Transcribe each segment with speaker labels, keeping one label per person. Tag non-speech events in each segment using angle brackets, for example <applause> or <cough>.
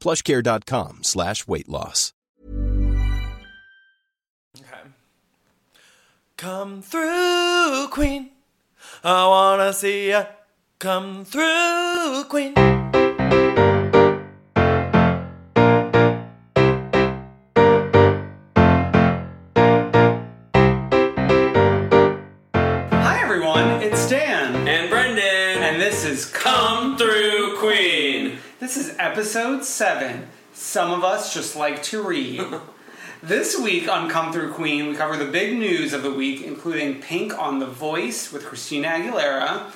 Speaker 1: plushcare.com slash weight loss.
Speaker 2: Okay. Come through, Queen. I wanna see ya. Come through, Queen.
Speaker 3: Hi everyone, it's Dan,
Speaker 2: And Brendan.
Speaker 3: and this is
Speaker 2: Come Through Queen.
Speaker 3: This is episode seven. Some of us just like to read. this week on Come Through Queen, we cover the big news of the week, including Pink on The Voice with Christina Aguilera,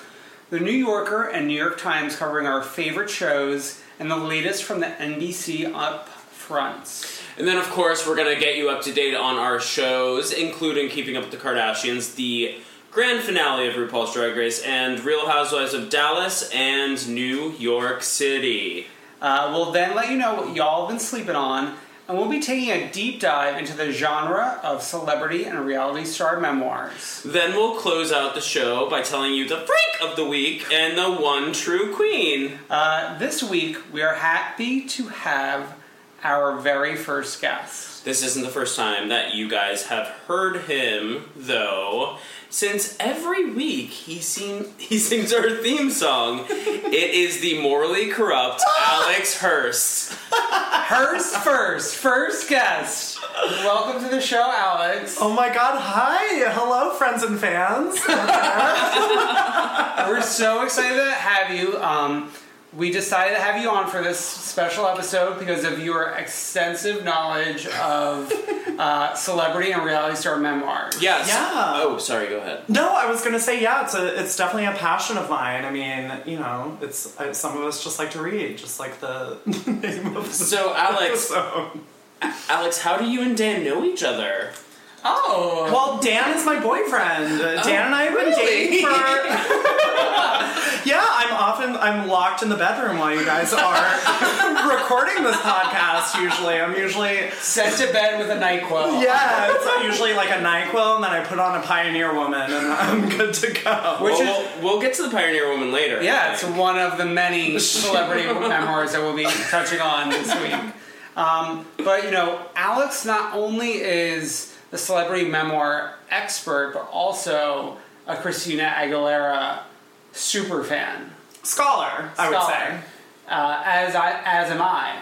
Speaker 3: The New Yorker and New York Times covering our favorite shows, and the latest from the NBC up fronts.
Speaker 2: And then, of course, we're going to get you up to date on our shows, including Keeping Up with the Kardashians, the grand finale of RuPaul's Drag Race, and Real Housewives of Dallas and New York City.
Speaker 3: Uh, we'll then let you know what y'all have been sleeping on, and we'll be taking a deep dive into the genre of celebrity and reality star memoirs.
Speaker 2: Then we'll close out the show by telling you the freak of the week and the one true queen.
Speaker 3: Uh, this week, we are happy to have our very first guest.
Speaker 2: This isn't the first time that you guys have heard him, though. Since every week he seem, <laughs> he sings our theme song, it is the morally corrupt Alex Hurst.
Speaker 3: Hers first, first guest. Welcome to the show, Alex.
Speaker 4: Oh my god, hi! Hello, friends and fans!
Speaker 3: We're so excited to have you. Um, we decided to have you on for this special episode because of your extensive knowledge of uh, celebrity and reality star memoirs.
Speaker 2: Yes.
Speaker 4: Yeah.
Speaker 2: Oh, sorry. Go ahead.
Speaker 4: no, I was gonna say, yeah, it's, a, it's definitely a passion of mine. I mean, you know, it's uh, some of us just like to read, just like the <laughs> name of the
Speaker 2: So, Alex, <laughs>
Speaker 4: episode.
Speaker 2: Alex, how do you and Dan know each other?
Speaker 3: Oh,
Speaker 4: Well, Dan is my boyfriend.
Speaker 2: Oh,
Speaker 4: Uh, Dan and I have been
Speaker 2: <laughs>
Speaker 4: dating for. <laughs> yeah, I'm often I'm locked in the bedroom while you guys are <laughs> recording this podcast. Usually, I'm usually
Speaker 3: sent to bed with a NyQuil.
Speaker 4: yeah,
Speaker 2: <laughs>
Speaker 4: it's usually like a Nyquil, and then I put on a Pioneer Woman, and I'm <laughs> good to go.
Speaker 2: Well, we'll, we'll get to the Pioneer Woman later.
Speaker 3: Yeah, it's one of the many celebrity memoirs that we'll be touching on this week. Um, but you know, Alex not only is a celebrity memoir expert, but also a Christina Aguilera super fan.
Speaker 4: scholar, I would
Speaker 3: Scholar.
Speaker 4: say.
Speaker 3: uh, as I as am I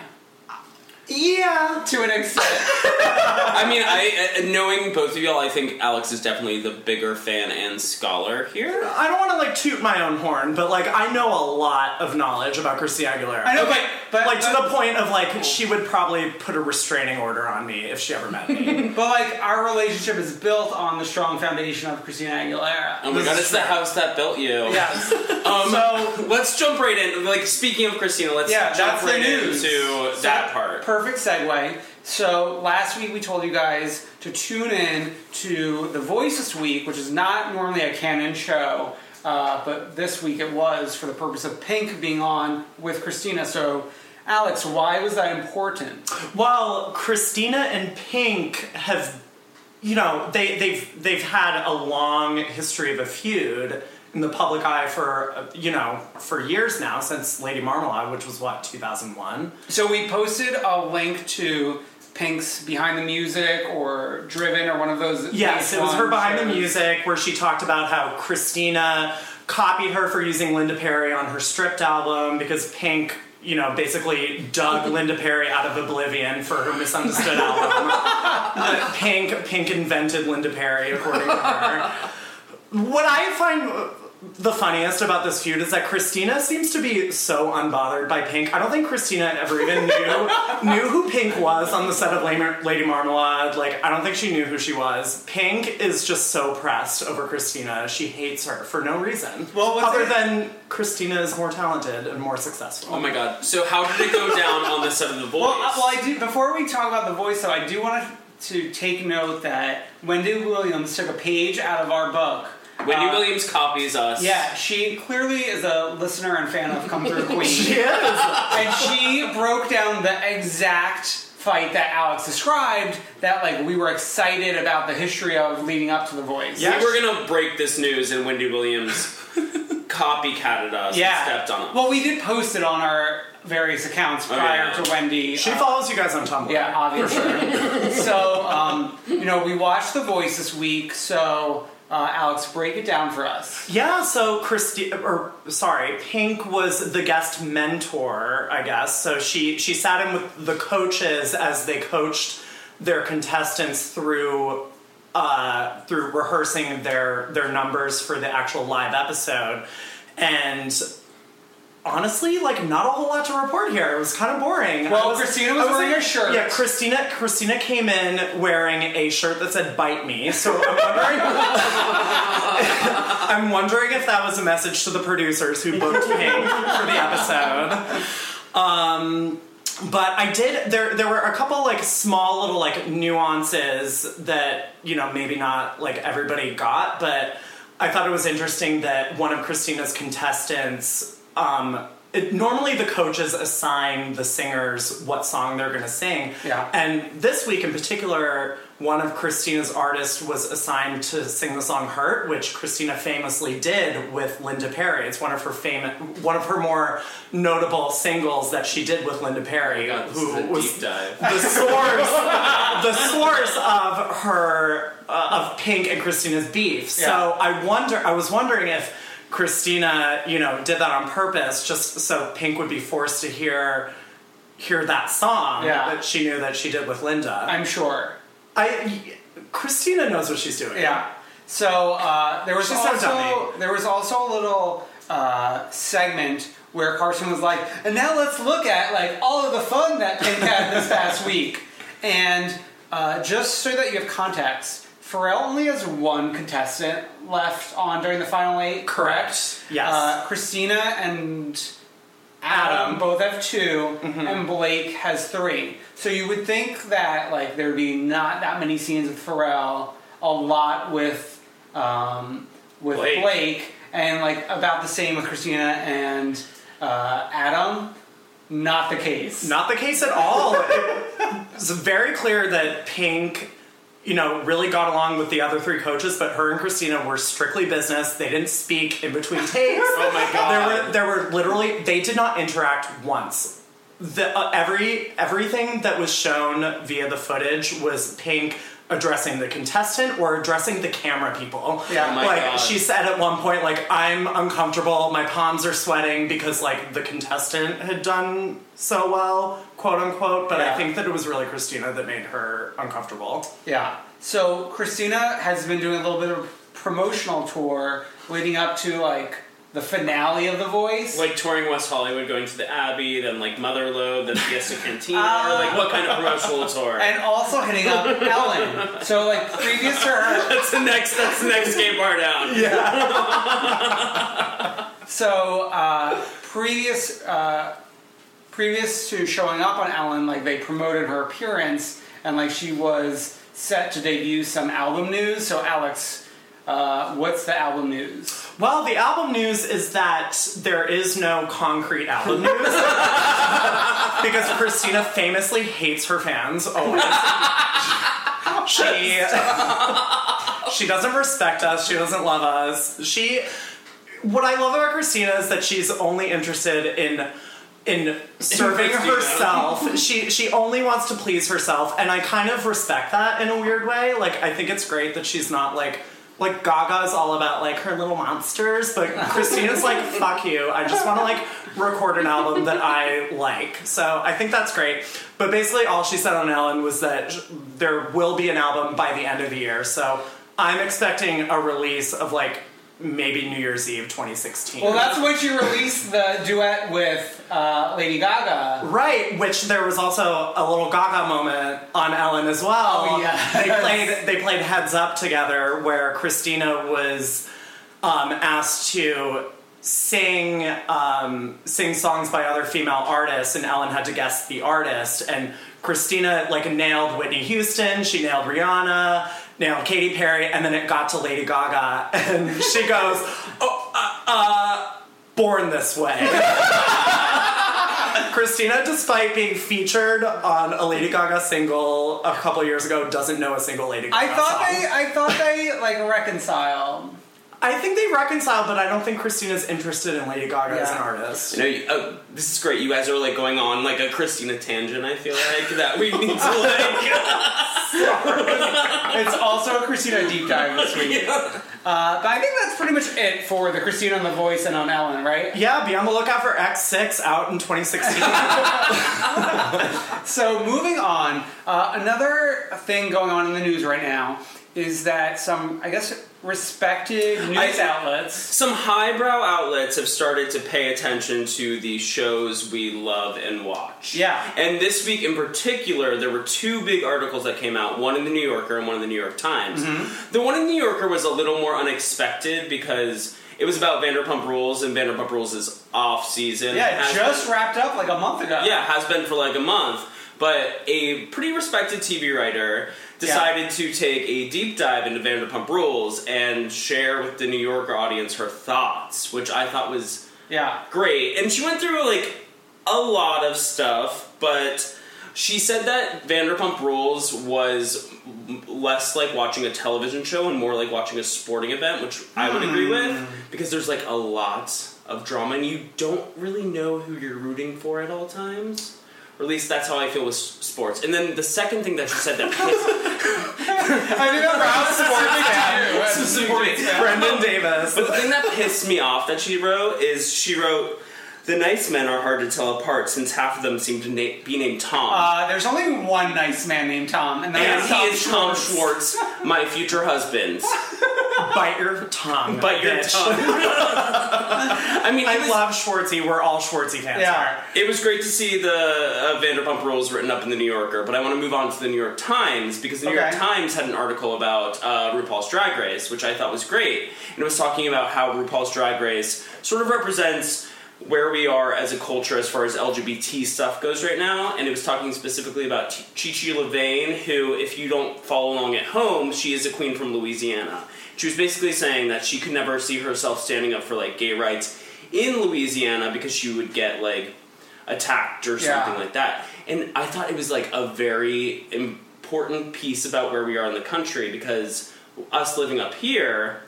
Speaker 4: Yeah.
Speaker 3: to an extent.
Speaker 2: I mean, I uh, knowing both of y'all, I think Alex is definitely the bigger fan and scholar here.
Speaker 4: I don't want to like toot my own horn, but like I know a lot of knowledge about Christina Aguilera.
Speaker 3: I know,
Speaker 2: Okay,
Speaker 3: but, but
Speaker 4: like to the point of like she would probably put a restraining order on me if she ever
Speaker 3: <laughs>
Speaker 4: met me.
Speaker 3: but like our relationship is built on the strong foundation of Christina Aguilera.
Speaker 2: Oh my
Speaker 4: This
Speaker 2: god,
Speaker 4: is
Speaker 2: it's the
Speaker 4: true.
Speaker 2: house that built you.
Speaker 3: yes.
Speaker 2: Um,
Speaker 3: So-
Speaker 2: let's jump right in. Like speaking of Christina, let's
Speaker 3: Yeah,
Speaker 2: jump
Speaker 3: that's the
Speaker 2: right
Speaker 3: news.
Speaker 2: into that part.
Speaker 3: Perfect segue. So last week we told you guys to tune in to The Voice this week, which is not normally a canon show, uh, but this week it was for the purpose of Pink being on with Christina. So Alex, why was that important?
Speaker 4: Well, Christina and Pink have, you know, they, they've they've had a long history of a feud in the public eye for uh, you know for years now since Lady Marmalade, which was what 2001.
Speaker 3: So we posted a link to Pink's Behind the Music or Driven or one of those.
Speaker 4: Yes,
Speaker 3: H1
Speaker 4: it was her behind the
Speaker 3: shows.
Speaker 4: music where she talked about how Christina copied her for using Linda Perry on her stripped album because Pink, you know, basically <laughs> dug Linda Perry out of oblivion for her misunderstood album. <laughs> That Pink Pink invented Linda Perry, according to her. What I find uh, the funniest about this feud is that Christina seems to be so unbothered by Pink. I don't think Christina
Speaker 3: <laughs>
Speaker 4: ever even knew knew who Pink was on the set of Lame- Lady Marmalade. Like, I don't think she knew who she was. Pink is just so pressed over Christina. She hates her for no reason.
Speaker 3: Well, was
Speaker 4: other
Speaker 3: it-
Speaker 4: than Christina is more talented and more successful.
Speaker 2: Oh my god. So how did it go
Speaker 3: <laughs>
Speaker 2: down on the set of The Voice?
Speaker 3: Well, I, well, I do. Before we talk about the voice, though, I do want to take note that Wendy Williams took a page out of our book.
Speaker 2: Wendy
Speaker 3: Uh,
Speaker 2: Williams copies us.
Speaker 3: Yeah, she clearly is a listener and fan of Come
Speaker 4: <laughs>
Speaker 3: Through Queen.
Speaker 4: She is.
Speaker 3: and she broke down the exact fight that Alex described that like we were excited about the history of leading up to the voice.
Speaker 4: Yeah.
Speaker 2: We were gonna break this news, and
Speaker 3: <laughs>
Speaker 2: Wendy Williams copycatted us.
Speaker 3: Yeah.
Speaker 2: And stepped on us.
Speaker 3: Well, we did post it on our various accounts prior
Speaker 2: yeah.
Speaker 3: to Wendy.
Speaker 4: She
Speaker 3: uh,
Speaker 4: follows you guys on Tumblr.
Speaker 3: Yeah, obviously. <laughs> so, um, you know, we watched The Voice this week. So, uh, Alex, break it down for us.
Speaker 4: Yeah, so Christi or sorry, Pink was the guest mentor, I guess. So she she sat in with the coaches as they coached their contestants through uh, through rehearsing their their numbers for the actual live episode. And honestly, like not a whole lot to report here. It was kind of boring.
Speaker 3: Well,
Speaker 4: I was,
Speaker 3: Christina was
Speaker 4: I
Speaker 3: wearing a shirt.
Speaker 4: Yeah, Christina Christina came in wearing a shirt that said "Bite Me."
Speaker 3: <laughs>
Speaker 4: So I'm wondering. I'm wondering if that was a message to the producers who booked Pink for the episode. Um, but I did. There, there were a couple like small little like nuances that you know maybe not like everybody got, but I thought it was interesting that one of Christina's contestants. Um, it, normally, the coaches assign the singers what song they're going to sing,
Speaker 3: Yeah.
Speaker 4: and this week in particular, one of Christina's artists was assigned to sing the song "Hurt," which Christina famously did with Linda Perry. It's one of her famous, one of her more notable singles that she did with Linda Perry,
Speaker 2: God, this is
Speaker 4: who
Speaker 2: a
Speaker 4: was
Speaker 2: deep dive.
Speaker 4: the source, the source of her uh, of Pink and Christina's beef.
Speaker 3: Yeah.
Speaker 4: So I wonder, I was wondering if Christina, you know, did that on purpose, just so Pink would be forced to hear hear that song
Speaker 3: Yeah.
Speaker 4: that she knew that she did with Linda.
Speaker 3: I'm sure.
Speaker 4: I Christina knows what she's doing.
Speaker 3: Yeah. So uh, there was
Speaker 4: She's so
Speaker 3: also
Speaker 4: dummy.
Speaker 3: there was also a little uh, segment where Carson was like, and now let's look at like all of the fun that Pink had this past week. And uh, just so that you have context, Pharrell only has one contestant left on during the final eight. Correct.
Speaker 4: Yes.
Speaker 3: Uh, Christina and Adam both have 2 and Blake has three. So you would think that like there'd be not that many scenes with Pharrell, a lot with um, with
Speaker 2: Blake.
Speaker 3: Blake. and like about the same with Christina and uh, Adam. Not the case.
Speaker 4: Not the case at all. it's very clear that Pink, you know, really got along with the other three coaches, but her and Christina were strictly business. They didn't speak in between takes. oh
Speaker 2: my God.
Speaker 4: There were there were literally they did not interact once. The, uh, every everything that was shown via the footage was Pink addressing the contestant or addressing the camera people.
Speaker 3: Yeah. Oh my
Speaker 4: like
Speaker 2: God.
Speaker 4: she said at one point, like I'm uncomfortable, my palms are sweating because like the contestant had done so well, quote unquote. But
Speaker 3: Yeah.
Speaker 4: I think that it was really Christina that made her uncomfortable.
Speaker 3: Yeah. So Christina has been doing a little bit of promotional tour leading up to like the finale of The Voice.
Speaker 2: Like touring West Hollywood, going to the Abbey, then like Motherlode, then Fiesta Cantina, or like
Speaker 3: <laughs>
Speaker 2: what kind of promotional tour?
Speaker 3: Uh, and also hitting up Ellen. So like previous to her,
Speaker 2: that's the next. That's the next skate bar down. Yeah.
Speaker 3: So uh, previous uh, previous to showing up on Ellen, like they promoted her appearance and like she was set to debut some album news. So Alex Uh, what's the album news?
Speaker 4: Well, the album news is that there is no concrete album news because Christina famously hates her fans always. she she doesn't respect us. She doesn't love us. She what I love about Christina is that she's only interested in in serving
Speaker 2: Christina.
Speaker 4: herself. she she only wants to please herself, and I kind of respect that in a weird way. Like I think it's great that she's not like like Gaga's all about like her little monsters, but Christina's like fuck you. I just want to like record an album that I like. So I think that's great. But basically, all she said on Ellen was that sh- there will be an album by the end of the year. So I'm expecting a release of like maybe New Year's Eve 2016.
Speaker 3: Well, <laughs> that's what you released the duet with uh, Lady Gaga.
Speaker 4: Right, which there was also a little Gaga moment on Ellen as well.
Speaker 3: Oh, yes.
Speaker 4: they played they played Heads Up together, where Christina was um, asked to sing um, sing songs by other female artists, and Ellen had to guess the artist. And Christina like nailed Whitney Houston, she nailed Rihanna, nailed Katy Perry, and then it got to Lady Gaga, <laughs> and she goes, "Oh, uh, uh, born this way." <laughs> Christina, despite being featured on a Lady Gaga single a couple years ago, doesn't know a single Lady Gaga
Speaker 3: I thought
Speaker 4: song.
Speaker 3: they, I thought they like reconciled.
Speaker 4: I think they reconciled, but I don't think Christina's interested in Lady Gaga as an
Speaker 3: Yeah.
Speaker 4: artist.
Speaker 2: You know, you- oh, this is great. You guys are like going on like a Christina tangent. I feel like that we need to like. <laughs>
Speaker 3: It's also a Christina deep dive this <laughs> week. Uh, but I think that's pretty much it for the Christina on the Voice and on Ellen, right?
Speaker 4: Yeah, be on the lookout for X6 out in 2016.
Speaker 3: So moving on, uh, another thing going on in the news right now is that some, I guess, respected news
Speaker 2: I-
Speaker 3: outlets.
Speaker 2: Some highbrow outlets have started to pay attention to the shows we love and watch.
Speaker 3: Yeah.
Speaker 2: And this week in particular, there were two big articles that came out one in the New Yorker and one in the New York Times.
Speaker 3: Mm-hmm.
Speaker 2: The one in the New Yorker was a little more unexpected because it was about Vanderpump Rules and Vanderpump Rules is off season.
Speaker 3: Yeah,
Speaker 2: Has-
Speaker 3: it just wrapped up like a month ago.
Speaker 2: yeah, has been for like a month. But a pretty respected TV writer decided to take a deep dive into Vanderpump Rules and share with the New Yorker audience her thoughts, which I thought was
Speaker 3: Yeah.
Speaker 2: great. And she went through like a lot of stuff, but she said that Vanderpump Rules was m- less like watching a television show and more like watching a sporting event, which I would agree with because there's like a lot of drama and you don't really know who you're rooting for at all times. Or at least that's how I feel with s- sports. And then the second thing that she said that pissed
Speaker 3: I think that rounds
Speaker 2: Sports fan.
Speaker 4: Brendan Davis.
Speaker 2: But the thing that pissed me off that she wrote is she wrote, "The nice men are hard to tell apart since half of them seem to na- be named Tom."
Speaker 3: Uh, there's only one nice man named Tom, and
Speaker 2: and
Speaker 3: that's
Speaker 2: he is Tom Schwartz, my future husband.
Speaker 4: Bite your tongue.
Speaker 2: But your
Speaker 4: bitch.
Speaker 2: tongue. <laughs> I mean, it
Speaker 4: I
Speaker 2: was,
Speaker 4: love Schwartzy. We're all Schwartzy fans.
Speaker 3: Yeah.
Speaker 2: it was great to see the uh, Vanderpump Rules written up in the New Yorker, but I want to move on to the New York Times because the New
Speaker 3: Okay.
Speaker 2: York Times had an article about uh, RuPaul's Drag Race, which I thought was great, and it was talking about how RuPaul's Drag Race sort of represents where we are as a culture as far as LGBT stuff goes right now, and it was talking specifically about Chi Chi LaVane, who, if you don't follow along at home, she is a queen from Louisiana. She was basically saying that she could never see herself standing up for like gay rights in Louisiana because she would get like attacked or
Speaker 3: Yeah.
Speaker 2: something like that. And I thought it was like a very important piece about where we are in the country because us living up here,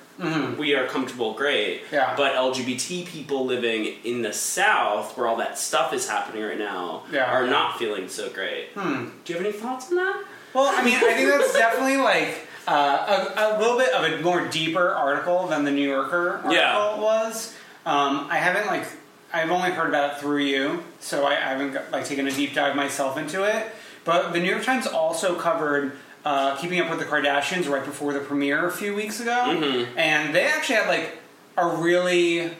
Speaker 2: we are comfortable, great.
Speaker 3: Mm-hmm. Yeah.
Speaker 2: But LGBT people living in the South, where all that stuff is happening right now,
Speaker 3: Yeah. Hmm.
Speaker 2: are not feeling so great. Do you have any thoughts on that?
Speaker 3: Well, I mean, I think that's definitely like uh, a, a little bit of a more deeper article than the New Yorker article
Speaker 2: Yeah.
Speaker 3: was. Um, I haven't like I've only heard about it through you, so I, I haven't got, like taken a deep dive myself into it. But the New York Times also covered. Uh, keeping up with the Kardashians right before the premiere a few weeks ago, and they actually had like a really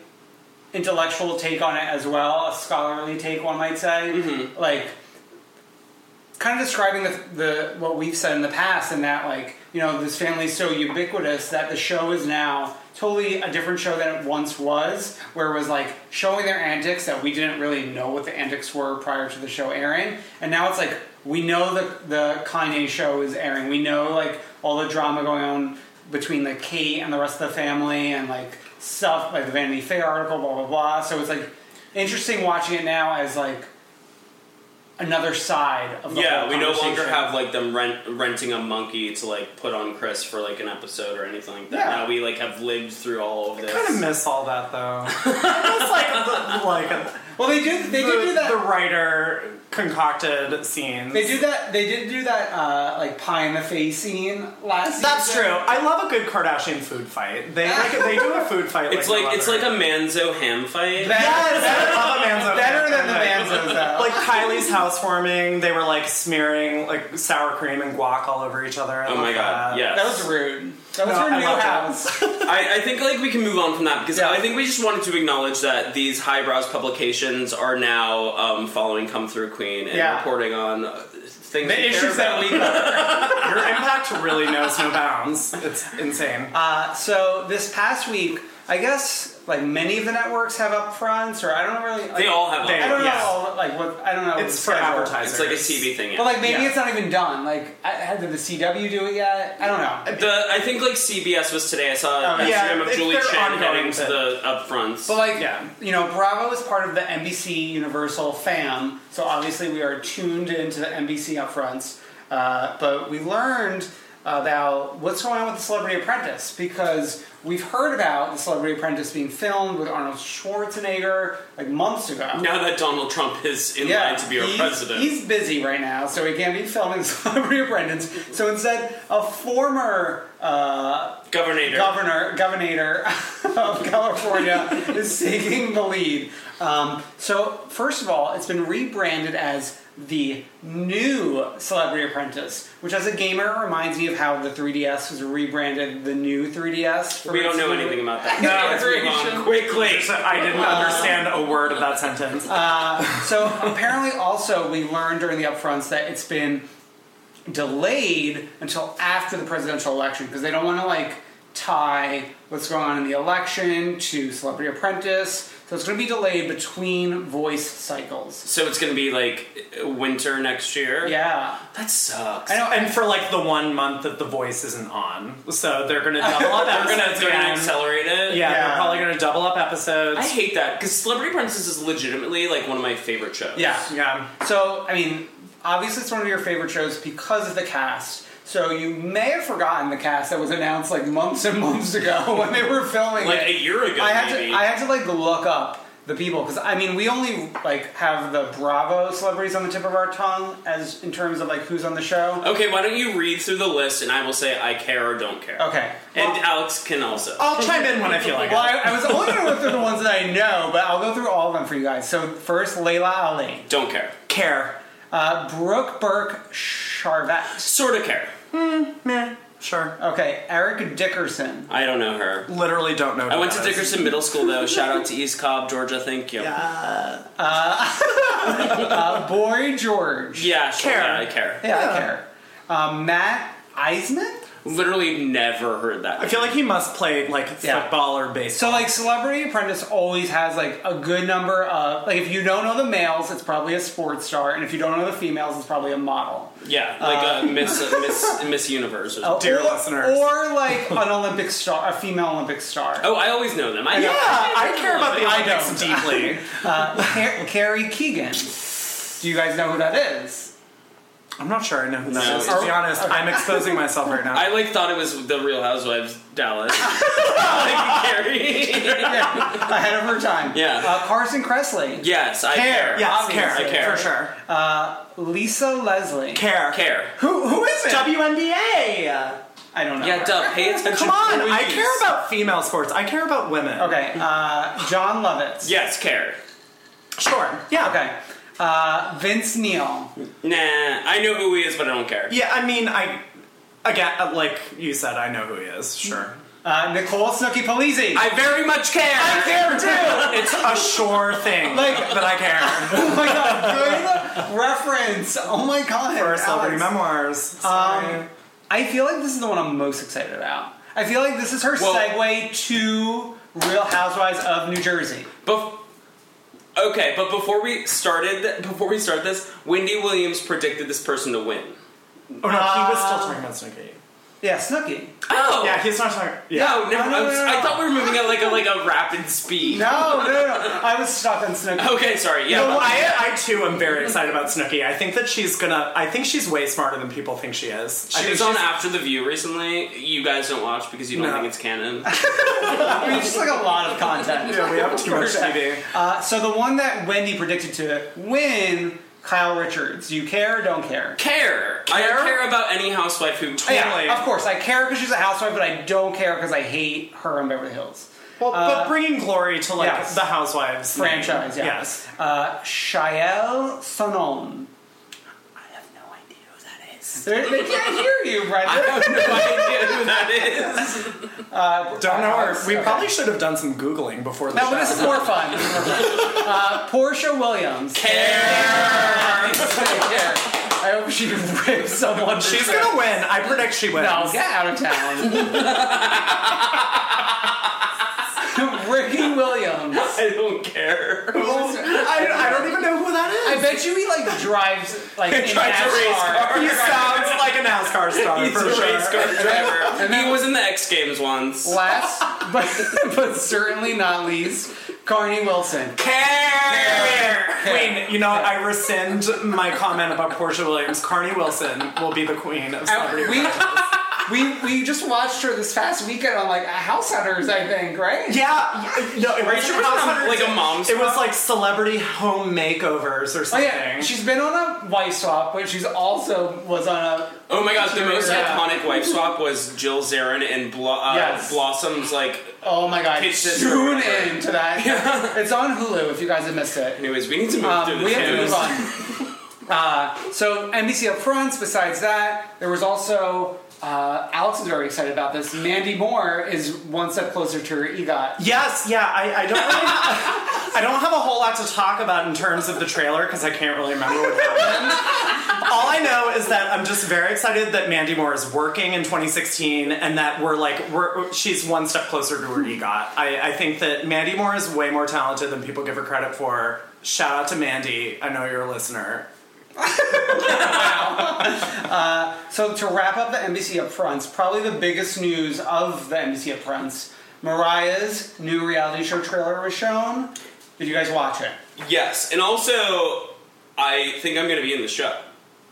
Speaker 3: intellectual take on it as well, a scholarly take, one might say. Like, kind of describing the, the what we've said in the past, and that like you know this family is so ubiquitous that the show is now totally a different show than it once was, where it was like showing their antics that we didn't really know what the antics were prior to the show airing, and now it's like we know the the Kanye show is airing, we know like all the drama going on between like Kate and the rest of the family and like stuff like the Vanity Fair article, blah blah blah. So it's like interesting watching it now as like another side of the
Speaker 2: yeah,
Speaker 3: whole
Speaker 2: we no longer
Speaker 3: conversation.
Speaker 2: have like them rent, renting a monkey to like put on Chris for like an episode or anything like that.
Speaker 3: Yeah.
Speaker 2: Now we like have lived through all of this.
Speaker 4: kind of miss all that though. I miss like the, like
Speaker 3: Well, they did they
Speaker 4: the,
Speaker 3: did do that
Speaker 4: the writer concocted scenes.
Speaker 3: They do that. They did do that, uh, like pie in the face scene last.
Speaker 4: That's
Speaker 3: season.
Speaker 4: true. I love a good Kardashian food fight. They like they do a food fight.
Speaker 2: it's
Speaker 4: no
Speaker 2: like it's
Speaker 4: other.
Speaker 2: like a manzo ham fight.
Speaker 3: Better,
Speaker 4: yes, I love a manzo
Speaker 3: better
Speaker 4: food
Speaker 3: than the
Speaker 4: fight.
Speaker 3: Manzos though.
Speaker 4: Like Kylie's housewarming, they were like smearing like sour cream and guac all over each other. I
Speaker 2: oh
Speaker 4: love
Speaker 2: my god,
Speaker 4: that.
Speaker 2: yes.
Speaker 3: that was rude. That was
Speaker 4: No,
Speaker 3: her
Speaker 4: I
Speaker 3: new
Speaker 4: loved it.
Speaker 3: house.
Speaker 2: I, I think like we can move on from that because
Speaker 3: Yeah.
Speaker 2: I think we just wanted to acknowledge that these highbrows publications are now um, following Come Through Queen and
Speaker 3: Yeah.
Speaker 2: reporting on uh, things
Speaker 3: the
Speaker 2: they care
Speaker 3: issues that
Speaker 2: about.
Speaker 3: we <laughs> cover.
Speaker 4: Your impact really knows no bounds. It's insane.
Speaker 3: Uh, So this past week, I guess like many of the networks have upfronts, or I don't really. Like,
Speaker 2: They all have.
Speaker 4: They-
Speaker 3: I
Speaker 2: them.
Speaker 3: don't
Speaker 4: yeah.
Speaker 3: know. Like what? I don't know.
Speaker 4: it's
Speaker 3: the
Speaker 4: for
Speaker 3: schedule.
Speaker 2: It's
Speaker 4: advertisers.
Speaker 2: like a TV thing. Yeah.
Speaker 3: But like maybe
Speaker 4: Yeah.
Speaker 3: it's not even done. Like I, did the CW do it yet? I don't know.
Speaker 2: the, I think like CBS was today. I saw
Speaker 3: Oh,
Speaker 2: an
Speaker 4: yeah.
Speaker 2: Instagram of
Speaker 4: It's
Speaker 2: Julie
Speaker 4: their
Speaker 2: Chen
Speaker 4: ongoing
Speaker 2: heading to
Speaker 4: thing.
Speaker 2: the upfronts.
Speaker 3: But like,
Speaker 4: Yeah.
Speaker 3: you know, Bravo is part of the NBC Universal fam, so obviously we are tuned into the NBC upfronts. Uh, but we learned about what's going on with the Celebrity Apprentice because we've heard about the Celebrity Apprentice being filmed with Arnold Schwarzenegger like months ago.
Speaker 2: now that Donald Trump is in line to be our
Speaker 3: he's,
Speaker 2: president,
Speaker 3: He's busy right now, so he can't be filming <laughs> Celebrity Apprentice. So instead, a former uh,
Speaker 2: governor.
Speaker 3: governor governor <laughs> of
Speaker 2: <laughs>
Speaker 3: California is taking the lead. Um, so first of all, it's been rebranded as the new Celebrity Apprentice, which as a gamer reminds me of how the 3DS was rebranded the new 3DS. for
Speaker 2: we don't
Speaker 3: its
Speaker 2: know
Speaker 3: new-
Speaker 2: anything
Speaker 3: <laughs>
Speaker 2: about that. no, let's move on quickly.
Speaker 4: So I didn't
Speaker 3: Uh,
Speaker 4: understand a word of that sentence.
Speaker 3: So apparently, also we learned during the upfronts that it's been delayed until after the presidential election because they don't want to like tie what's going on in the election to Celebrity Apprentice. So it's going to be delayed between voice cycles.
Speaker 2: So it's gonna be like winter next year.
Speaker 3: Yeah,
Speaker 2: that sucks.
Speaker 3: I know.
Speaker 4: and for like the one month that the voice isn't on, so they're gonna double
Speaker 3: <laughs>
Speaker 4: up
Speaker 2: They're gonna,
Speaker 4: episodes
Speaker 2: they're gonna
Speaker 4: again.
Speaker 2: accelerate it.
Speaker 4: Yeah,
Speaker 3: Yeah.
Speaker 4: they're probably gonna double up episodes.
Speaker 2: I hate that because Celebrity Apprentice is legitimately like one of my favorite shows.
Speaker 3: Yeah,
Speaker 4: yeah.
Speaker 3: So, I mean, obviously it's one of your favorite shows because of the cast. So you may have forgotten the cast that was announced like months and months ago <laughs> when they were filming
Speaker 2: Like
Speaker 3: it.
Speaker 2: a year ago,
Speaker 3: I had
Speaker 2: maybe.
Speaker 3: to I had to like look up the people because I mean we only like have the Bravo celebrities on the tip of our tongue as in terms of like who's on the show.
Speaker 2: Okay, why don't you read through the list and I will say I care or don't care.
Speaker 3: Okay.
Speaker 2: And Alex can also.
Speaker 4: I'll chime in when I feel like
Speaker 3: Well,
Speaker 4: it.
Speaker 3: I, I was only going to go through the ones that I know, but I'll go through all of them for you guys. So first, Layla Ali,
Speaker 2: Don't care.
Speaker 4: Care.
Speaker 3: uh, Brooke Burke Charvet,
Speaker 2: Sort of care.
Speaker 4: Meh. Sure.
Speaker 3: okay, Eric Dickerson,
Speaker 2: I don't know her.
Speaker 4: Literally don't know.
Speaker 2: I went to Dickerson Middle School
Speaker 4: <laughs>
Speaker 2: though. Shout out to East Cobb, Georgia. Thank you. Yeah,
Speaker 3: Boy George,
Speaker 2: sure.
Speaker 4: Care.
Speaker 2: Yeah, I care.
Speaker 3: Yeah, I care. Um, Matt Eisman.
Speaker 2: Literally never heard that.
Speaker 4: I feel like he must play like football or baseball.
Speaker 3: So like Celebrity Apprentice always has like a good number of like if you don't know the males, it's probably a sports star, and if you don't know the females, it's probably a model.
Speaker 2: yeah,
Speaker 4: Uh.
Speaker 2: like a Miss uh,
Speaker 4: <laughs>
Speaker 2: Miss Miss Universe. Or something.
Speaker 4: Dear
Speaker 3: or,
Speaker 4: listeners.
Speaker 3: Or like an Olympic star, a female Olympic star.
Speaker 2: Oh, I always know them. I
Speaker 4: yeah,
Speaker 2: know.
Speaker 4: I care about the
Speaker 3: I
Speaker 4: Olympics
Speaker 3: don't.
Speaker 4: deeply.
Speaker 3: Car- Carrie Keegan. Do you guys know who that
Speaker 2: <laughs>
Speaker 3: is?
Speaker 4: <laughs> I'm not sure I know who that
Speaker 2: No.
Speaker 4: is. To be honest, I'm exposing myself right now.
Speaker 2: I like thought it was the Real Housewives
Speaker 4: <laughs>
Speaker 2: Dallas. <laughs> like Carrie.
Speaker 3: Ahead of her time.
Speaker 2: Yeah.
Speaker 3: Uh, Carson Kressley.
Speaker 2: yes, I care.
Speaker 4: yes,
Speaker 3: obviously. Uh,
Speaker 4: care,
Speaker 2: I care.
Speaker 4: for sure.
Speaker 3: Lisa Leslie.
Speaker 4: Care,
Speaker 2: Care.
Speaker 3: who who is it?
Speaker 4: WNBA.
Speaker 3: I don't know.
Speaker 2: Yeah,
Speaker 3: her.
Speaker 2: duh. Pay attention.
Speaker 4: Come on, I
Speaker 2: please.
Speaker 4: care about female sports. I care about women.
Speaker 3: Okay. Uh, John Lovitz.
Speaker 2: Yes, care.
Speaker 4: Sure. Yeah.
Speaker 3: Okay. Uh, Vince Neil.
Speaker 2: Nah, I know who he is, but I don't care.
Speaker 4: Yeah, I mean, I again, uh, like you said, I know who he is. Sure.
Speaker 3: Uh, Nicole Snooki Polizzi.
Speaker 2: I very much care.
Speaker 3: care too.
Speaker 4: It's a sure thing
Speaker 3: Like-
Speaker 4: that I care
Speaker 3: Oh my god, good reference. Oh my god.
Speaker 4: for celebrity
Speaker 3: Alex.
Speaker 4: memoirs. Sorry.
Speaker 3: I feel like this is the one I'm most excited about. I feel like this is her
Speaker 2: Well-
Speaker 3: segue to Real Housewives of New Jersey.
Speaker 2: Bef- okay, but before we started, th- before we start this, Wendy Williams predicted this person to win.
Speaker 4: uh, oh no, he was still talking about Snooki.
Speaker 3: Yeah, Snooki.
Speaker 2: Oh.
Speaker 4: Yeah, he's not talking. Yeah.
Speaker 2: No, never.
Speaker 3: No, no,
Speaker 2: I, was-
Speaker 3: no, no.
Speaker 2: I thought we were moving at like a like a rapid speed.
Speaker 3: No, no, no, no. I was stuck on Snooki.
Speaker 2: Okay, sorry. Yeah.
Speaker 4: Well, I, I too am very excited about Snooki. I think that she's gonna. I think she's way smarter than people think she is.
Speaker 2: she
Speaker 4: I think
Speaker 2: was on
Speaker 4: she's-
Speaker 2: After the View recently. You guys don't watch because you don't
Speaker 4: No.
Speaker 2: think it's canon.
Speaker 3: I mean, just like a lot of content.
Speaker 4: Yeah, we have too much TV.
Speaker 3: Uh, so the one that Wendy predicted to win, Kyle Richards. You care or don't care?
Speaker 2: Care. I
Speaker 4: Care?
Speaker 2: don't care about any housewife who totally.
Speaker 3: Yeah, of course. I care because she's a housewife, but I don't care because I hate her in Beverly Hills.
Speaker 4: Well, but bringing glory to like
Speaker 3: Uh, yes.
Speaker 4: the Housewives
Speaker 3: Franchise, yeah.
Speaker 4: Yes.
Speaker 3: Uh, Shael Sonon. I have no idea who that is. They're, they can't hear you,
Speaker 2: <laughs> I
Speaker 3: Brendan.
Speaker 2: <laughs> have no idea who that is.
Speaker 4: Don't know. Our, we
Speaker 3: Okay.
Speaker 4: probably should have done some googling before the
Speaker 3: No,
Speaker 4: show.
Speaker 3: but this is more fun. This is more fun. Uh, Portia Williams. I care. I hope she rips someone. to
Speaker 4: She's
Speaker 3: shreds.
Speaker 4: gonna win. I predict she wins.
Speaker 3: No, get out of town. <laughs> Ricky Williams.
Speaker 2: <laughs> I don't care.
Speaker 4: I, I don't even know who that
Speaker 3: I
Speaker 4: is.
Speaker 3: bet you he like drives like in
Speaker 2: Tried to race
Speaker 3: NASCAR.
Speaker 2: car.
Speaker 4: he sounds like a NASCAR star
Speaker 2: He's
Speaker 4: for
Speaker 2: a
Speaker 4: sure.
Speaker 2: race car driver. he was in the X Games once.
Speaker 3: Last, but but certainly not least, Carney Wilson.
Speaker 4: Care. Queen, you know, I rescind my comment about Portia Williams. Carney Wilson will be the queen of celebrity.
Speaker 3: We we we just watched her this past weekend on like House Hunters, I think, right?
Speaker 4: yeah, y- no, it was
Speaker 2: Rachel was on, like, a mom's
Speaker 4: It was like celebrity home makeovers or
Speaker 3: Oh
Speaker 4: something.
Speaker 3: yeah, she's been on a wife swap, but she's also was on a
Speaker 2: Oh my god, the most
Speaker 3: Yeah.
Speaker 2: iconic wife swap was Jill Zarin and Blo- uh,
Speaker 3: Yes.
Speaker 2: Blossom's like.
Speaker 3: Oh my god!
Speaker 2: Pitch this
Speaker 3: Tune
Speaker 2: or whatever.
Speaker 3: in to that. It's on Hulu if you guys have missed it.
Speaker 2: Anyways, we need to move through
Speaker 3: Um,
Speaker 2: this.
Speaker 3: we have to
Speaker 2: news.
Speaker 3: move on. Uh, so NBC up fronts. Besides that, there was also uh, Alex is very excited about this. Mandy Moore is one step closer to her EGOT.
Speaker 4: Yes, yeah, I, I don't really, I don't have a whole lot to talk about in terms of the trailer because I can't really remember what happened. All I know is that I'm just very excited that Mandy Moore is working in 2016 and that we're like we're she's one step closer to her EGOT. I, I think that Mandy Moore is way more talented than people give her credit for. Shout out to Mandy. I know you're a listener.
Speaker 3: So to wrap up the NBC up fronts, probably the biggest news of the NBC up fronts, Mariah's new reality show trailer was shown. Did you guys watch it?
Speaker 2: Yes, and also, I think I'm going to be in the show.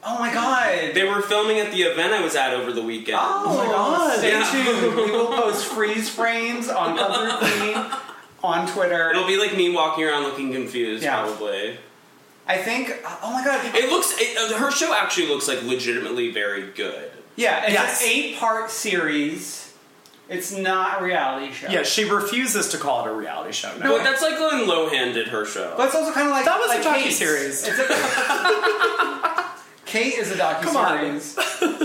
Speaker 3: Oh my god!
Speaker 2: They were filming at the event I was at over the weekend.
Speaker 3: Oh my god! Stay
Speaker 2: Yeah.
Speaker 3: tuned. We will post freeze frames on Come Through Queen on Twitter.
Speaker 2: It'll be like me walking around looking confused,
Speaker 3: Yeah.
Speaker 2: probably.
Speaker 3: I think. Oh my god!
Speaker 2: It looks. It, uh, her show actually looks like legitimately very good.
Speaker 3: yeah, it's
Speaker 4: Yes.
Speaker 3: an eight-part series. It's not a reality show.
Speaker 4: Yeah, she refuses to call it a reality show. No.
Speaker 2: But that's like when Lohan did her show.
Speaker 3: but it's also kind of like
Speaker 4: That was a
Speaker 3: like Kate's.
Speaker 4: docuseries.
Speaker 3: It's
Speaker 4: <laughs>
Speaker 3: a- Kate is a docuseries.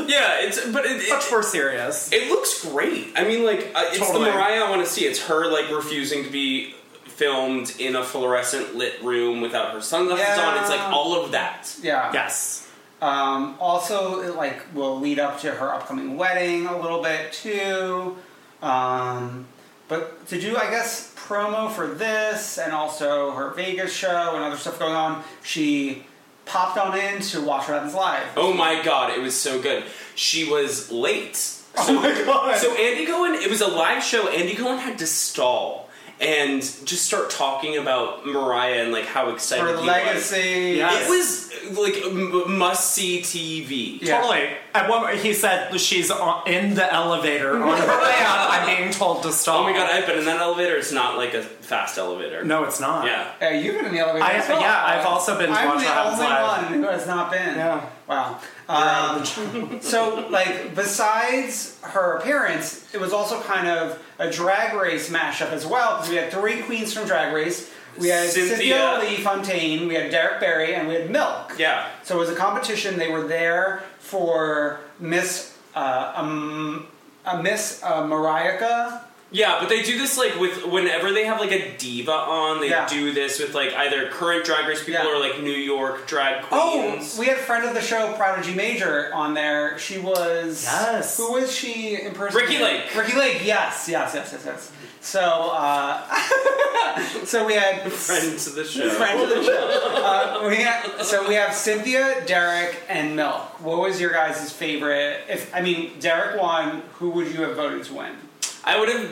Speaker 2: yeah, it's but it, it,
Speaker 4: Much more serious.
Speaker 2: It looks great. I mean, like uh, it's
Speaker 4: Totally.
Speaker 2: the Mariah I want to see. It's her like refusing to be filmed in a fluorescent lit room without her sunglasses
Speaker 3: Yeah.
Speaker 2: on. It's like all of that.
Speaker 3: Yeah.
Speaker 4: Yes.
Speaker 3: Um, also, it like will lead up to her upcoming wedding a little bit too. Um, but to do, I guess, promo for this and also her Vegas show and other stuff going on, she popped on in to watch what happens live.
Speaker 2: Oh my god, it was so good. She was late. So,
Speaker 3: Oh my God.
Speaker 2: So Andy Cohen, it was a live show. Andy Cohen had to stall and just start talking about Mariah and like how excited
Speaker 3: her
Speaker 2: he
Speaker 3: legacy.
Speaker 4: Yeah.
Speaker 2: was. It was like m- must see TV.
Speaker 3: Yeah.
Speaker 4: Totally. At one, he said she's on, in the elevator on her way out. I'm being told to stop.
Speaker 2: Oh my god, I've been in that elevator. It's not like a fast elevator.
Speaker 4: no, it's not.
Speaker 2: Yeah.
Speaker 3: Uh, you've been in the elevator.
Speaker 4: I-
Speaker 3: as well.
Speaker 4: yeah, I've also been to
Speaker 3: I'm
Speaker 4: watch
Speaker 3: the
Speaker 4: What Happens
Speaker 3: only
Speaker 4: Live.
Speaker 3: one who has not been.
Speaker 4: Yeah.
Speaker 3: Wow. Um, so, like, besides her appearance, it was also kind of a drag race mashup as well because we had three queens from Drag Race. We had Cynthia,
Speaker 2: Cynthia.
Speaker 3: Lee Fontaine, we had Derek Barry, and we had Milk.
Speaker 2: Yeah.
Speaker 3: So it was a competition. They were there for Miss uh, um, uh, Miss uh, Mariah
Speaker 2: Yeah, but they do this like with whenever they have like a diva on, they
Speaker 3: Yeah.
Speaker 2: do this with like either current drag race people
Speaker 3: Yeah.
Speaker 2: or like New York drag
Speaker 3: Oh,
Speaker 2: queens.
Speaker 3: we had a friend of the show, Prodigy Major, on there. She was
Speaker 4: Yes.
Speaker 3: Who was she in person?
Speaker 2: Ricky Lake.
Speaker 3: Ricky Lake. Yes, yes, yes, yes, yes. So, uh, <laughs> so we had
Speaker 2: <laughs> friends of the
Speaker 3: <laughs>
Speaker 2: show.
Speaker 3: friend of the show. Uh, we ha- so we have Cynthia, Derek, and Milk. What was your guys' favorite? If I mean, Derek won. Who would you have voted to win?
Speaker 2: I would have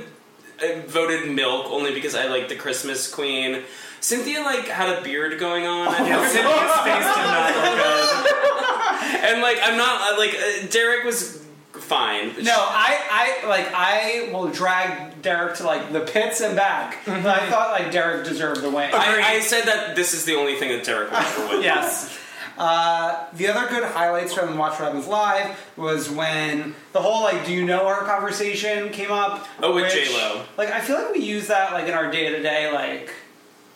Speaker 2: uh, voted Milk only because I like the Christmas Queen. Cynthia like had a beard going on, I
Speaker 4: Yeah,
Speaker 3: Oh.
Speaker 2: think.
Speaker 4: Cynthia's face did not look good.
Speaker 3: <laughs>
Speaker 2: and like I'm not uh, like uh, Derek was fine.
Speaker 3: No, I, I like I will drag Derek to like the pits and back. But I thought like Derek deserved the win.
Speaker 2: I, I said that this is the only thing that Derek will ever
Speaker 3: <laughs>
Speaker 2: win.
Speaker 4: Yes.
Speaker 3: Uh, The other good highlights from Watch What Happens Live was when the whole like, do you know her conversation came up.
Speaker 2: Oh, with
Speaker 3: which,
Speaker 2: J-Lo.
Speaker 3: Like, I feel like we use that like in our day to day, like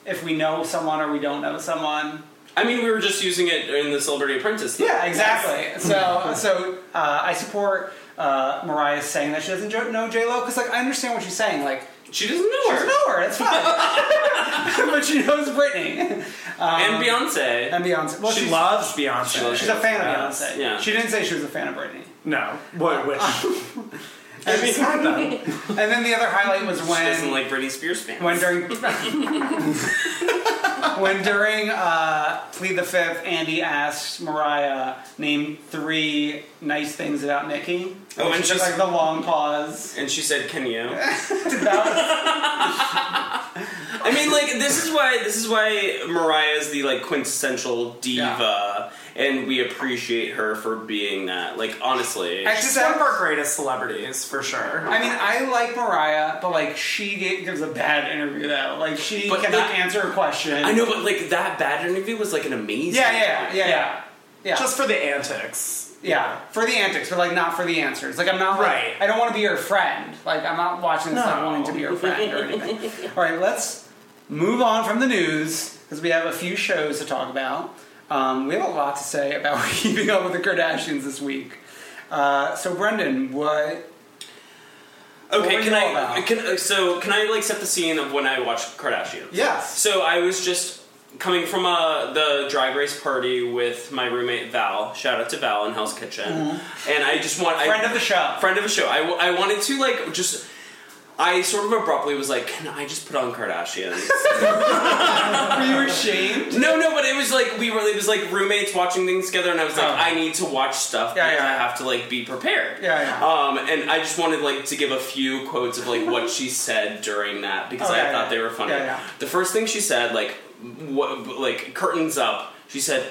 Speaker 3: if we know someone or we don't know someone.
Speaker 2: I mean, we were just using it in the Celebrity Apprentice. though.
Speaker 3: Yeah, exactly. So, so uh, I support uh, Mariah saying that she doesn't jo- know J Lo because like I understand what she's saying, like.
Speaker 2: she doesn't know her,
Speaker 3: No, her, it's fine. but she knows Britney
Speaker 2: and Beyonce.
Speaker 3: and Beyonce. <laughs> Well,
Speaker 4: She
Speaker 3: she's,
Speaker 4: loves Beyonce. She
Speaker 2: loves
Speaker 3: she's a fan of Beyonce.
Speaker 2: Yeah.
Speaker 3: She didn't say she was a fan of Britney.
Speaker 4: No. What? Which?
Speaker 3: <laughs>
Speaker 4: I mean,
Speaker 3: And then the other highlight was when
Speaker 2: she doesn't like Britney Spears fans.
Speaker 3: when during when during uh, plead the fifth andy asked mariah name three nice things about nikki
Speaker 2: Oh, and
Speaker 3: She took, like
Speaker 2: she's-
Speaker 3: the long pause
Speaker 2: and she said, "Can
Speaker 3: <laughs>
Speaker 2: you?"
Speaker 3: That
Speaker 2: I mean, like this is why this is why Mariah is the like quintessential diva, and we appreciate her for being that. Like honestly,
Speaker 3: was-
Speaker 4: she's one of
Speaker 3: except,
Speaker 4: our greatest celebrities for sure.
Speaker 3: i mean i like mariah but like she g- gives a bad interview though like she
Speaker 2: But
Speaker 3: cannot
Speaker 2: that-
Speaker 3: answer a question
Speaker 2: I know, but like that bad interview was like an amazing.
Speaker 3: yeah yeah yeah yeah yeah,
Speaker 4: Just for the antics.
Speaker 3: yeah, for the antics, but like not for the answers. Like I'm not like,
Speaker 4: Right.
Speaker 3: I don't want to be your friend. Like I'm not watching this not
Speaker 4: No.
Speaker 3: wanting to be your friend
Speaker 4: <laughs>
Speaker 3: or anything. All right, let's move on from the news because we have a few shows to talk about. Um, we have a lot to say about <laughs> keeping up with the Kardashians this week. Uh, so Brendan, what? What
Speaker 2: Okay,
Speaker 3: were
Speaker 2: can
Speaker 3: you
Speaker 2: I?
Speaker 3: all about?
Speaker 2: Can, uh, so can I like set the scene of when I watched Kardashians?
Speaker 3: Yes.
Speaker 2: So I was just coming from uh, the drag race party with my roommate Val. Shout out to Val in Hell's Kitchen. And I just want
Speaker 3: Mm-hmm. Friend
Speaker 2: I,
Speaker 3: of the show.
Speaker 2: Friend of the show. I, w- I wanted to like just. I sort of abruptly was like, "Can I just put on
Speaker 3: <laughs>
Speaker 2: Kardashians?"
Speaker 3: Were you ashamed?
Speaker 2: no, no, but it was like we were. It was like roommates watching things together, and I was like,
Speaker 3: Oh.
Speaker 2: "I need to watch stuff
Speaker 3: Yeah,
Speaker 2: because
Speaker 3: yeah,
Speaker 2: I
Speaker 3: yeah.
Speaker 2: have to like be prepared."
Speaker 3: Yeah, yeah.
Speaker 2: Um, and I just wanted like to give a few quotes of like
Speaker 3: <laughs>
Speaker 2: what she said during that because
Speaker 3: Oh,
Speaker 2: I
Speaker 3: yeah,
Speaker 2: thought
Speaker 3: yeah.
Speaker 2: they were funny.
Speaker 3: Yeah, yeah.
Speaker 2: The first thing she said, like, what, like curtains up. She said,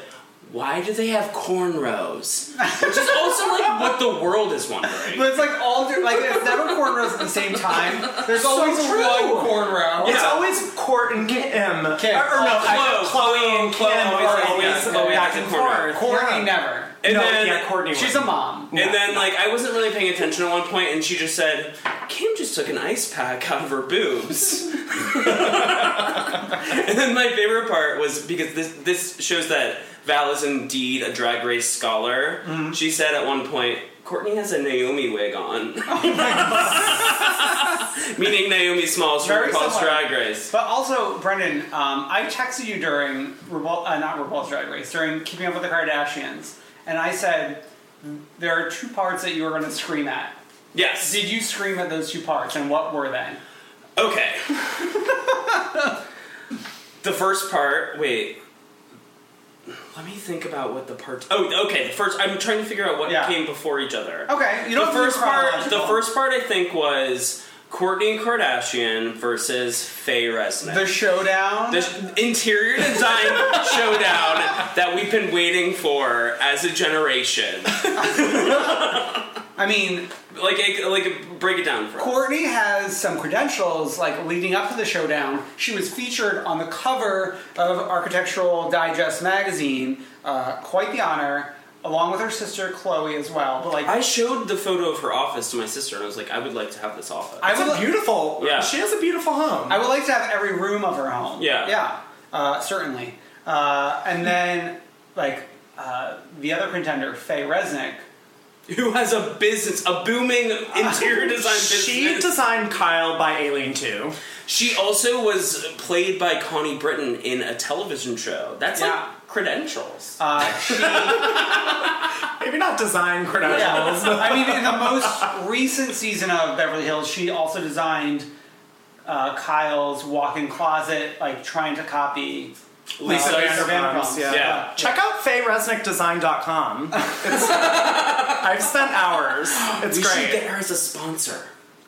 Speaker 2: "Why do they have cornrows?" Which is also like what the world is wondering.
Speaker 3: But it's like all di- like it's never cornrows at the same time. There's always
Speaker 4: true.
Speaker 3: one cornrow.
Speaker 4: It's
Speaker 2: Oh, Yeah. Oh,
Speaker 4: always Court and Kim.
Speaker 3: Kim.
Speaker 4: Or, or no,
Speaker 2: Chloe,
Speaker 4: I- Chloe and Kim
Speaker 2: Chloe
Speaker 4: are
Speaker 2: always-
Speaker 4: always
Speaker 2: yeah, Chloe
Speaker 4: back
Speaker 2: has a
Speaker 4: and
Speaker 2: corner.
Speaker 4: forth.
Speaker 3: Courtney
Speaker 4: Yeah.
Speaker 3: never.
Speaker 2: And
Speaker 4: no,
Speaker 2: then-
Speaker 4: yeah, Courtney.
Speaker 3: She's a
Speaker 4: won.
Speaker 3: mom.
Speaker 2: And then, like, I wasn't really paying attention at one point, and she just said, Kim just took an ice pack out of her boobs. <laughs> and then my favorite part was because this, this shows that Val is indeed a drag race scholar.
Speaker 3: Mm-hmm.
Speaker 2: She said at one point, Courtney has a Naomi wig
Speaker 3: <laughs>
Speaker 2: on.
Speaker 3: Oh
Speaker 2: <laughs> Meaning Naomi Smalls from
Speaker 3: Very
Speaker 2: RuPaul's
Speaker 3: similar.
Speaker 2: Drag Race.
Speaker 3: But also, Brendan, um, I texted you during RuPaul, uh, not RuPaul's Drag Race, during Keeping Up with the Kardashians, and I said there are two parts that you were going to scream at.
Speaker 2: Yes.
Speaker 3: Did you scream at those two parts, and what were they?
Speaker 2: Okay. the first part, wait. Let me think about what the part. Oh, okay. The first, I'm trying to figure out what
Speaker 3: Yeah.
Speaker 2: came before each other.
Speaker 3: Okay, you know
Speaker 2: the first part. The first part, I think, was Courtney Kardashian versus Faye Resnick.
Speaker 3: the showdown.
Speaker 2: the interior design
Speaker 3: <laughs>
Speaker 2: showdown that we've been waiting for as a generation.
Speaker 3: I mean,
Speaker 2: Like, it- like, break it down for us.
Speaker 3: Courtney has some credentials, like leading up to the showdown. She was featured on the cover of Architectural Digest magazine. Uh, quite the honor, along with her sister Chloe as well. But like,
Speaker 2: I showed the photo of her office to my sister, and I was like, "I would like to have this office."
Speaker 3: I
Speaker 4: It's
Speaker 3: would
Speaker 4: a
Speaker 3: li-
Speaker 4: beautiful.
Speaker 2: Yeah.
Speaker 4: She has a beautiful home.
Speaker 3: I would like to have every room of her home.
Speaker 2: Yeah.
Speaker 3: Yeah. Uh, certainly. Uh, and then, like, uh, the other contender, Faye Resnick,
Speaker 2: who has a business, a booming interior design business.
Speaker 4: <laughs> She designed Kyle by Alien 2.
Speaker 2: She also was played by Connie Britton in a television show. That's
Speaker 3: Yeah.
Speaker 2: like credentials.
Speaker 4: Maybe not design credentials, but
Speaker 3: I mean, in the most recent season of Beverly Hills, she also designed uh, Kyle's walk-in closet, like trying to copy
Speaker 2: Lisa
Speaker 3: uh,
Speaker 2: Vanderpump,
Speaker 3: Vanderpump.
Speaker 4: yeah.
Speaker 2: yeah.
Speaker 4: Check out FayResnickDesign.com.
Speaker 2: <laughs>
Speaker 4: It's, I've spent hours. It's
Speaker 2: we should
Speaker 4: great.
Speaker 2: get her as a sponsor.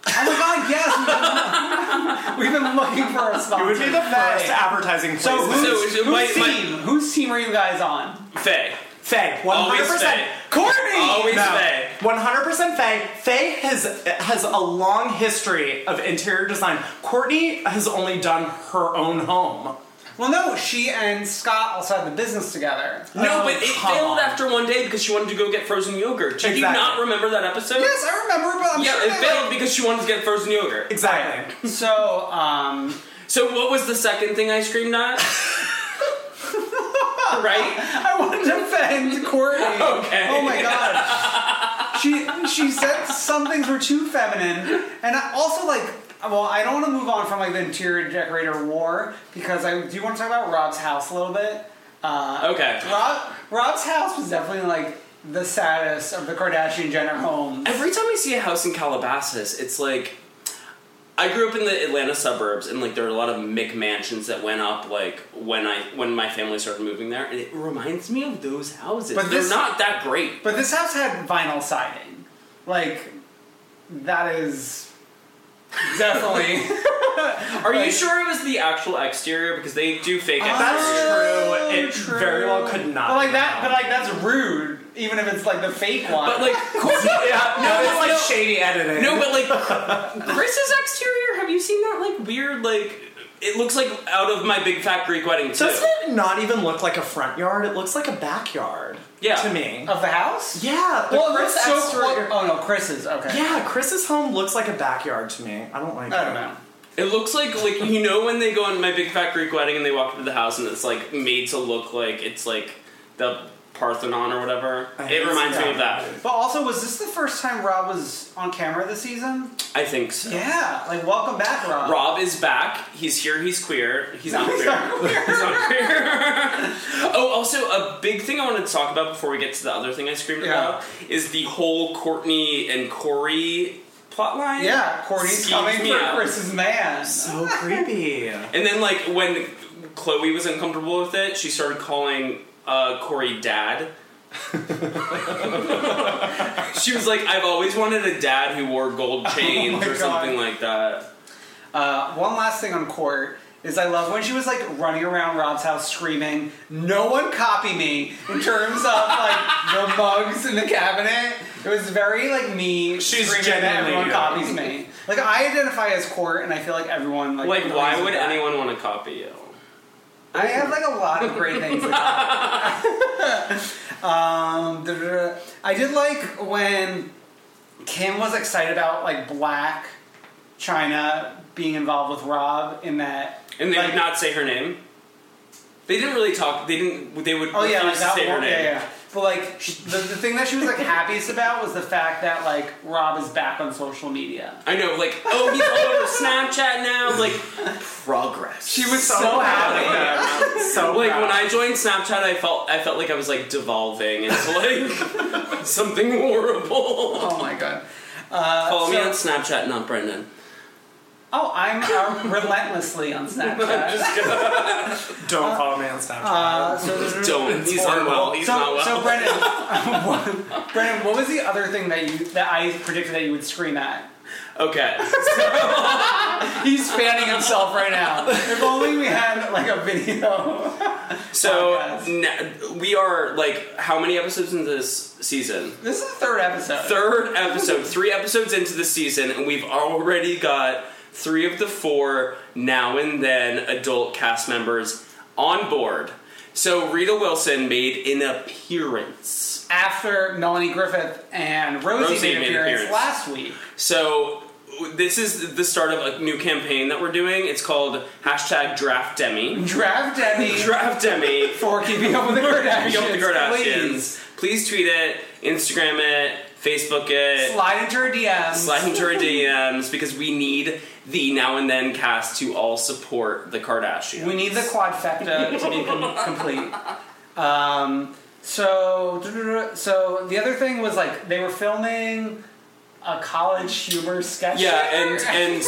Speaker 3: Oh my god, yes! <laughs> We've been, we've been looking for a sponsor.
Speaker 4: it would be the best advertising place.
Speaker 3: So
Speaker 4: that-
Speaker 2: So,
Speaker 3: who's,
Speaker 2: so
Speaker 3: whose
Speaker 2: my- my-
Speaker 3: team? Whose team are you guys on?
Speaker 2: Faye.
Speaker 4: Faye, one
Speaker 2: Always
Speaker 4: hundred percent.
Speaker 2: Faye.
Speaker 4: Courtney,
Speaker 2: Always Faye.
Speaker 4: One hundred percent Faye. Faye has has a long history of interior design. Courtney has only done her own home.
Speaker 3: Well, no, she and Scott also had the business together. Oh,
Speaker 2: No, but it
Speaker 4: come
Speaker 2: failed
Speaker 4: on.
Speaker 2: after one day because she wanted to go get frozen yogurt. Did you
Speaker 4: Exactly.
Speaker 2: not remember that episode?
Speaker 3: Yes, I remember, but I'm
Speaker 2: Yeah,
Speaker 3: sure
Speaker 2: it
Speaker 3: they,
Speaker 2: failed because she wanted to get frozen yogurt.
Speaker 4: Exactly.
Speaker 3: like- So, um,
Speaker 2: So what was the second thing I screamed at? right?
Speaker 3: I want to
Speaker 2: <laughs>
Speaker 3: defend Courtney.
Speaker 2: Okay.
Speaker 3: Oh my god. she she said some things were too feminine, and I also like. Well, I don't want to move on from like the interior decorator war because I do want to talk about Rob's house a little bit. Uh,
Speaker 2: Okay.
Speaker 3: Rob Rob's house was definitely like the saddest of the Kardashian Jenner homes.
Speaker 2: Every time I see a house in Calabasas, it's like I grew up in the Atlanta suburbs, and like there are a lot of McMansions that went up like when I when my family started moving there, and it reminds me of those houses.
Speaker 3: But
Speaker 2: But they're
Speaker 3: this-
Speaker 2: not that great.
Speaker 3: But this house had vinyl siding. Like that is
Speaker 2: <laughs>
Speaker 3: definitely
Speaker 2: Are you sure it was the actual exterior because they do fake
Speaker 4: That's
Speaker 2: exterior?
Speaker 4: true. It very well could not.
Speaker 3: But like
Speaker 4: be
Speaker 3: that, but like that's rude. Even if it's like the fake one.
Speaker 2: But <laughs> like, Courtney-
Speaker 4: yeah, no, it's
Speaker 2: no,
Speaker 4: like
Speaker 2: no.
Speaker 4: shady editing.
Speaker 2: no, but <laughs> like Chris's exterior. Have you seen that like weird like? It looks like out of my big fat Greek wedding too.
Speaker 4: doesn't it not even look like a front yard? It looks like a backyard.
Speaker 2: Yeah.
Speaker 4: To me.
Speaker 3: of the house.
Speaker 4: Yeah. the
Speaker 3: Well,
Speaker 4: Chris
Speaker 3: it's so
Speaker 4: exterior-
Speaker 3: clo- Oh no, Chris's. Okay.
Speaker 4: Yeah, Chris's home looks like a backyard to me. I don't like
Speaker 3: I
Speaker 4: it.
Speaker 3: don't know.
Speaker 2: It looks like like you know when they go on my big fat Greek wedding and they walk into the house and it's like made to look like it's like the Parthenon or whatever. It reminds me of that.
Speaker 3: But also, was this the first time Rob was on camera this season?
Speaker 2: I think so.
Speaker 3: Yeah. Like, welcome back, Rob.
Speaker 2: Rob is back. He's here. He's queer. He's not
Speaker 3: He's
Speaker 2: queer.
Speaker 3: not
Speaker 2: He's not
Speaker 3: <laughs>
Speaker 2: queer. oh, also a big thing I wanted to talk about before we get to the other thing I screamed
Speaker 3: Yeah.
Speaker 2: about is the whole Courtney and Corey
Speaker 3: <laughs>
Speaker 2: plotline.
Speaker 3: Yeah, Courtney's
Speaker 2: Schemes
Speaker 3: coming
Speaker 2: me
Speaker 3: for
Speaker 2: out.
Speaker 3: Chris's man.
Speaker 4: So creepy.
Speaker 2: And then like when Chloe was uncomfortable with it, she started calling uh, Corey dad.
Speaker 3: <laughs>
Speaker 2: she was like, "I've always wanted a dad who wore gold chains
Speaker 3: Oh my
Speaker 2: or something
Speaker 3: God.
Speaker 2: like that."
Speaker 3: Uh, one last thing on court is I love when she was like running around Rob's house screaming, "No one copy me!" In terms of like the mugs in the cabinet, it was very like me.
Speaker 4: She's
Speaker 3: screaming that
Speaker 4: genuinely
Speaker 3: everyone
Speaker 4: good.
Speaker 3: copies me. Like I identify as court, and I feel like everyone like.
Speaker 2: Like, why
Speaker 3: agrees
Speaker 2: would
Speaker 3: with that.
Speaker 2: anyone want to copy you?
Speaker 3: I have like a lot of great things. to comment. um, da, da, da. I did like when Kim was excited about like Black China being involved with Rob in that.
Speaker 2: And they
Speaker 3: like,
Speaker 2: would not say her name. They didn't really talk. They didn't. They would.
Speaker 3: Oh yeah, like
Speaker 2: refuse to
Speaker 3: that
Speaker 2: say her
Speaker 3: one.
Speaker 2: name.
Speaker 3: Yeah, yeah. But like sh- the, the thing that she was
Speaker 2: <laughs>
Speaker 3: like happiest about was the fact that like Rob is back on social media.
Speaker 2: I know. Like, oh, he's all over Snapchat now.
Speaker 3: <laughs>
Speaker 2: Like, progress.
Speaker 3: She was so,
Speaker 4: proud of
Speaker 3: happy.
Speaker 4: them. So
Speaker 2: Like
Speaker 4: proud.
Speaker 2: when I joined Snapchat, I felt I felt like I was like devolving into <laughs> like something horrible.
Speaker 3: Oh my god.
Speaker 2: Follow me
Speaker 3: so-
Speaker 2: on Snapchat, not Brendan.
Speaker 3: Oh, I'm uh, relentlessly on
Speaker 2: <laughs>
Speaker 3: Snapchat.
Speaker 4: don't follow me on Snapchat.
Speaker 3: Uh, so there's-
Speaker 2: Don't. He's unwell. He's
Speaker 3: so,
Speaker 2: not well.
Speaker 3: so Brendan,
Speaker 2: <laughs>
Speaker 3: <laughs> what- Brendan, what was the other thing that you that I predicted that you would scream at? <laughs>
Speaker 2: okay.
Speaker 3: He's fanning himself right now. <laughs> if only we had like a video.
Speaker 2: So
Speaker 3: Podcast.
Speaker 2: na- we are like how many episodes into this season?
Speaker 3: This is the third episode.
Speaker 2: Third
Speaker 3: <laughs>
Speaker 2: episode. Three episodes into the season, and we've already got three of the four now and then adult cast members on board. So Rita Wilson made an appearance.
Speaker 3: After Melanie Griffith and Rosie,
Speaker 2: Rosie
Speaker 3: made,
Speaker 2: made
Speaker 3: appearance,
Speaker 2: appearance.
Speaker 3: last week.
Speaker 2: So this is the start of a new campaign that we're doing. It's called hashtag Draft
Speaker 3: <laughs>
Speaker 2: Demi.
Speaker 3: Draft Debbie
Speaker 2: Draft Demi. <laughs>
Speaker 3: for keeping up with the Kardashians.
Speaker 2: Be up the Kardashians.
Speaker 3: please.
Speaker 2: Please. tweet it, Instagram it, Facebook it.
Speaker 3: Slide into her DMs.
Speaker 2: Slide into our DMs because we need the now and then cast to all support the Kardashians.
Speaker 3: We need the quadfecta to be com- complete. Um, so, so the other thing was like they were filming a college humor sketch.
Speaker 2: Yeah, and and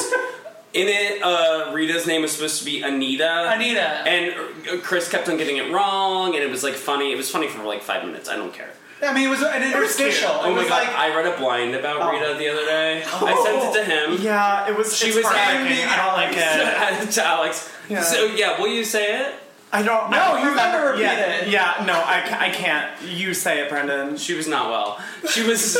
Speaker 2: in it, uh, Rita's name was supposed to be Anita.
Speaker 3: Anita.
Speaker 2: And uh, Chris kept on getting it wrong, and it was like funny. It was funny for like five minutes. I don't care.
Speaker 3: I mean, it was an interstitial. It was,
Speaker 2: Oh my god!
Speaker 3: like
Speaker 2: I read a blind about Rita the other day. I sent it to him.
Speaker 4: Oh. Yeah, it was.
Speaker 2: She
Speaker 4: it's
Speaker 2: was
Speaker 4: heartbreaking.
Speaker 2: angry.
Speaker 4: I don't like it.
Speaker 2: to Alex. <laughs> So yeah, will you say it?
Speaker 4: I don't. No,
Speaker 3: you gotta repeat
Speaker 4: yeah,
Speaker 3: it.
Speaker 4: Yeah, no, I, ca- I can't. You say it, Brendan.
Speaker 2: She was not well. She
Speaker 4: <laughs>
Speaker 2: was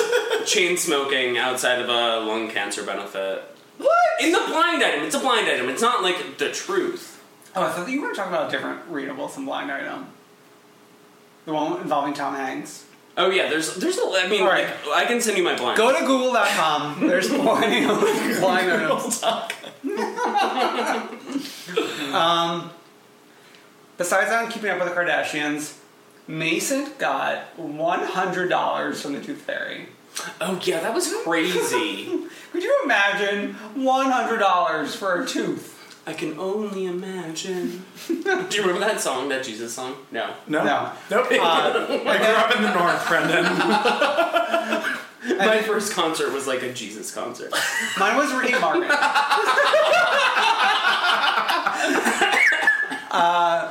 Speaker 2: chain smoking outside of a lung cancer benefit.
Speaker 3: what?
Speaker 2: In the blind item, it's a blind item. It's not like the truth.
Speaker 3: Oh, I thought you were talking about a different Rita Wilson blind item. The one involving Tom Hanks.
Speaker 2: Oh yeah, there's there's a. I mean,
Speaker 3: All right.
Speaker 2: like, I can send you my blind.
Speaker 3: Go to google.com. There's plenty of blind items. um, besides that, I'm keeping up with the Kardashians. Mason got $100 from the Tooth Fairy.
Speaker 2: Oh yeah, that was
Speaker 4: <laughs>
Speaker 2: crazy.
Speaker 3: Could you imagine $100 for a tooth?
Speaker 2: I can only imagine. Do you remember that song, that Jesus song? No.
Speaker 4: No.
Speaker 3: No.
Speaker 4: Nope. I grew up in the north, Brendan.
Speaker 2: My first concert was like a Jesus concert.
Speaker 3: Mine was Ricky Martin. uh, Uh,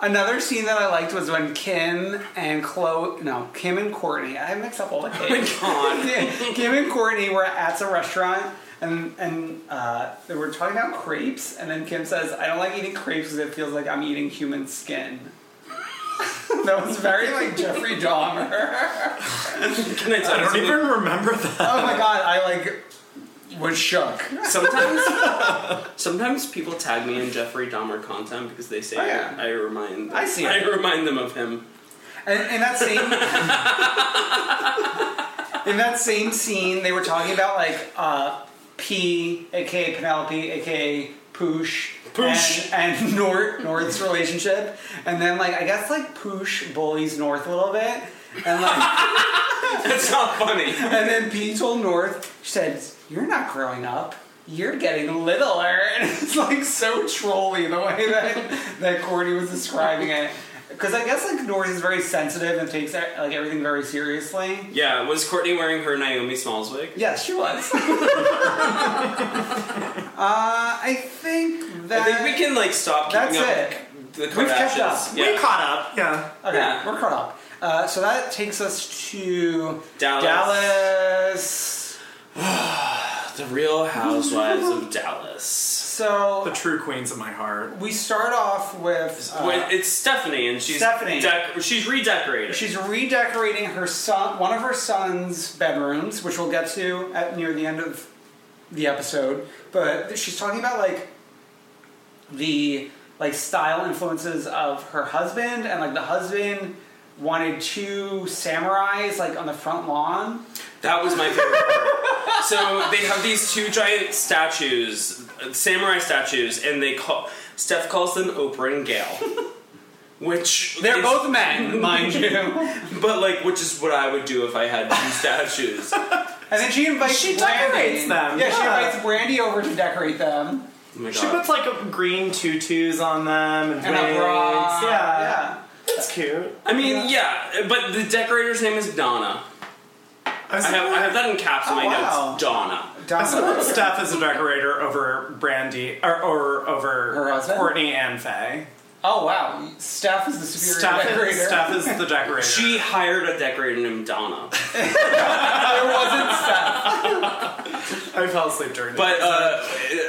Speaker 3: another scene that I liked was when Kim and Chloe, no, Kim and Courtney. I mix up all the kids. <laughs>
Speaker 2: God.
Speaker 3: Kim and Courtney were at some restaurant. And, and uh, they were talking about crepes, and then Kim says, "I don't like eating crepes because it feels like I'm eating human skin." <laughs> that was very like Jeffrey Dahmer.
Speaker 2: Can I tell you
Speaker 4: I don't
Speaker 2: something?
Speaker 4: even remember that.
Speaker 3: Oh my god, I like was shook.
Speaker 4: <laughs>
Speaker 2: Sometimes, sometimes people tag me in Jeffrey Dahmer content because they say
Speaker 3: Oh, yeah.
Speaker 2: I remind. Them,
Speaker 3: I see
Speaker 2: I
Speaker 3: it.
Speaker 2: remind them of him.
Speaker 3: And in that same <laughs> in that same scene, they were talking about like uh, P, aka Penelope, aka Poosh,
Speaker 2: Poosh.
Speaker 3: and, and <laughs> North North's relationship, and then like I guess like Poosh bullies North a little bit, and like
Speaker 2: That's not funny.
Speaker 3: and then P told North, she said, "You're not growing up." You're getting littler, <laughs> and it's like so trolly the way that that Courtney was describing it. Because I guess like North is very sensitive and takes like everything very seriously.
Speaker 2: Yeah, was Courtney wearing her Naomi Smalls wig?
Speaker 3: Yes, she was. uh, I think that.
Speaker 2: I think we can like stop.
Speaker 3: That's
Speaker 2: keeping up
Speaker 3: it.
Speaker 2: with The Kardashians.
Speaker 3: We've kept up.
Speaker 2: Yeah.
Speaker 4: We caught up. Yeah.
Speaker 3: Okay,
Speaker 2: Yeah.
Speaker 3: we're caught up. Uh, so that takes us to
Speaker 2: Dallas.
Speaker 3: Dallas.
Speaker 2: the Real
Speaker 3: <laughs>
Speaker 2: Housewives of Dallas.
Speaker 3: So
Speaker 4: The true queens of my heart.
Speaker 3: we start off with uh,
Speaker 2: Wait, it's Stephanie, and she's
Speaker 3: Stephanie.
Speaker 2: dec- she's redecorated.
Speaker 3: she's redecorating her son, one of her son's bedrooms, which we'll get to at near the end of the episode. But she's talking about like the like style influences of her husband, and like the husband wanted two samurais like on the front lawn.
Speaker 2: that was my favorite
Speaker 3: <laughs>
Speaker 2: part. So they have these two giant statues, uh, samurai statues, and they call Steph calls them Oprah
Speaker 3: <laughs>
Speaker 2: and Gail. Which
Speaker 3: They're
Speaker 2: is-
Speaker 3: both <laughs> men, mind you. And
Speaker 2: but like, which is what I would do if I had two statues. Oh
Speaker 3: then she invites
Speaker 4: She
Speaker 3: Brandy.
Speaker 4: decorates them,
Speaker 3: Yeah, she
Speaker 4: yeah.
Speaker 3: invites Brandy over to decorate them.
Speaker 2: my
Speaker 4: She
Speaker 2: God.
Speaker 4: puts like green tutus on them and,
Speaker 3: And
Speaker 4: wigs.
Speaker 3: a bra.
Speaker 4: Yeah.
Speaker 3: yeah.
Speaker 4: That's cute.
Speaker 2: I mean, yeah, but the decorator's name is Donna.
Speaker 4: I
Speaker 2: I have, I have that in caps in
Speaker 3: Oh,
Speaker 2: my
Speaker 3: wow.
Speaker 2: notes. Donna.
Speaker 4: I
Speaker 3: Donna.
Speaker 4: support Steph as a decorator over Brandy or, or
Speaker 3: Her
Speaker 4: over
Speaker 3: husband?
Speaker 4: Courtney and Faye.
Speaker 3: Oh wow, Steph is the superior
Speaker 4: Steph,
Speaker 3: decorator.
Speaker 4: Steph is the decorator.
Speaker 2: She hired a decorator named Donna.
Speaker 3: <laughs> There wasn't Steph.
Speaker 4: I fell asleep during.
Speaker 2: But uh,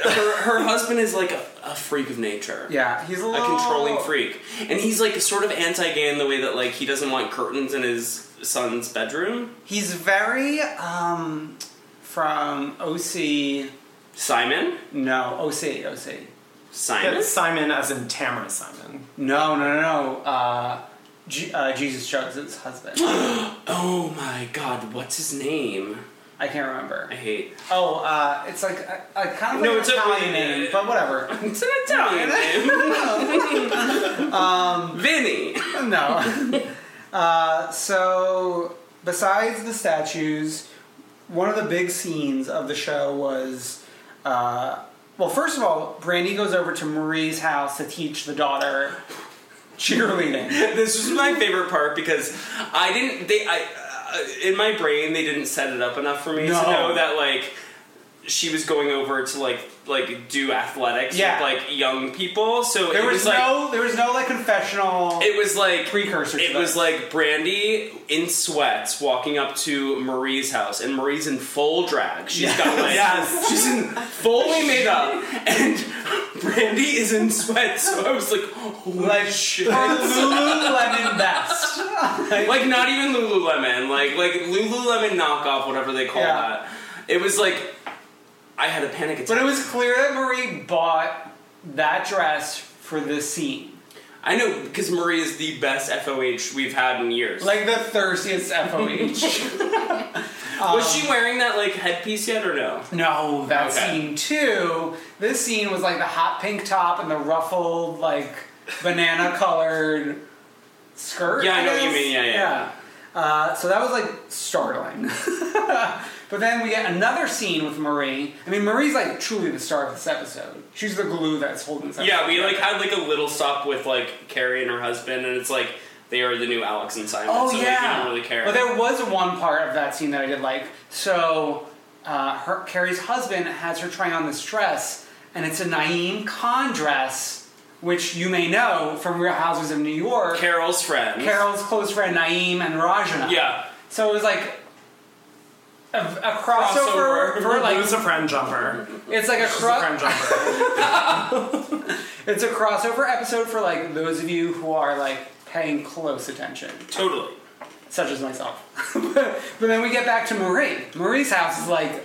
Speaker 2: her, her husband is like a, a freak of nature.
Speaker 3: Yeah, Oh. he's a
Speaker 2: A
Speaker 3: little
Speaker 2: controlling freak. And he's like sort of anti gay in the way that like he doesn't want curtains in his son's bedroom.
Speaker 3: He's very um from OC.
Speaker 2: Simon?
Speaker 3: No, OC, OC.
Speaker 4: the-
Speaker 2: Simon?
Speaker 4: It's Simon as in Tamara Simon.
Speaker 3: No, no, no, no. Uh, G- uh, Jesus Jones's husband.
Speaker 2: <gasps> Oh my god, what's his name?
Speaker 3: I can't remember.
Speaker 2: I hate.
Speaker 3: Oh, uh, it's like a, a kind of
Speaker 2: No,
Speaker 3: like
Speaker 2: it's a-
Speaker 3: Italian name, but whatever.
Speaker 2: It's an Italian name. <laughs> um, Vinny. <laughs>
Speaker 3: No. uh, so besides the statues, one of the big scenes of the show was, uh, well, first of all, Brandy goes over to Marie's house to teach the daughter
Speaker 2: <laughs>
Speaker 3: cheerleading.
Speaker 2: This was my favorite part because I didn't. They, I, uh, in my brain, they didn't set it up enough for me
Speaker 3: No.
Speaker 2: to know that like she was going over to like like do athletics
Speaker 3: Yeah.
Speaker 2: with like young people. So
Speaker 3: There
Speaker 2: it
Speaker 3: was,
Speaker 2: was, like
Speaker 3: no, there was no like confessional.
Speaker 2: it was like
Speaker 3: Oh. Precursor to
Speaker 2: It
Speaker 3: that.
Speaker 2: was like Brandy in sweats walking up to Marie's house, and Marie's in full drag. She's got like
Speaker 4: Yes.
Speaker 2: she's in fully made up, and Brandy is in sweats. So I was like, holy
Speaker 3: like
Speaker 2: shit.
Speaker 3: her Lululemon
Speaker 2: <laughs>
Speaker 3: best.
Speaker 2: like not even Lululemon, like like Lululemon knockoff, whatever they call
Speaker 3: Yeah.
Speaker 2: that. It was like I had a panic attack.
Speaker 3: But it was clear that Marie bought that dress for this scene.
Speaker 2: I know because Marie is the best FOH we've had in years.
Speaker 3: Like the thirstiest
Speaker 2: <laughs>
Speaker 3: FOH.
Speaker 2: was
Speaker 3: um,
Speaker 2: she wearing that like headpiece yet or no?
Speaker 3: no, that
Speaker 2: Okay.
Speaker 3: scene too. This scene was like the hot pink top and the ruffled, like
Speaker 2: <laughs>
Speaker 3: banana colored skirt.
Speaker 2: Yeah, I know what you
Speaker 3: guess?
Speaker 2: mean, yeah, yeah.
Speaker 3: Uh, so that was like startling. <laughs> but then we get another scene with Marie. I mean, Marie's like truly the star of this episode. She's the glue that's holding this episode.
Speaker 2: Yeah, we like had like a little stop with like Carrie and her husband, and it's like they are the new Alex and Simon.
Speaker 3: Oh
Speaker 2: so like, you
Speaker 3: yeah,
Speaker 2: don't really care.
Speaker 3: But there was one part of that scene that I did like. So, uh, her, Carrie's husband has her try on this dress, and it's a Naeem Khan dress, which you may know from Real Houses of New York.
Speaker 2: Carol's friend.
Speaker 3: Carol's close friend Naeem and Rajana.
Speaker 2: Yeah.
Speaker 3: So it was like a, a crossover,
Speaker 2: Crossover.
Speaker 3: for like
Speaker 4: Lose a friend jumper.
Speaker 3: it's like a
Speaker 4: Lose a friend
Speaker 3: cro-
Speaker 4: jumper.
Speaker 3: it's a crossover episode for like those of you who are like paying close attention.
Speaker 2: Totally.
Speaker 3: such as myself. <laughs> but then we get back to Marie. Marie's house is like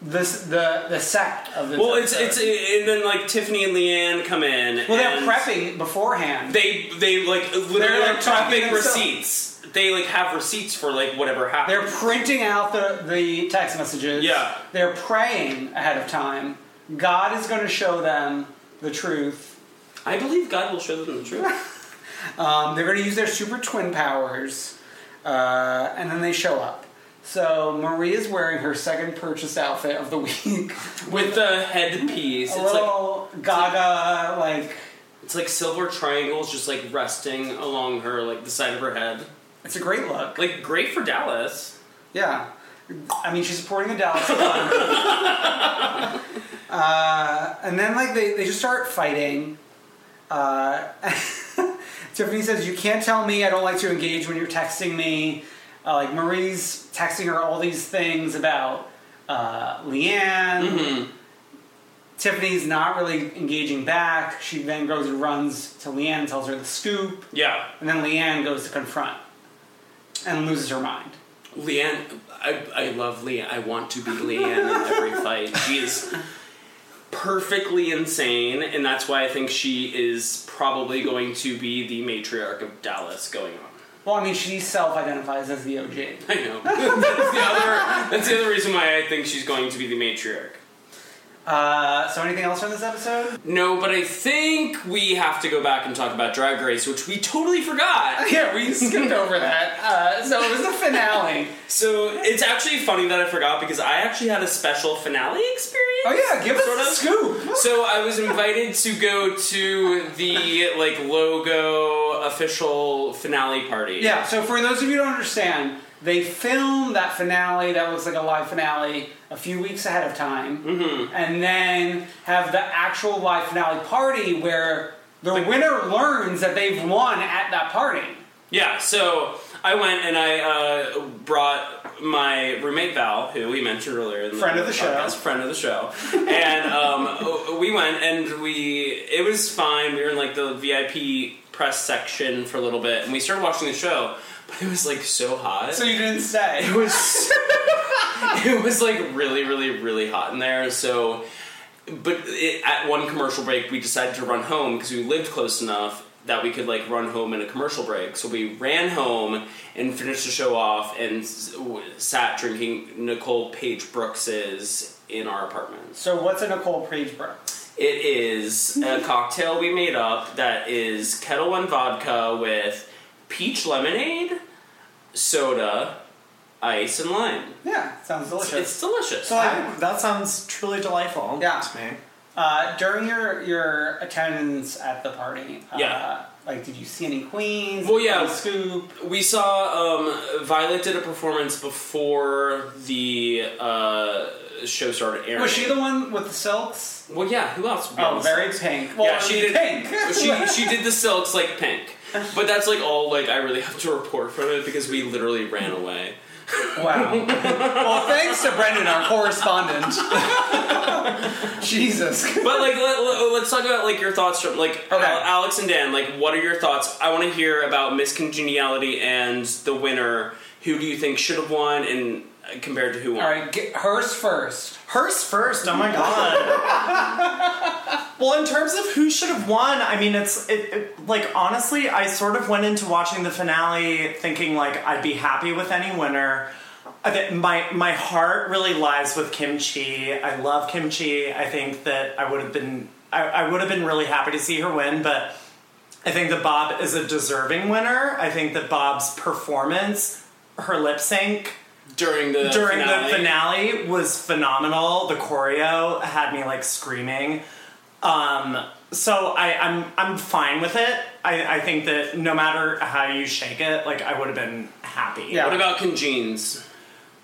Speaker 3: this the the sect of this.
Speaker 2: Well, it's it's
Speaker 3: episode.
Speaker 2: and then like Tiffany and Leanne come in.
Speaker 3: well they're
Speaker 2: and-
Speaker 3: prepping beforehand.
Speaker 2: They they like literally
Speaker 3: They're, like,
Speaker 2: are
Speaker 3: talking
Speaker 2: prepping
Speaker 3: themselves.
Speaker 2: receipts. They like have receipts for like whatever happened.
Speaker 3: They're printing out the the text messages.
Speaker 2: Yeah.
Speaker 3: they're praying ahead of time. God is going to show them the truth.
Speaker 2: I believe God will show them
Speaker 3: <laughs>
Speaker 2: the truth.
Speaker 3: Um, they're going to use their super twin powers, uh, and then they show up. So Marie is wearing her second purchase outfit of the <laughs> week,
Speaker 2: With the headpiece,
Speaker 3: a
Speaker 2: it's like
Speaker 3: little Gaga like
Speaker 2: it's like silver triangles just like resting along her like the side of her head.
Speaker 3: It's a great look.
Speaker 2: Like great for Dallas.
Speaker 3: Yeah. I mean, she's supporting the Dallas economy. uh, and then, like, they, they just start fighting. Uh, <laughs> Tiffany says, You can't tell me I don't like to engage when you're texting me. Uh, like, Marie's texting her all these things about uh, Leanne. Tiffany's not really engaging back. She then goes and runs to Leanne and tells her the scoop.
Speaker 2: Yeah.
Speaker 3: And then Leanne goes to confront and loses her mind.
Speaker 2: Leanne, I, I love Leanne. I want to be Leanne in
Speaker 3: <laughs>
Speaker 2: every fight. She is perfectly insane, and that's why I think she is probably going to be the matriarch of Dallas going on. <laughs>
Speaker 3: Well, I mean, she self-identifies as the OG.
Speaker 2: I know. that's, the other, that's the other reason why I think she's going to be the matriarch.
Speaker 3: Uh, so, anything else from this episode? <laughs>
Speaker 2: No, but I think we have to go back and talk about Drag Race, which we totally
Speaker 3: <laughs>
Speaker 2: forgot.
Speaker 3: Yeah, we skipped over that. Uh, so it was the finale.
Speaker 2: So it's actually funny that I forgot because I actually had a special finale experience.
Speaker 3: Oh yeah, give us
Speaker 2: Sort
Speaker 3: a
Speaker 2: of.
Speaker 3: scoop.
Speaker 2: So I was invited to go to the like logo official finale party.
Speaker 3: Yeah. So for those of you who don't understand, they filmed that finale that looks like a live finale a few weeks ahead of time,
Speaker 2: Mm-hmm.
Speaker 3: and then have the actual live finale party where the winner learns that they've won at that party.
Speaker 2: Yeah. So I went and I uh, brought my roommate Val, who we mentioned earlier, in the
Speaker 3: Friend of the show.
Speaker 2: podcast, friend of the show, and um, <laughs> we went and we it was fine. We were in like the VIP press section for a little bit, and we started watching the show, but it was like so hot.
Speaker 3: So you didn't say.
Speaker 2: <laughs> It was it was like really really really hot in there so but it, at one commercial break we decided to run home because we lived close enough that we could like run home in a commercial break so we ran home and finished the show off and s- w- sat drinking nicole page brooks's in our apartment
Speaker 3: So what's a Nicole Page Brooks?
Speaker 2: it is a cocktail we made up that is Kettle One vodka with peach lemonade, soda, ice, and lime.
Speaker 3: Yeah, sounds delicious.
Speaker 2: It's delicious.
Speaker 3: so like,
Speaker 4: that sounds truly delightful
Speaker 3: Yeah.
Speaker 4: to me.
Speaker 3: Uh, during your your attendance at the party, uh,
Speaker 2: Yeah.
Speaker 3: like did you see any queens?
Speaker 2: Well, yeah.
Speaker 3: Any scoop.
Speaker 2: We saw um, Violet did a performance before the uh, show started airing.
Speaker 3: Was she the one with the silks?
Speaker 2: Well, yeah. Who else? would be on
Speaker 3: Oh,
Speaker 2: the
Speaker 3: very
Speaker 2: sets?
Speaker 3: pink. Well,
Speaker 2: yeah, she did.
Speaker 3: pink.
Speaker 2: <laughs>
Speaker 3: <laughs>
Speaker 2: she she did the silks like pink, but that's like all like I really have to report from it because we literally ran away.
Speaker 3: wow. well, thanks to Brendan, our correspondent. <laughs> Jesus.
Speaker 2: But like, let, us talk about like your thoughts from like
Speaker 3: Okay.
Speaker 2: Al- Alex and Dan. Like, what are your thoughts? I want to hear about Miss Congeniality and the winner. Who do you think should have won, and uh, compared to who won?
Speaker 3: All right, get hers first.
Speaker 4: Hers first. Oh my god. well, in terms of who should have won, I mean, it's it, it, like honestly, I sort of went into watching the finale thinking like I'd be happy with any winner. I think My my heart really lies with Kimchi. I love Kimchi. I think that I would have been I, I would have been really happy to see her win, but I think that Bob is a deserving winner. I think that Bob's performance, her lip sync,
Speaker 2: During the
Speaker 4: during the finale was phenomenal. The choreo had me like screaming. Um, so I, I'm I'm fine with it. I, I think that no matter how you shake it, like I would have been happy.
Speaker 3: Yeah.
Speaker 2: What about Congenes?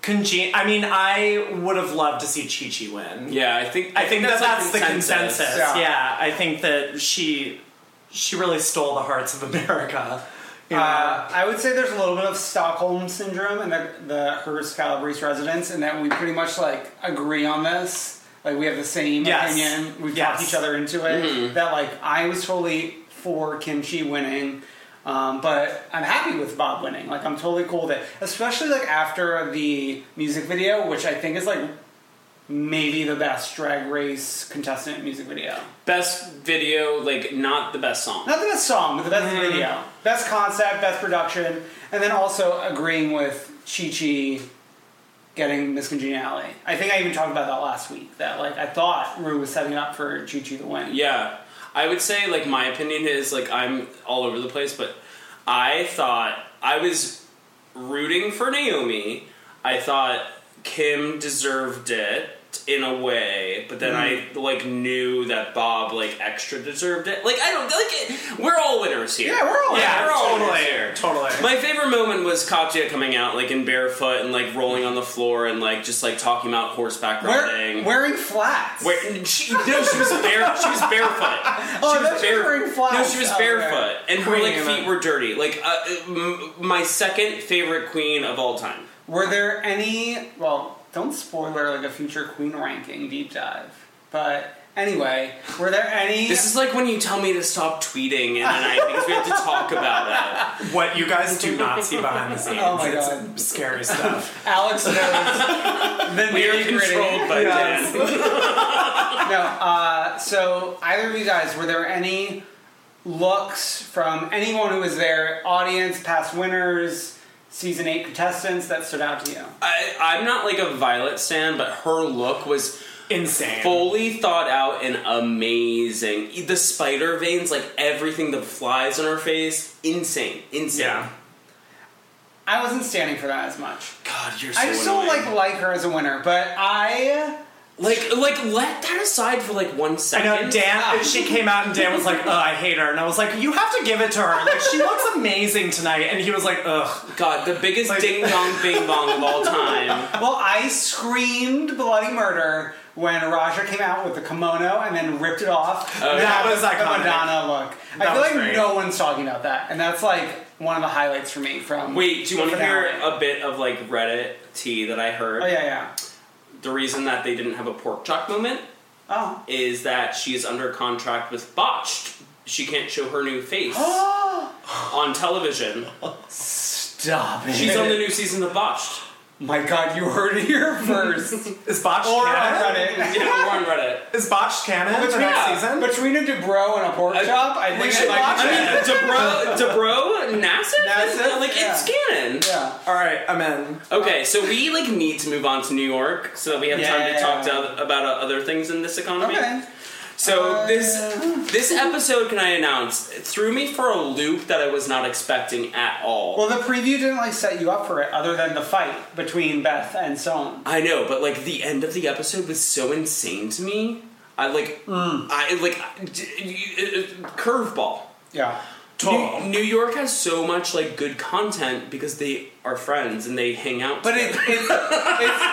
Speaker 4: Conge- I mean, I would have loved to see Chi Chi win.
Speaker 2: Yeah, I think
Speaker 4: I think that that's,
Speaker 2: like,
Speaker 4: the consensus.
Speaker 3: Yeah.
Speaker 4: Yeah. I think that she she really stole the hearts of America. you know?
Speaker 3: Uh, I would say there's a little bit of Stockholm syndrome in the, the Hearst Calabrese residence, and that we pretty much like agree on this. Like we have the same
Speaker 4: Yes.
Speaker 3: opinion. We've
Speaker 4: Yes. Mm-hmm.
Speaker 3: talked each other into it. That like I was totally for Kimchi winning, um, but I'm happy with Bob winning. Like I'm totally cool with it, especially like after the music video, which I think is like maybe the best Drag Race contestant music video.
Speaker 2: Best video, like not the best song.
Speaker 3: Not the best song, but the best
Speaker 2: Mm-hmm.
Speaker 3: video. Best concept, best production, and then also agreeing with Chi Chi getting Miss Congeniality. I think I even talked about that last week, that like I thought Rue was setting up for Chi Chi to win.
Speaker 2: Yeah, I would say like my opinion is like I'm all over the place, but I thought I was rooting for Naomi. I thought Kim deserved it in a way, but then
Speaker 3: Mm.
Speaker 2: I like knew that Bob like extra deserved it. Like I don't like it, we're all winners here.
Speaker 3: Yeah, we're all
Speaker 2: yeah,
Speaker 3: winners.
Speaker 2: we're all
Speaker 4: totally,
Speaker 2: winners here.
Speaker 4: totally.
Speaker 2: My favorite moment was Katya coming out like in barefoot and like rolling on the floor and like just like talking about horseback riding.
Speaker 3: We're wearing flats.
Speaker 2: Wait, she, no, she was bare. She was
Speaker 4: <laughs>
Speaker 2: barefoot.
Speaker 3: Oh, I
Speaker 2: she
Speaker 3: thought
Speaker 2: was
Speaker 3: she was wearing
Speaker 2: barefoot.
Speaker 3: flats
Speaker 2: No, she was
Speaker 3: out there.
Speaker 2: barefoot, and her
Speaker 4: Queen,
Speaker 2: like
Speaker 4: you
Speaker 2: feet
Speaker 4: know.
Speaker 2: were dirty. Like uh, m- my second favorite queen of all time.
Speaker 3: Were there any well, don't spoiler like a future queen ranking deep dive. But anyway, were there any
Speaker 2: This is like when you tell me to stop tweeting, and then I because we have to talk about that.
Speaker 4: What you guys do not see behind the scenes.
Speaker 3: Oh my
Speaker 4: it's
Speaker 3: God.
Speaker 4: scary stuff.
Speaker 3: <laughs> Alex knows
Speaker 2: <laughs>
Speaker 3: the
Speaker 2: We are
Speaker 3: nitty-gritty.
Speaker 2: controlled by
Speaker 4: Yes.
Speaker 2: <laughs> Dan.
Speaker 3: No, uh, so either of you guys, were there any looks from anyone who was there, audience, past winners, season eight contestants that stood out to you?
Speaker 2: I, I'm not like a Violet stan, but her look was
Speaker 4: Insane.
Speaker 2: fully thought out and amazing. The spider veins, like everything, the flies on her face, insane, insane.
Speaker 4: Yeah.
Speaker 3: I wasn't standing for that as much.
Speaker 2: God, you're. So
Speaker 3: I just
Speaker 2: annoying.
Speaker 3: don't like like her as a winner, but I
Speaker 2: Like, like, let that aside for like one
Speaker 4: I
Speaker 2: second.
Speaker 4: know Dan. She came out and Dan was like, "Ugh, I hate her," and I was like, "You have to give it to her. Like
Speaker 2: <laughs>
Speaker 4: she looks amazing tonight." And he was like, "Ugh."
Speaker 2: God, the biggest
Speaker 4: Like-
Speaker 2: ding dong bing bong of all time.
Speaker 3: well, I screamed bloody murder when Raja came out with the kimono and then ripped it off. And
Speaker 4: Oh, that
Speaker 3: had
Speaker 4: was
Speaker 3: the
Speaker 4: iconic.
Speaker 3: Madonna look. I
Speaker 4: That
Speaker 3: feel
Speaker 4: was
Speaker 3: like
Speaker 4: great.
Speaker 3: no one's talking about that, and that's like one of the highlights for me. From
Speaker 2: Wait, do you
Speaker 3: the
Speaker 2: want to hear
Speaker 3: finale.
Speaker 2: a bit of like Reddit tea that I heard?
Speaker 3: Oh yeah, yeah.
Speaker 2: The reason that they didn't have a pork chop moment
Speaker 3: Oh.
Speaker 2: is that she is under contract with Botched. She can't show her
Speaker 3: <gasps>
Speaker 2: new face on television.
Speaker 3: Stop it.
Speaker 2: She's on the new season of Botched.
Speaker 3: My god, you heard it here <laughs> first.
Speaker 4: Is botched
Speaker 3: or on
Speaker 4: canon?
Speaker 3: Reddit.
Speaker 2: Yeah, we're
Speaker 3: <laughs>
Speaker 2: on Reddit.
Speaker 4: Is botched canon the
Speaker 3: Between,
Speaker 4: next
Speaker 2: yeah.
Speaker 4: season?
Speaker 3: between a Dubrow and a pork chop, I think
Speaker 4: should
Speaker 3: it might
Speaker 4: watch
Speaker 3: be-
Speaker 4: it.
Speaker 2: I mean, Debro, Debro, Nassif,
Speaker 3: Nassif,
Speaker 2: like it's
Speaker 3: yeah.
Speaker 2: canon.
Speaker 3: Yeah.
Speaker 4: All right, I'm in.
Speaker 2: Okay, so we like need to move on to New York so that we have time
Speaker 3: Yeah.
Speaker 2: to talk to, oth- about uh, other things in this economy.
Speaker 3: Okay.
Speaker 2: So this this episode, can I announce, threw me for a loop that I was not expecting at all.
Speaker 3: Well, the preview didn't like set you up for it, other than the fight between Beth and Soane.
Speaker 2: I know, but like the end of the episode was so insane to me. I like,
Speaker 3: Mm.
Speaker 2: I like d- y- uh, curveball.
Speaker 3: Yeah.
Speaker 2: New, New York has so much like good content because they are friends and they hang out.
Speaker 3: But it,
Speaker 2: together.
Speaker 3: it, it's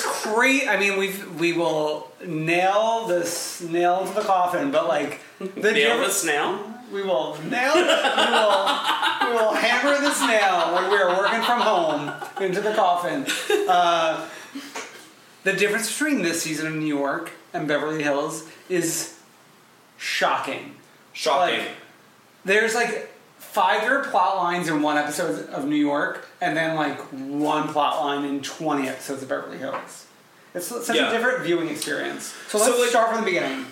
Speaker 3: it's great. I mean, we we will nail this nail to the coffin, but like the
Speaker 2: nail the snail.
Speaker 3: we will nail we will we will hammer this nail like we are working from home into the coffin. Uh, the difference between this season of New York and Beverly Hills is shocking.
Speaker 2: Shocking.
Speaker 3: Like, there's like five different plot lines in one episode of New York, and then like one plot line in 20 episodes of Beverly Hills. It's such
Speaker 2: Yeah.
Speaker 3: a different viewing experience. So
Speaker 2: So,
Speaker 3: let's
Speaker 2: like-
Speaker 3: start from the beginning.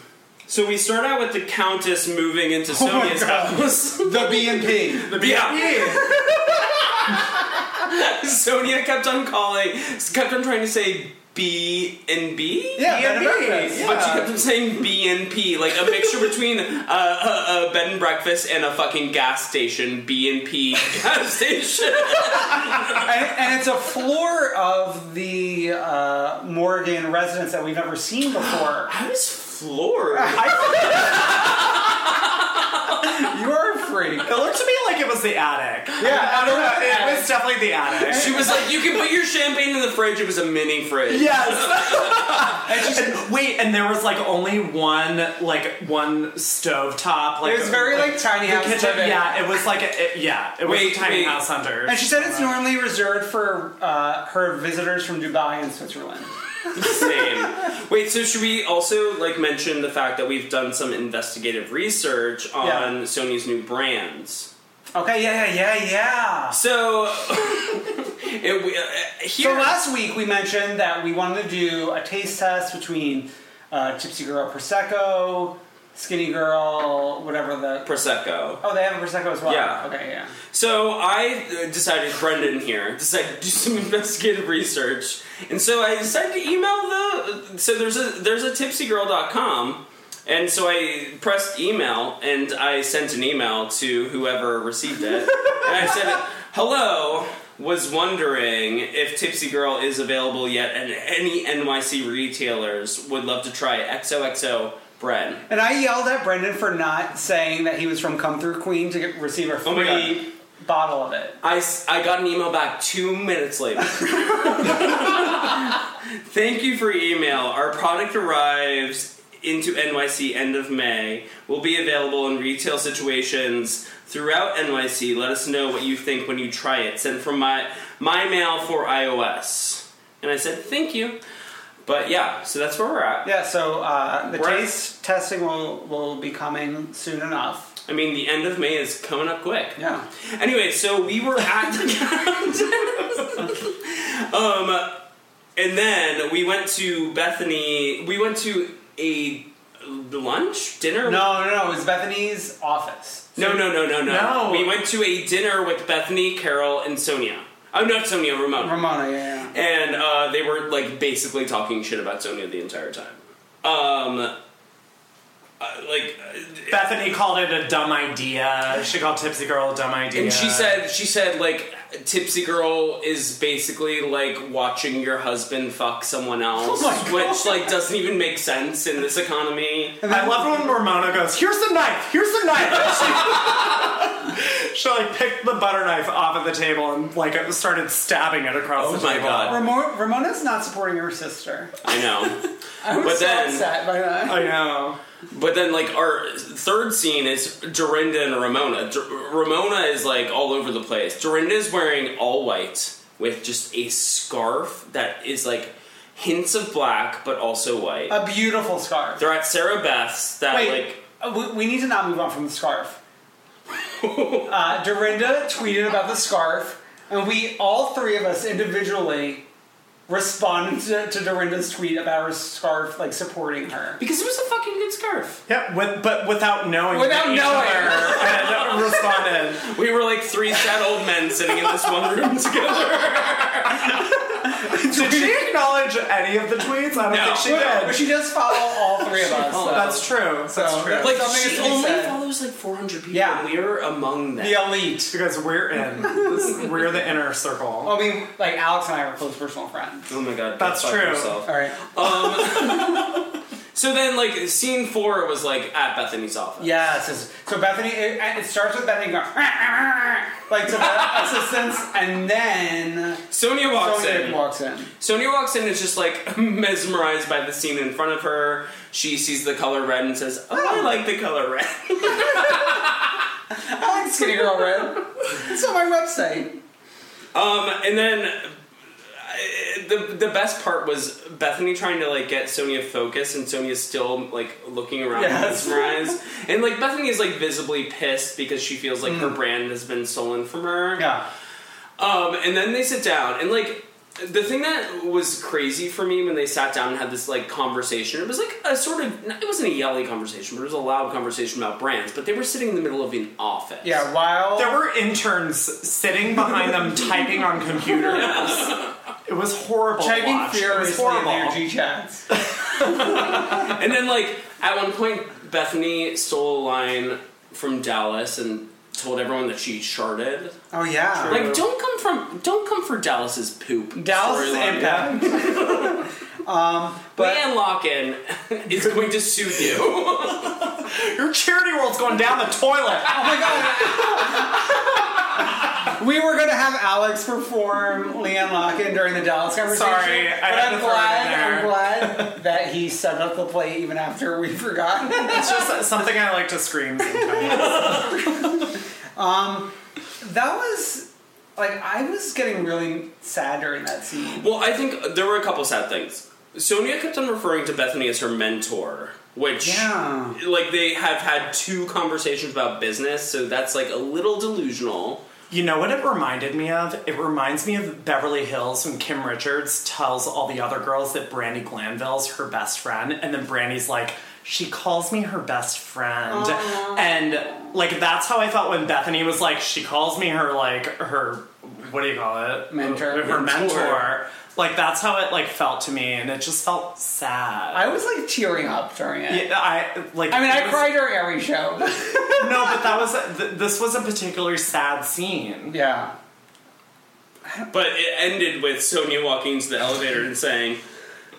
Speaker 2: so we start out with the Countess moving into
Speaker 3: Oh my
Speaker 2: Sonia's
Speaker 3: God.
Speaker 2: <laughs> house.
Speaker 3: The B and P.
Speaker 2: yeah. Sonia kept on calling, kept on trying to say B and B.
Speaker 3: Yeah,
Speaker 4: B&B,
Speaker 3: bed and breakfast.
Speaker 4: yeah.
Speaker 2: But she kept on saying B and P, like a mixture between a, a, a bed and breakfast and a fucking gas station. B and P gas <laughs>
Speaker 3: <laughs>
Speaker 2: station.
Speaker 3: and, and it's a floor of the uh, Morgan residence that we've never seen before.
Speaker 2: I was floored.
Speaker 3: You're a freak.
Speaker 4: It looked to me like it was the attic.
Speaker 3: Yeah,
Speaker 4: I don't know. It was definitely the attic.
Speaker 2: She was like, "You can put your champagne in the fridge." It was a mini fridge.
Speaker 4: Yes. <laughs> And wait, and there was like only one, like one stove top. Like
Speaker 3: It was very, like, tiny
Speaker 4: the
Speaker 3: house living.
Speaker 4: Yeah, it was like a, it- yeah, it
Speaker 2: Wait,
Speaker 4: was tiny
Speaker 2: wait.
Speaker 4: house hunters.
Speaker 3: And she said it's normally reserved for uh, her visitors from Dubai and Switzerland.
Speaker 2: Same. Wait, so should we also like mention the fact that we've done some investigative research on
Speaker 3: Yeah.
Speaker 2: Sony's new brands?
Speaker 3: Okay, yeah, yeah, yeah, yeah.
Speaker 2: So <laughs> it, we- uh,
Speaker 3: So
Speaker 2: here
Speaker 3: last week we mentioned that we wanted to do a taste test between uh, Tipsy Girl Prosecco, Skinny Girl, whatever the.
Speaker 2: prosecco.
Speaker 3: Oh, they have a Prosecco as well.
Speaker 2: Yeah.
Speaker 3: Okay, yeah.
Speaker 2: So I uh, decided, Brendan here, decided to do some <laughs> investigative research, and so I decided to email the. So there's a there's a tipsygirl.com, and so I pressed email, and I sent an email to whoever received it, and I said, "Hello, was wondering if Tipsy Girl is available yet, and any NYC retailers would love to try XOXO Bren."
Speaker 3: And I yelled at Brendan for not saying that he was from Come Through Queen to get, receive a
Speaker 2: my
Speaker 3: free bottle of it.
Speaker 2: I, s- I got an email back two minutes later.
Speaker 3: <laughs>
Speaker 2: Thank you for your email. Our product arrives into NYC end of May. Will be available in retail situations throughout NYC. Let us know what you think when you try it. Sent from my my mail for iOS. And I said thank you. But yeah, so that's where we're at.
Speaker 3: Yeah, so uh, the
Speaker 2: Right.
Speaker 3: taste testing will, will be coming soon enough.
Speaker 2: I mean, the end of May is coming up quick.
Speaker 3: Yeah.
Speaker 2: Anyway, so we were at the <laughs> um, and then we went to Bethany. We went to a lunch dinner.
Speaker 3: No, no, no, it was Bethany's office.
Speaker 2: no, no, no, no, no.
Speaker 4: No.
Speaker 2: We went to a dinner with Bethany, Carol, and Sonia. Oh, not Sonia, Ramona.
Speaker 3: Ramona, yeah, yeah.
Speaker 2: and uh, they were like basically talking shit about Sonia the entire time. Um, uh, like
Speaker 4: Bethany called it a dumb idea. She called Tipsy Girl a dumb idea.
Speaker 2: And she said, she said, like, Tipsy Girl is basically like watching your husband fuck someone else,
Speaker 3: my
Speaker 2: which like doesn't even make sense in this economy.
Speaker 4: I love when Ramona goes, here's the knife, here's the knife. she, <laughs> she like picked the butter knife off of the table and like started stabbing it across
Speaker 2: Oh
Speaker 4: the
Speaker 2: my
Speaker 4: table.
Speaker 2: God.
Speaker 3: Ramo- Ramona's not supporting her sister.
Speaker 2: I know,
Speaker 3: I was
Speaker 2: But
Speaker 3: so
Speaker 2: then-
Speaker 3: upset by that.
Speaker 4: I know.
Speaker 2: but then like our third scene is Dorinda and Ramona. Dor- Ramona is like all over the place. Dorinda is wearing all white with just a scarf that is like hints of black but also white.
Speaker 3: A beautiful scarf.
Speaker 2: They're at Sarah Beth's. That
Speaker 3: Wait, Uh, we, we need to not move on from the <laughs> scarf. uh, Dorinda tweeted about the scarf, and we, all three of us individually, responded to, to Dorinda's tweet about her scarf, like supporting her.
Speaker 2: because it was a fucking good scarf.
Speaker 4: Yeah, with, but without knowing.
Speaker 3: Without
Speaker 4: that each
Speaker 3: knowing.
Speaker 4: other had
Speaker 2: <laughs>
Speaker 4: responded.
Speaker 2: We were like three sad old men sitting in this one room together. <laughs>
Speaker 4: Did she acknowledge any of the tweets? I don't
Speaker 2: No.
Speaker 4: think she
Speaker 3: Well,
Speaker 4: did.
Speaker 3: but she does follow all <laughs> three of us. so-
Speaker 4: That's true.
Speaker 3: So
Speaker 4: That's true.
Speaker 2: Like
Speaker 3: Something
Speaker 2: she
Speaker 3: is to be
Speaker 2: only
Speaker 3: said.
Speaker 2: follows like 400 people.
Speaker 3: Yeah.
Speaker 2: and we're among them.
Speaker 3: the elite.
Speaker 4: Because we're in. This- we're the inner
Speaker 2: <laughs>
Speaker 4: circle.
Speaker 3: Well, I mean, like Alex and I are close personal friends.
Speaker 2: Oh my god,
Speaker 4: That's
Speaker 2: fuck
Speaker 4: true.
Speaker 2: yourself.
Speaker 3: All right.
Speaker 2: So then, like scene four was like at Bethany's office.
Speaker 3: Yes. it's- So Bethany, it, it starts with Bethany going <laughs> like to the
Speaker 4: <laughs>
Speaker 3: assistants, and then
Speaker 2: Sonia walks
Speaker 3: Sonya
Speaker 2: in.
Speaker 3: walks in.
Speaker 2: Sonia walks in and is just like <laughs> mesmerized by the scene in front of her. She sees the color red and says, "Oh, I like the color red."
Speaker 3: I like Skinny Girl Red. It's on my website.
Speaker 2: Um, and then I- the the best part was Bethany trying to like get Sonia focused, and Sonia's still like looking around,
Speaker 3: Yes.
Speaker 2: mesmerized,
Speaker 3: <laughs>
Speaker 2: and like Bethany is like visibly pissed because she feels like her brand has been stolen from her.
Speaker 3: Mm. Yeah.
Speaker 2: Um, and then they sit down, and like the thing that was crazy for me when they sat down and had this like conversation, it was like a sort of it wasn't a yelly conversation, but it was a loud conversation about brands. But they were sitting in the middle of an office.
Speaker 3: Yeah. While
Speaker 4: There were interns sitting behind them typing on computers. It was horrible. to
Speaker 3: typing
Speaker 4: watch. It was
Speaker 3: furiously in
Speaker 4: horrible.
Speaker 3: their G
Speaker 4: <laughs>
Speaker 3: chats.
Speaker 2: And then, like, at one point, Bethany stole a line from Dallas and told everyone that she charted.
Speaker 3: Oh yeah.
Speaker 2: Like, don't come from, don't come for Dallas's poop.
Speaker 3: Dallas
Speaker 2: storyline.
Speaker 3: impact.
Speaker 2: But Leanne Locken <laughs> is going to sue
Speaker 3: <laughs>
Speaker 2: you.
Speaker 4: Your charity world's going down the toilet.
Speaker 3: Oh my god. we were gonna have Alex perform Leanne Locken during the Dallas conversation.
Speaker 4: Sorry, I
Speaker 3: but
Speaker 4: had
Speaker 3: am
Speaker 4: to throw it
Speaker 3: glad
Speaker 4: in
Speaker 3: I'm glad that he set up the play even after we
Speaker 4: <laughs>
Speaker 3: forgot.
Speaker 4: It's just something I like to scream sometimes.
Speaker 3: that was like I was getting really sad during that scene.
Speaker 2: well, I think there were a couple sad things. Sonia kept on referring to Bethany as her mentor, which,
Speaker 3: Yeah.
Speaker 2: like, they have had two conversations about business, so that's like a little delusional.
Speaker 4: You know what it reminded me of? It reminds me of Beverly Hills when Kim Richards tells all the other girls that Brandy Glanville's her best friend, and then Brandy's like, she calls me her best friend. And like that's how I felt when Bethany was like, she calls me her like her what do you call it?
Speaker 3: Mentor.
Speaker 4: Her mentor.
Speaker 3: Mentor.
Speaker 4: Like that's how it like felt to me, and it just felt sad.
Speaker 3: I was like tearing up during it.
Speaker 4: I like.
Speaker 3: I mean,
Speaker 4: it
Speaker 3: I
Speaker 4: was-
Speaker 3: cried during every show. <laughs>
Speaker 4: <laughs> No, but that was th- this was a particularly sad scene.
Speaker 3: yeah.
Speaker 2: But it ended with Sonia walking into the elevator and saying,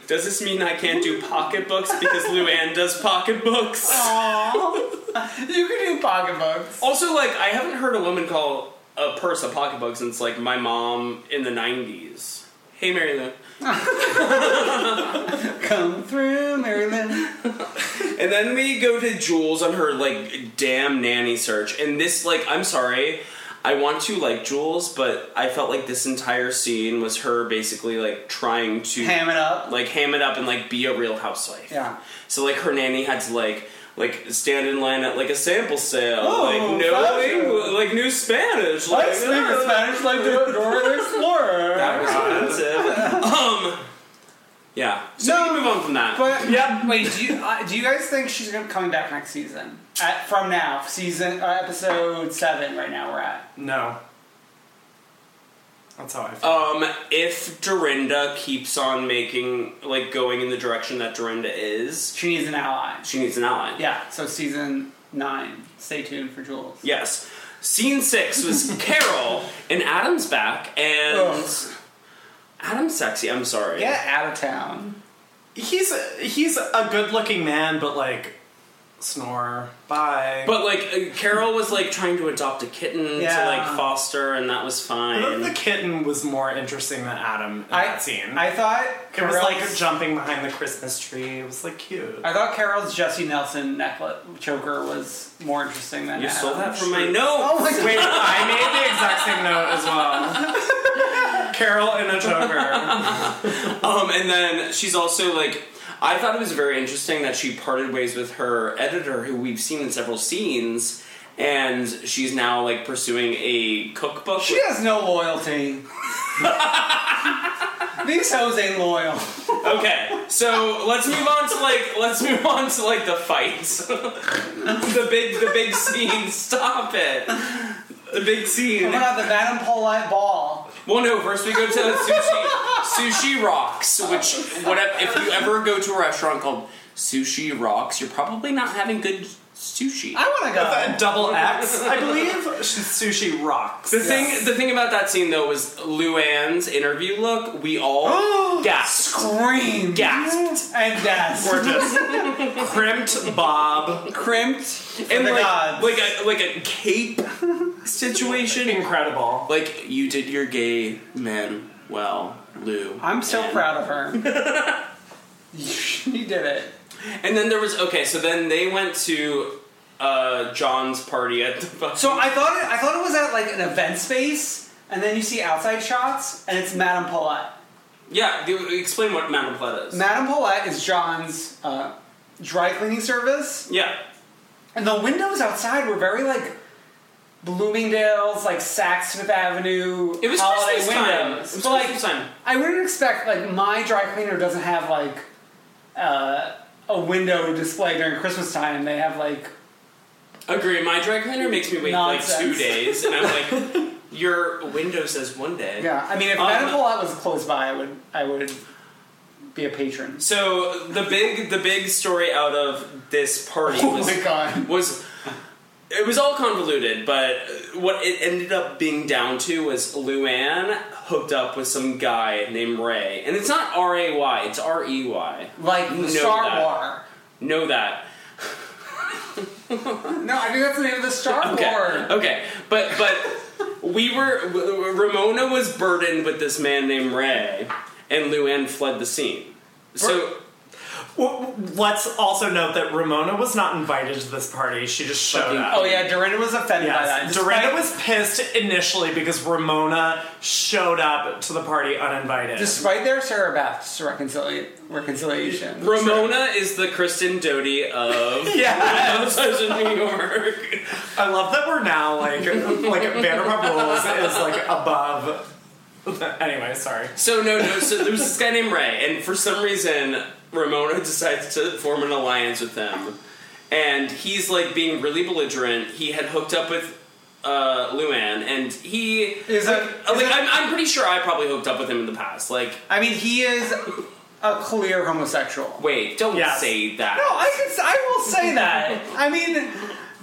Speaker 2: "Does this mean I can't do pocketbooks because Luann does pocketbooks?"
Speaker 3: You could do pocketbooks.
Speaker 2: Also, like I haven't heard a woman call a purse a pocketbook since like my mom in the '90s. Hey, Mary Lou.
Speaker 3: Come through, Maryland.
Speaker 2: And then we go to Jules on her like damn nanny search, and this like I'm sorry. I want to like Jules, but I felt like this entire scene was her basically like trying to
Speaker 3: Ham it up.
Speaker 2: like ham it up and like be a real housewife.
Speaker 3: Yeah.
Speaker 2: So like her nanny had to like like stand in line at like a sample sale,
Speaker 3: Oh,
Speaker 2: like no
Speaker 3: fashion.
Speaker 2: English, like new Spanish, like ah,
Speaker 3: Spanish like the Dora the Explorer.
Speaker 2: that
Speaker 3: <laughs>
Speaker 2: was expensive. um, yeah. So
Speaker 3: No,
Speaker 2: we can move on from that.
Speaker 3: But
Speaker 4: Yep.
Speaker 3: wait, do you uh, do you guys think she's gonna come back next season? At, from now, season uh, episode seven. Right now, we're at.
Speaker 4: No, that's how I felt.
Speaker 2: um, if Dorinda keeps on making like going in the direction that Dorinda is,
Speaker 3: She needs an ally.
Speaker 2: she needs an ally.
Speaker 3: Yeah. So season nine. Stay tuned for Jules.
Speaker 2: Yes. Scene six
Speaker 3: <laughs>
Speaker 2: was Carol and Adam's back and
Speaker 3: Ugh.
Speaker 2: Adam's sexy. I'm sorry.
Speaker 3: Get out of town.
Speaker 4: he's he's a good-looking man, but like snore. Bye.
Speaker 2: But like uh, Carol was like trying to adopt a kitten to
Speaker 3: Yeah.
Speaker 2: like foster, and that was
Speaker 4: I thought
Speaker 2: fine.
Speaker 4: the kitten was more interesting than Adam in
Speaker 3: I
Speaker 4: that scene.
Speaker 3: I thought
Speaker 4: it was like
Speaker 3: Carol's-
Speaker 4: jumping behind the Christmas tree. It was like cute.
Speaker 3: I thought Carol's Jesse Nelson necklace choker was more interesting than
Speaker 2: you
Speaker 3: Adam's.
Speaker 2: stole that from my notes.
Speaker 3: Oh my
Speaker 4: Wait, I made the exact same note as well. Carol in a choker.
Speaker 2: Um, and then she's also like, I thought it was very interesting that she parted ways with her editor, who we've seen in several scenes, and she's now like pursuing a cookbook.
Speaker 3: She has no loyalty.
Speaker 2: <laughs>
Speaker 3: These hoes ain't loyal.
Speaker 2: okay, so let's move on to like let's move on to like the fights, <laughs> the big the big scene. Stop it, the big scene.
Speaker 3: We're not the Madame Paulette ball.
Speaker 2: Well, no. First, we go to sushi Sushi Rocks, which whatever if you ever go to a restaurant called Sushi Rocks, you're probably not having good sushi.
Speaker 3: I want to go.
Speaker 4: Uh, double X, I believe. Sushi rocks.
Speaker 2: The thing, the thing about that scene though was Luann's interview look.
Speaker 3: <gasps>
Speaker 2: We all gasped,
Speaker 3: Scream.
Speaker 2: gasped,
Speaker 3: And that's
Speaker 4: Gorgeous. Crimped Bob.
Speaker 3: crimped.
Speaker 2: and
Speaker 3: the
Speaker 2: like
Speaker 3: gods.
Speaker 2: like a like a cape situation.
Speaker 4: Incredible.
Speaker 2: Like you did your gay men well, Lou.
Speaker 3: I'm so
Speaker 2: And-
Speaker 3: proud of
Speaker 2: <laughs>
Speaker 3: her. she did it.
Speaker 2: And then there was okay. So then they went to uh, John's party at the. fucking-
Speaker 3: So I thought it, I thought it was at like an event space, and then you see outside shots, and it's Madame Paulette.
Speaker 2: yeah, do- explain what Madame Plata is.
Speaker 3: Madame Paulette is John's uh, dry cleaning service,
Speaker 2: yeah,
Speaker 3: and the windows outside were very like Bloomingdale's, like Saks Fifth Avenue.
Speaker 2: it was
Speaker 3: holiday
Speaker 2: Christmas time. It
Speaker 3: windows.
Speaker 2: was
Speaker 3: But, like,
Speaker 2: Christmas time.
Speaker 3: I wouldn't expect like my dry cleaner doesn't have like uh, a window display during Christmas time. They have like
Speaker 2: Agree. My dry cleaner makes me wait like two
Speaker 3: Nonsense.
Speaker 2: days, and I'm
Speaker 3: <laughs>
Speaker 2: like, your window says one day.
Speaker 3: yeah. I mean, if
Speaker 2: Um,
Speaker 3: Madame Paulette was close by, I would I would be a patron.
Speaker 2: So the big the big story out of this party
Speaker 3: Oh
Speaker 2: was
Speaker 3: my god.
Speaker 2: was it was all convoluted, but what it ended up being down to was Luann hooked up with some guy named Ray, and it's not R A Y, it's R E Y.
Speaker 3: Like
Speaker 2: Know
Speaker 3: Star
Speaker 2: that.
Speaker 3: War.
Speaker 2: Know that?
Speaker 3: No, I think that's the name of the Star
Speaker 2: Okay,
Speaker 3: War.
Speaker 2: okay, but
Speaker 3: <laughs>
Speaker 2: but we were Ramona was burdened with this man named Ray, and Luann fled the scene. So
Speaker 4: W- w- Let's also note that Ramona was not invited to this party. She just showed
Speaker 2: Fucking-
Speaker 4: up.
Speaker 3: Oh yeah, Dorinda was offended by that.
Speaker 4: Yes. Dorinda
Speaker 3: Despite-
Speaker 4: was pissed initially because Ramona showed up to the party uninvited.
Speaker 3: despite their Sarah Bath's reconcilia- reconciliation.
Speaker 2: Ramona is the Kristen Doty
Speaker 3: <laughs>
Speaker 2: of
Speaker 4: yeah. <laughs>
Speaker 2: outside of New York.
Speaker 4: I love that we're now like like Vanderpump Rules is like above. <laughs> Anyway, sorry.
Speaker 2: So no, no. So there was this guy named Ray, and for some reason, Ramona <laughs> decides to form an alliance with him, and he's like being really belligerent. He had hooked up with uh, Luann, and he
Speaker 3: Is
Speaker 2: like,
Speaker 3: it-
Speaker 2: like,
Speaker 3: is it-
Speaker 2: I'm, I'm pretty sure I probably hooked up with him in the past. Like,
Speaker 3: I mean, he is a clear homosexual.
Speaker 2: wait, don't
Speaker 4: Yes.
Speaker 2: say that.
Speaker 3: No, I can. I will say that. I mean,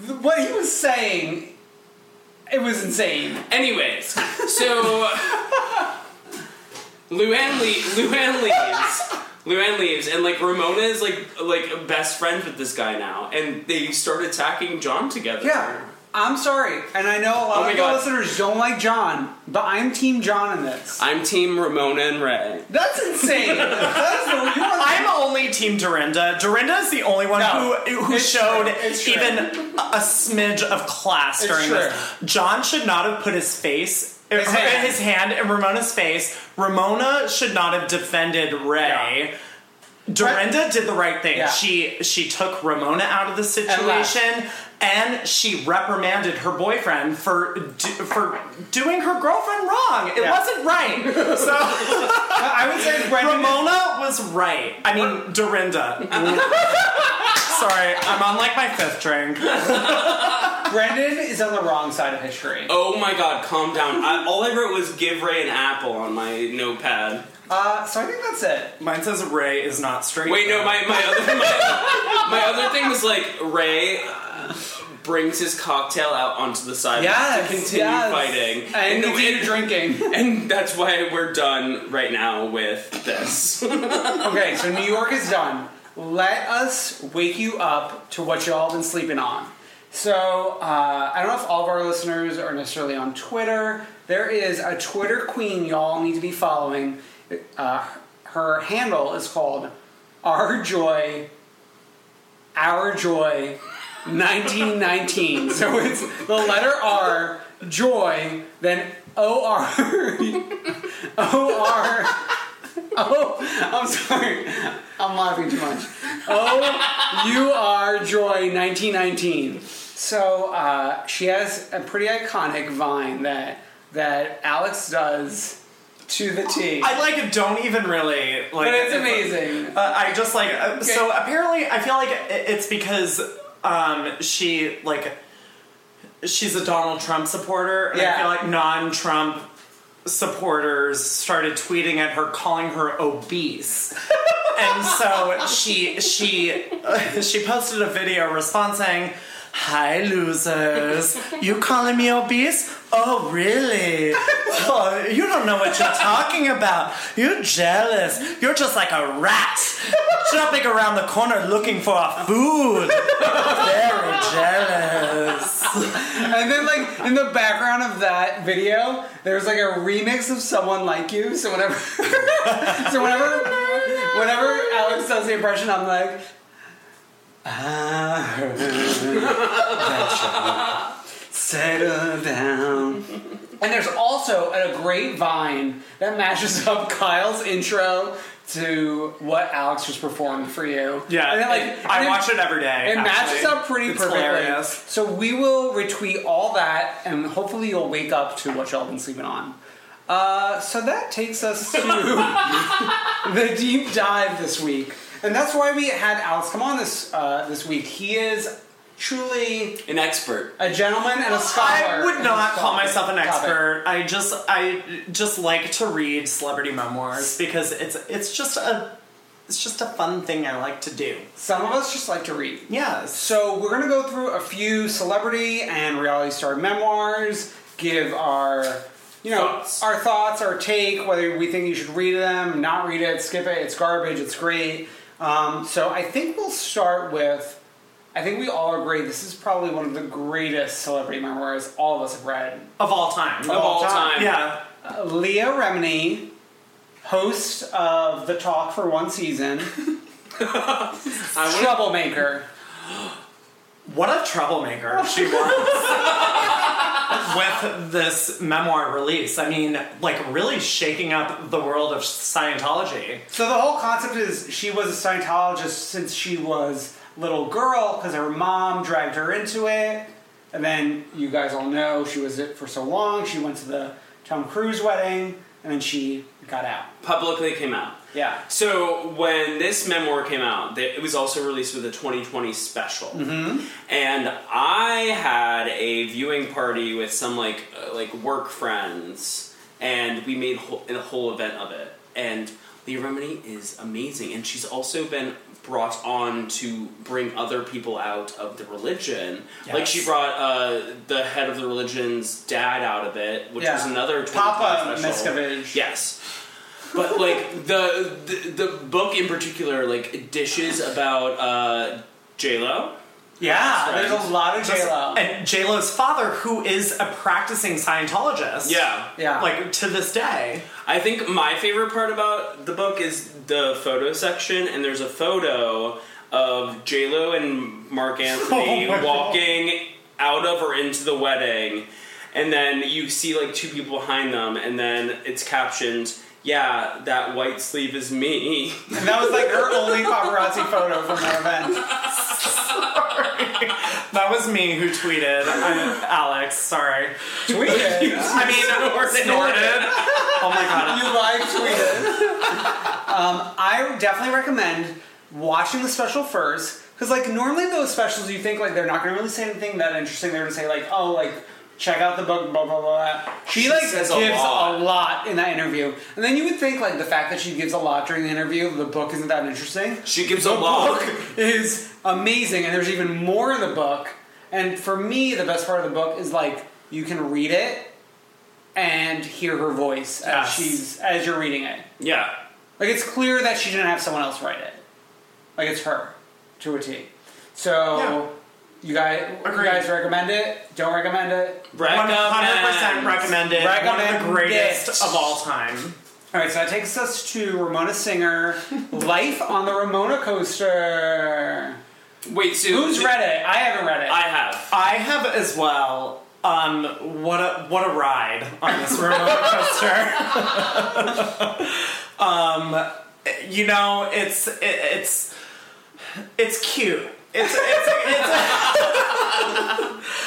Speaker 3: th- what he was saying, it was insane. <laughs>
Speaker 2: Anyways, so Luann, le- Luann leaves. Luann leaves, and like Ramona is like like best friends with this guy now, and they start attacking John together.
Speaker 3: Yeah, I'm sorry, and I know a lot
Speaker 2: Oh my
Speaker 3: of
Speaker 2: God.
Speaker 3: the listeners don't like John, but I'm Team John in this.
Speaker 2: I'm Team Ramona and Ray.
Speaker 3: That's <laughs> insane. That's the, you are-
Speaker 4: I'm only Team Dorinda. Dorinda is the only one
Speaker 3: No.
Speaker 4: who who
Speaker 3: It's
Speaker 4: showed
Speaker 3: true. It's true.
Speaker 4: even a smidge of class during this. John should not have put his face. His,
Speaker 3: hand.
Speaker 4: his hand in Ramona's face. Ramona should not have defended Ray. Dorinda did the right thing.
Speaker 3: Yeah.
Speaker 4: She she took Ramona out of the
Speaker 3: left.
Speaker 4: situation, and, she reprimanded her boyfriend for do, for doing her girlfriend wrong. It
Speaker 3: Yeah.
Speaker 4: wasn't right. So.
Speaker 3: <laughs> I would say Brendan.
Speaker 4: Ramona was right. I mean,
Speaker 3: <laughs>
Speaker 4: Dorinda. Sorry, I'm on like my fifth drink.
Speaker 3: Brendan is on the wrong side of history.
Speaker 2: Oh my god, calm down. I, all I wrote was give Ray an apple on my notepad.
Speaker 3: Uh, so I think that's it.
Speaker 4: Mine says Ray is not straight.
Speaker 2: Wait, no, my, my, other, my, my other thing was like Ray uh, brings his cocktail out onto the sidewalk
Speaker 3: Yes,
Speaker 2: to continue
Speaker 3: yes.
Speaker 2: fighting.
Speaker 3: and continue
Speaker 2: and- <laughs>
Speaker 3: drinking.
Speaker 2: And that's why we're done right now with this. <laughs>
Speaker 3: Okay, so New York is done. Let us wake you up to what y'all been sleeping on. So, uh, I don't know if all of our listeners are necessarily on Twitter. There is a Twitter queen y'all need to be following. Uh, her handle is called Our Joy, Our Joy 1919. so it's the letter R, Joy, then O R, <laughs> O R. Oh, I'm sorry. I'm laughing too much. Oh, you are joy 1919. So uh, she has a pretty iconic vine that that Alex does to the T.
Speaker 4: I like don't even really like.
Speaker 3: But it's amazing.
Speaker 4: Uh, I just like uh, so. Apparently, I feel like i- it's because um, she like she's a Donald Trump supporter, and I
Speaker 3: Yeah.
Speaker 4: feel like non-Trump supporters started tweeting at her, calling her obese. and so she she she posted a video response saying. Hi losers! You calling me obese? Oh really? Oh, you don't know what you're talking about. You're jealous. You're just like a rat jumping around the corner looking for our food. <laughs> Very jealous.
Speaker 3: And then, like, in the background of that video, there's like a remix of Someone Like You. So, whenever, <laughs> so whenever, whenever Alex does the impression, I'm like, I heard that you settle down. And there's also a great vine that matches up Kyle's intro to what Alex just performed for you.
Speaker 4: Yeah,
Speaker 3: and then, like
Speaker 4: it- I
Speaker 3: and
Speaker 4: watch it every day,
Speaker 3: It matches
Speaker 4: actually.
Speaker 3: up pretty
Speaker 4: It's
Speaker 3: perfectly.
Speaker 4: hilarious.
Speaker 3: So we will retweet all that, and hopefully you'll wake up to what y'all been sleeping on. Uh, so that takes us
Speaker 4: <laughs>
Speaker 3: to the deep dive this week, and that's why we had Alex come on this uh, this week. He is truly
Speaker 2: An expert.
Speaker 3: a gentleman and a scholar.
Speaker 4: I
Speaker 3: in
Speaker 4: would
Speaker 3: this
Speaker 4: not call
Speaker 3: topic-
Speaker 4: myself an
Speaker 3: topic.
Speaker 4: expert. I just I just like to read celebrity memoirs because it's it's just a it's just a fun thing I like to do.
Speaker 3: Some of us just like to read.
Speaker 4: Yes.
Speaker 3: So we're gonna go through a few celebrity and reality star memoirs, give our you know
Speaker 2: Thoughts.
Speaker 3: our thoughts, our take, whether we think you should read them, not read it, skip it, it's garbage, it's great. Um, so I think we'll start with. I think we all agree this is probably one of the greatest celebrity memoirs all of us have read.
Speaker 4: Of all time.
Speaker 2: Of all
Speaker 3: all time.
Speaker 2: time.
Speaker 4: Yeah.
Speaker 3: Leah Remini, host of The Talk for one season, troublemaker.
Speaker 4: What a troublemaker
Speaker 2: <laughs>
Speaker 4: she was. With this memoir release, I mean, like really shaking up the world of Scientology.
Speaker 3: So the whole concept is she was a Scientologist since she was a little girl because her mom dragged her into it. And then you guys all know she was it for so long. She went to the Tom Cruise wedding and then she got out.
Speaker 2: Publicly came out.
Speaker 3: Yeah.
Speaker 2: So when this memoir came out, th- it was also released with a 2020 special,
Speaker 3: Mm-hmm.
Speaker 2: and I had a viewing party with some like uh, like work friends, and we made whole, a whole event of it. And Leah Remini is amazing, and she's also been brought on to bring other people out of the religion. Like she
Speaker 4: Yes.
Speaker 2: brought uh, the head of the religion's dad out of it, which
Speaker 3: Yeah.
Speaker 2: was another 2020
Speaker 3: Papa
Speaker 2: special.
Speaker 3: Miscavige.
Speaker 2: Yes. But like the, the the book in particular, like dishes about uh, J Lo.
Speaker 3: Yeah, there's a lot of J Lo.
Speaker 4: And J Lo's father, who is a practicing Scientologist.
Speaker 2: Yeah.
Speaker 3: Yeah.
Speaker 4: <laughs> Like to this day.
Speaker 2: I think my favorite part about the book is the photo section, and there's a photo of J Lo and Mark Anthony
Speaker 4: Oh my God.
Speaker 2: walking out of or into the wedding, and then you see like two people behind them, and then it's captioned, "Yeah, that white sleeve is me."
Speaker 3: And that was like her only paparazzi photo from her event.
Speaker 4: That was me who tweeted. I'm Alex, sorry.
Speaker 3: <laughs> Tweeted.
Speaker 4: I mean, snorted. Oh my god.
Speaker 3: You live tweeted. um, I definitely recommend watching the special first because, like, normally those specials you think like they're not going to really say anything that interesting. They're going to say like, oh, like check out the book, blah blah blah. She, like
Speaker 2: says
Speaker 3: gives
Speaker 2: a
Speaker 3: a
Speaker 2: lot.
Speaker 3: lot. in that interview, and then you would think like the fact that she gives a lot during the interview, the book isn't that interesting.
Speaker 2: She gives a
Speaker 3: The
Speaker 2: log.
Speaker 3: book is amazing, and there's even more in the book. And for me, the best part of the book is like you can read it and hear her voice as
Speaker 4: Yes.
Speaker 3: she's as you're reading it.
Speaker 2: Yeah.
Speaker 3: Like it's clear that she didn't have someone else write it. Like it's her to a T. So you guys, you
Speaker 4: Agreed.
Speaker 3: guys recommend it? Don't recommend it?
Speaker 4: Hundred percent recommended. One of
Speaker 3: Recommend
Speaker 4: the greatest
Speaker 3: it.
Speaker 4: of all time.
Speaker 3: All right, so that takes us to Ramona
Speaker 4: <laughs>
Speaker 3: Singer, Life on the Ramona Coaster.
Speaker 2: Wait, so
Speaker 3: Who's read it? I haven't read it.
Speaker 2: I have.
Speaker 4: I have as well. Um, what a what a ride on this
Speaker 3: <laughs>
Speaker 4: roller coaster. <laughs> um, you know, it's it, it's it's cute. It's it's, it's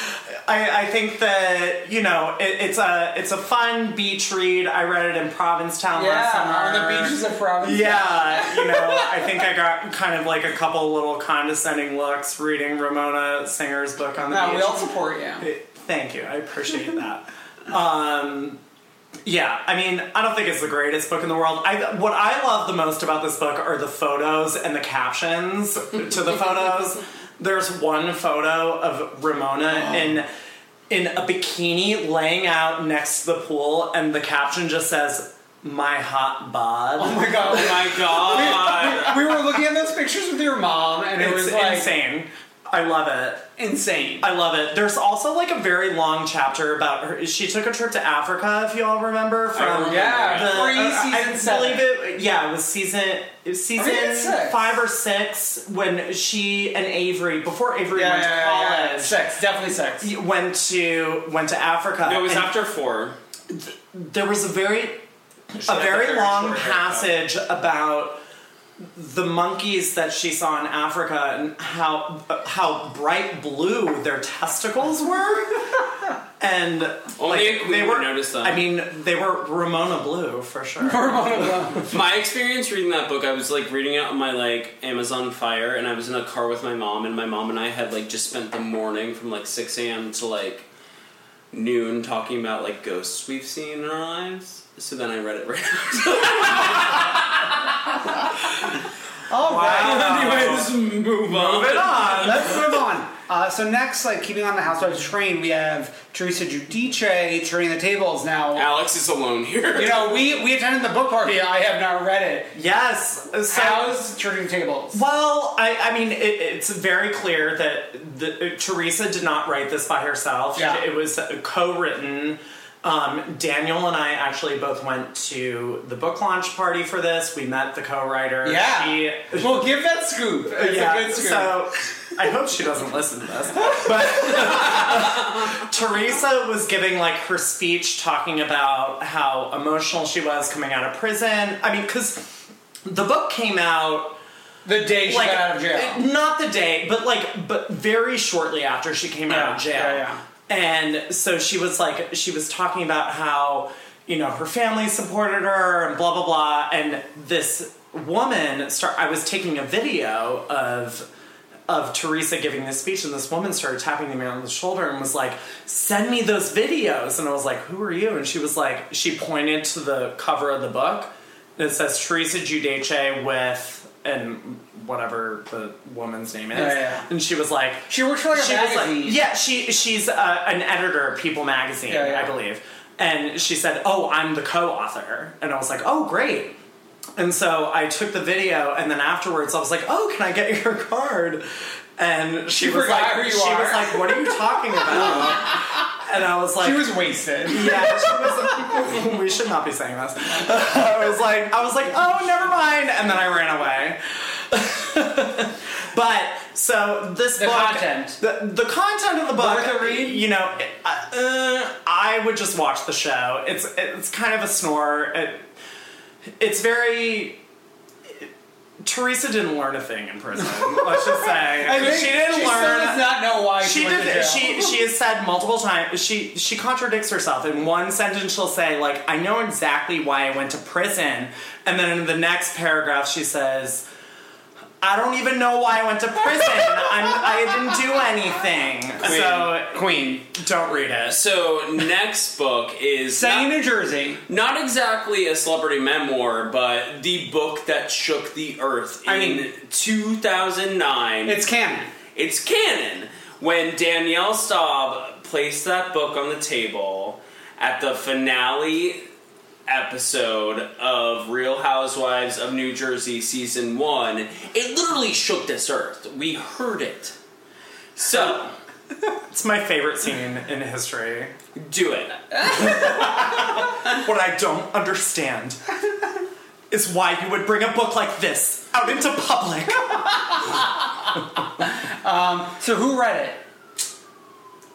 Speaker 4: <laughs> I, I think that you know it, it's a it's a fun beach read. I read it in Provincetown last summer
Speaker 3: yeah, on the beaches of Providence.
Speaker 4: yeah, you know, I think I got kind of like a couple little condescending looks reading Ramona Singer's book on the
Speaker 3: No,
Speaker 4: beach.
Speaker 3: we all support you.
Speaker 4: Thank you, I appreciate that. Um, Yeah, I mean, I don't think it's the greatest book in the world. I what I love the most about this book are the photos and the captions to the photos. There's one photo of Ramona
Speaker 3: Oh.
Speaker 4: in in a bikini laying out next to the pool and the caption just says my hot bod.
Speaker 3: Oh my god!
Speaker 2: Oh my god.
Speaker 3: We were looking at those pictures with your mom, and it
Speaker 4: it's
Speaker 3: was like
Speaker 4: insane. I love it.
Speaker 3: insane.
Speaker 4: I love it. There's also like a very long chapter about her. She took a trip to Africa, if you all remember from
Speaker 2: remember.
Speaker 3: yeah,
Speaker 2: The-
Speaker 3: free
Speaker 4: uh,
Speaker 3: season
Speaker 4: I
Speaker 3: seven.
Speaker 4: believe it. Yeah, it was season it was
Speaker 3: think
Speaker 4: season
Speaker 3: it's six.
Speaker 4: five or six when she and Avery before Avery
Speaker 3: Yeah,
Speaker 4: went to
Speaker 3: yeah, yeah, yeah.
Speaker 4: college.
Speaker 3: Sex, definitely sex.
Speaker 4: Went to went to Africa.
Speaker 2: No, it was
Speaker 4: and
Speaker 2: after four.
Speaker 4: There was a very a
Speaker 2: had a
Speaker 4: very
Speaker 2: very
Speaker 4: long
Speaker 2: short haircut.
Speaker 4: passage about the monkeys that she saw in Africa and how how bright blue their
Speaker 2: <laughs>
Speaker 4: testicles were. And
Speaker 2: Only
Speaker 4: like,
Speaker 2: a queen
Speaker 4: they were
Speaker 2: would notice them.
Speaker 4: I mean, they were Ramona blue for sure.
Speaker 2: My experience reading that book, I was like reading it on my like Amazon Fire, and I was in a car with my mom, and my mom and I had like just spent the morning from like six a.m. to like noon talking about like ghosts we've seen in our lives. So then I read it <laughs> right after.
Speaker 3: All
Speaker 4: Um,
Speaker 3: right.
Speaker 2: Anyways, move on.
Speaker 4: Moving on.
Speaker 3: Let's move on. Uh, so next, like keeping on the housewives train, we have Teresa Giudice turning the tables. Now,
Speaker 2: Alex is alone here.
Speaker 3: you know, we we attended the book party. I have not read it.
Speaker 4: Yes. So,
Speaker 3: How's turning the tables?
Speaker 4: well, I, I mean, it, it's very clear that the, Teresa did not write this by herself.
Speaker 3: Yeah.
Speaker 4: It was co-written. Um, Daniel and I actually both went to the book launch party for this. We met the co-writer.
Speaker 3: Yeah.
Speaker 4: She,
Speaker 3: Well, give that scoop. It's
Speaker 4: yeah,
Speaker 3: a good scoop.
Speaker 4: so <laughs> I hope she doesn't listen to this. But <laughs> Teresa was giving like her speech talking about how emotional she was coming out of prison. I mean, because the book came out
Speaker 3: the day she
Speaker 4: like
Speaker 3: got out of jail.
Speaker 4: Not the day, but like but very shortly after she came out of
Speaker 3: Yeah,
Speaker 4: jail.
Speaker 3: yeah, yeah.
Speaker 4: And so she was like she was talking about how, you know, her family supported her and blah blah blah and this woman start I was taking a video of of Teresa giving this speech and this woman started tapping me on the shoulder and was like, "Send me those videos." And I was like, "Who are you?" And she was like, she pointed to the cover of the book and it says Teresa Giudice with and whatever the woman's name is.
Speaker 3: Yeah, yeah.
Speaker 4: And she was like,
Speaker 3: She works for like a
Speaker 4: she was
Speaker 3: magazine.
Speaker 4: like, yeah, she she's uh, an editor of People Magazine,
Speaker 3: Yeah, yeah.
Speaker 4: I believe. And she said, "Oh, I'm the co-author," and I was like, "Oh, great." And so I took the video, and then afterwards I was like, "Oh, can I get your card?" And she,
Speaker 3: She
Speaker 4: was
Speaker 3: forgot
Speaker 4: like,
Speaker 3: who you
Speaker 4: "She
Speaker 3: are.
Speaker 4: was like, what are you talking about?"
Speaker 3: <laughs>
Speaker 4: and I was like,
Speaker 3: She was wasted.
Speaker 4: yeah, she was. we should not be saying this. <laughs> I was like, I was like, oh, never mind, and then I ran away. <laughs> but so this
Speaker 3: The
Speaker 4: book,
Speaker 3: content.
Speaker 4: the, the content of the book,
Speaker 3: Worth a read?
Speaker 4: you know, it- uh, I would just watch the show. It's it's kind of a snore. It, it's very. Teresa didn't learn a thing in prison. Let's just say
Speaker 3: <laughs> I think
Speaker 4: she didn't
Speaker 3: she
Speaker 4: learn.
Speaker 3: Still does not know why she,
Speaker 4: She
Speaker 3: went to jail.
Speaker 4: did. She she has said multiple times. She she contradicts herself. In one sentence, she'll say like, "I know exactly why I went to prison," and then in the next paragraph, she says, "I don't even know why I went to prison. I'm, I didn't do anything." So
Speaker 3: Queen.
Speaker 4: don't read it.
Speaker 2: So next book is
Speaker 3: Sang in
Speaker 2: not,
Speaker 3: New Jersey.
Speaker 2: not exactly a celebrity memoir, but the book that shook the earth in
Speaker 3: I mean-
Speaker 2: 2009.
Speaker 3: It's canon.
Speaker 2: It's canon. When Danielle Staub placed that book on the table at the finale episode of Real Housewives of New Jersey season one, it literally shook this earth. We heard it. So,
Speaker 4: It's my favorite scene in history.
Speaker 2: do it.
Speaker 4: What I don't understand is why you would bring a book like this out into public.
Speaker 3: So who read it?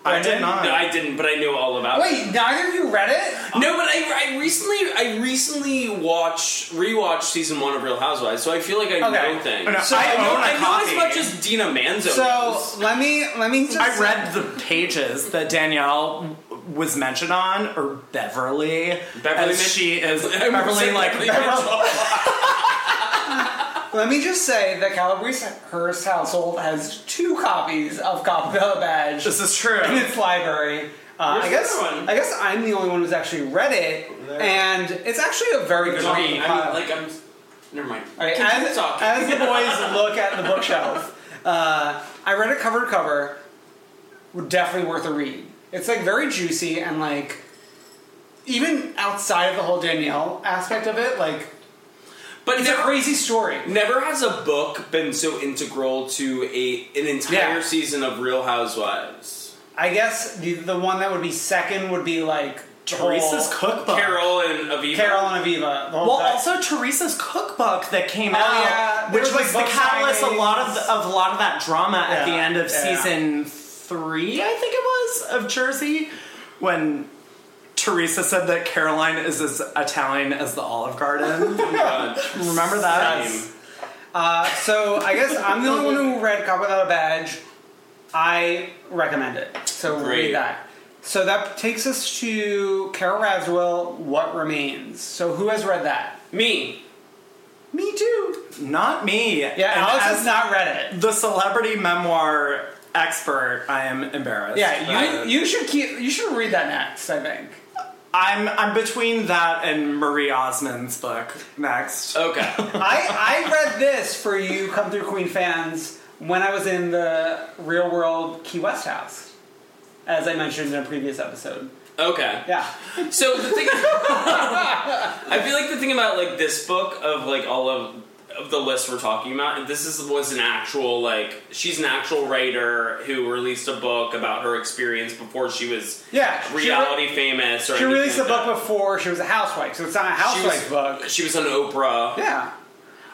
Speaker 4: I did
Speaker 3: didn't.
Speaker 4: not.
Speaker 2: No, I didn't, but I knew all about it.
Speaker 3: Oh, Wait, neither of you read it?
Speaker 2: No, but I, I recently I recently watched rewatched season one of Real Housewives, so I feel like I
Speaker 3: Okay.
Speaker 2: know things.
Speaker 4: No,
Speaker 3: So
Speaker 4: I
Speaker 3: I
Speaker 4: own
Speaker 3: know-
Speaker 4: a
Speaker 2: I know
Speaker 4: copy.
Speaker 2: as much as Dina Manzo.
Speaker 3: So
Speaker 2: knows.
Speaker 3: let me let me just
Speaker 4: I read the pages that Danielle w- was mentioned on, or Beverly.
Speaker 2: Beverly
Speaker 4: as
Speaker 2: Mitch-
Speaker 4: she
Speaker 2: <laughs>
Speaker 4: is
Speaker 2: I would
Speaker 4: Beverly
Speaker 2: say
Speaker 4: like
Speaker 2: Beverly Mitchell.
Speaker 3: let me just say that Calabrese Hearst household has two copies of Capella Badge
Speaker 4: This is true.
Speaker 3: in its library. Uh,
Speaker 2: Where's
Speaker 3: I
Speaker 2: the
Speaker 3: guess
Speaker 2: other one?
Speaker 3: I guess I'm the only one who's actually read it.
Speaker 5: there.
Speaker 3: And it's actually a very good
Speaker 2: Talking,
Speaker 3: read.
Speaker 2: I
Speaker 3: Uh,
Speaker 2: mean, like I'm. Never mind.
Speaker 3: All right,
Speaker 2: Continue
Speaker 3: as,
Speaker 2: talking.
Speaker 3: as the boys look at the bookshelf,
Speaker 4: <laughs>
Speaker 3: uh, I read it cover to cover. Definitely worth a read. It's like very juicy and like even outside of the whole Danielle aspect of it, like
Speaker 2: but
Speaker 3: it's a
Speaker 2: never,
Speaker 3: crazy story.
Speaker 2: never has a book been so integral to a an entire
Speaker 3: Yeah.
Speaker 2: season of Real Housewives.
Speaker 3: I guess the the one that would be second would be like the whole
Speaker 4: Teresa's cookbook.
Speaker 2: Carol and Aviva.
Speaker 3: Carol and Aviva. The whole
Speaker 4: Well,
Speaker 3: thing.
Speaker 4: also Teresa's cookbook that came
Speaker 3: Oh,
Speaker 4: out,
Speaker 3: yeah. There
Speaker 4: which
Speaker 3: was,
Speaker 4: was,
Speaker 3: like,
Speaker 4: the
Speaker 3: book
Speaker 4: catalyst of a lot of
Speaker 3: signings.
Speaker 4: of a lot of that drama at the
Speaker 3: Yeah,
Speaker 4: end of
Speaker 3: yeah.
Speaker 4: season three, I think it was, of Jersey, when Teresa said that Caroline is as Italian as the Olive Garden.
Speaker 3: <laughs>
Speaker 4: Remember that?
Speaker 2: Same.
Speaker 3: so I guess I'm the only one who read Cop Without a Badge. I recommend it. So
Speaker 2: Great.
Speaker 3: read that. So that takes us to Carol Raswell, What Remains. So who has read that?
Speaker 2: Me.
Speaker 3: Me too.
Speaker 4: Not me. Yeah,
Speaker 3: Yeah, Alex has not read it.
Speaker 4: the celebrity memoir expert, I am embarrassed.
Speaker 3: Yeah,
Speaker 2: Right.
Speaker 3: you you should keep you should read that next. I think.
Speaker 4: I'm I'm between that and Marie Osmond's book next.
Speaker 2: Okay.
Speaker 3: I I read this for you come through Queen fans when I was in the real world Key West house, as I mentioned in a previous episode.
Speaker 2: Okay.
Speaker 3: Yeah.
Speaker 2: So the <laughs> thing, I feel like the thing about like this book of like all of of the list we're talking about, this is was an actual like she's an actual writer who released a book about her experience before she was
Speaker 3: Yeah, she re-
Speaker 2: reality famous. Or
Speaker 3: She
Speaker 2: anything
Speaker 3: released a
Speaker 2: like
Speaker 3: book
Speaker 2: that.
Speaker 3: before she was a housewife, so it's not a
Speaker 2: She
Speaker 3: housewife
Speaker 2: was-
Speaker 3: book.
Speaker 2: She was on Oprah.
Speaker 3: Yeah.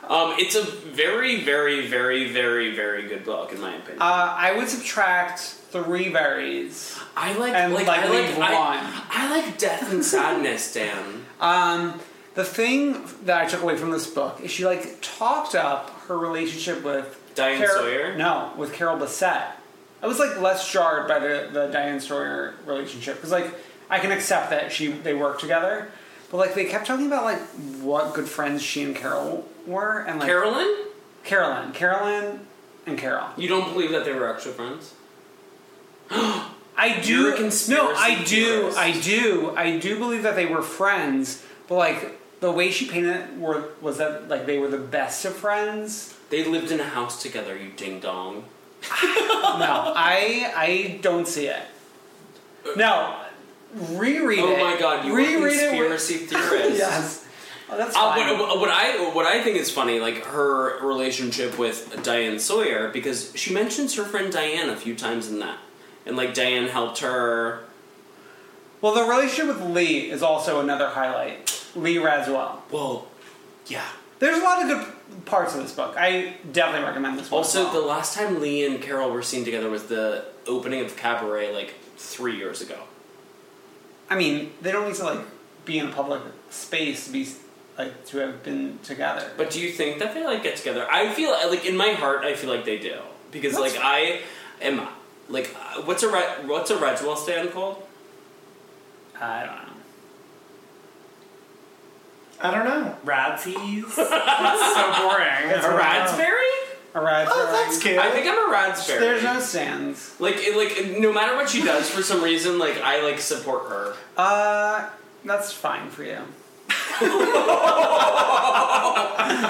Speaker 2: Um, it's a very, very, very, very, very good book in my opinion.
Speaker 3: Uh, I would subtract three berries.
Speaker 2: I like
Speaker 3: and,
Speaker 2: like,
Speaker 3: like,
Speaker 2: I
Speaker 3: leave
Speaker 2: like I,
Speaker 3: one.
Speaker 2: I like death and sadness,
Speaker 3: <laughs>
Speaker 2: Dan.
Speaker 3: Um, the thing that I took away from this book is she like talked up her relationship with
Speaker 2: Diane Sawyer?
Speaker 3: No, with Carol Bassett. I was like less jarred by the, the Diane Sawyer relationship because like I can accept that she they work together, but like they kept talking about like what good friends she and Carol were and like
Speaker 2: Carolyn,
Speaker 3: Carolyn, Carolyn, and Carol.
Speaker 2: you don't believe that they were actual friends?
Speaker 3: I do.
Speaker 2: You're a conspiracy
Speaker 3: no, I do.
Speaker 2: theorist.
Speaker 3: I do. I do believe that they were friends, but like the way she painted it were, was that like they were the best of friends.
Speaker 2: They lived in a house together, you ding dong.
Speaker 3: No,
Speaker 2: <laughs>
Speaker 3: I I don't see it. No, reread
Speaker 2: Oh
Speaker 3: it.
Speaker 2: my god, you
Speaker 3: reread
Speaker 2: are
Speaker 3: it
Speaker 2: a
Speaker 3: with- <laughs>
Speaker 2: conspiracy theorist.
Speaker 3: yes. Oh, that's
Speaker 2: Uh,
Speaker 3: fine.
Speaker 2: what, what- what I what I think is funny, like her relationship with Diane Sawyer, because she mentions her friend Diane a few times in that, and like Diane helped her.
Speaker 3: well, the relationship with Lee is also another highlight. Lee Raswell.
Speaker 2: Well, yeah.
Speaker 3: There's a lot of good parts of this book. I definitely recommend this. one as
Speaker 2: Also,
Speaker 3: well.
Speaker 2: the last time Lee and Carol were seen together was the opening of Cabaret, like three years ago.
Speaker 3: I mean, they don't need to like be in a public space to be like to have been together.
Speaker 2: But do you think that they like get together? I feel like in my heart, I feel like they do because
Speaker 3: That's
Speaker 2: like I am like uh, what's a Re- what's a Redswell stand called?
Speaker 3: I don't know.
Speaker 4: I don't know. <laughs> Oh, Radsies. That's so boring.
Speaker 3: It's
Speaker 2: A
Speaker 3: Wow.
Speaker 2: Radsberry?
Speaker 3: Arrive.
Speaker 4: Oh, that's cute.
Speaker 2: I think I'm a Radsberry.
Speaker 3: There's no stands.
Speaker 2: Like, it- like no matter what she does, for some reason, like I like support her.
Speaker 3: Uh, that's fine for you.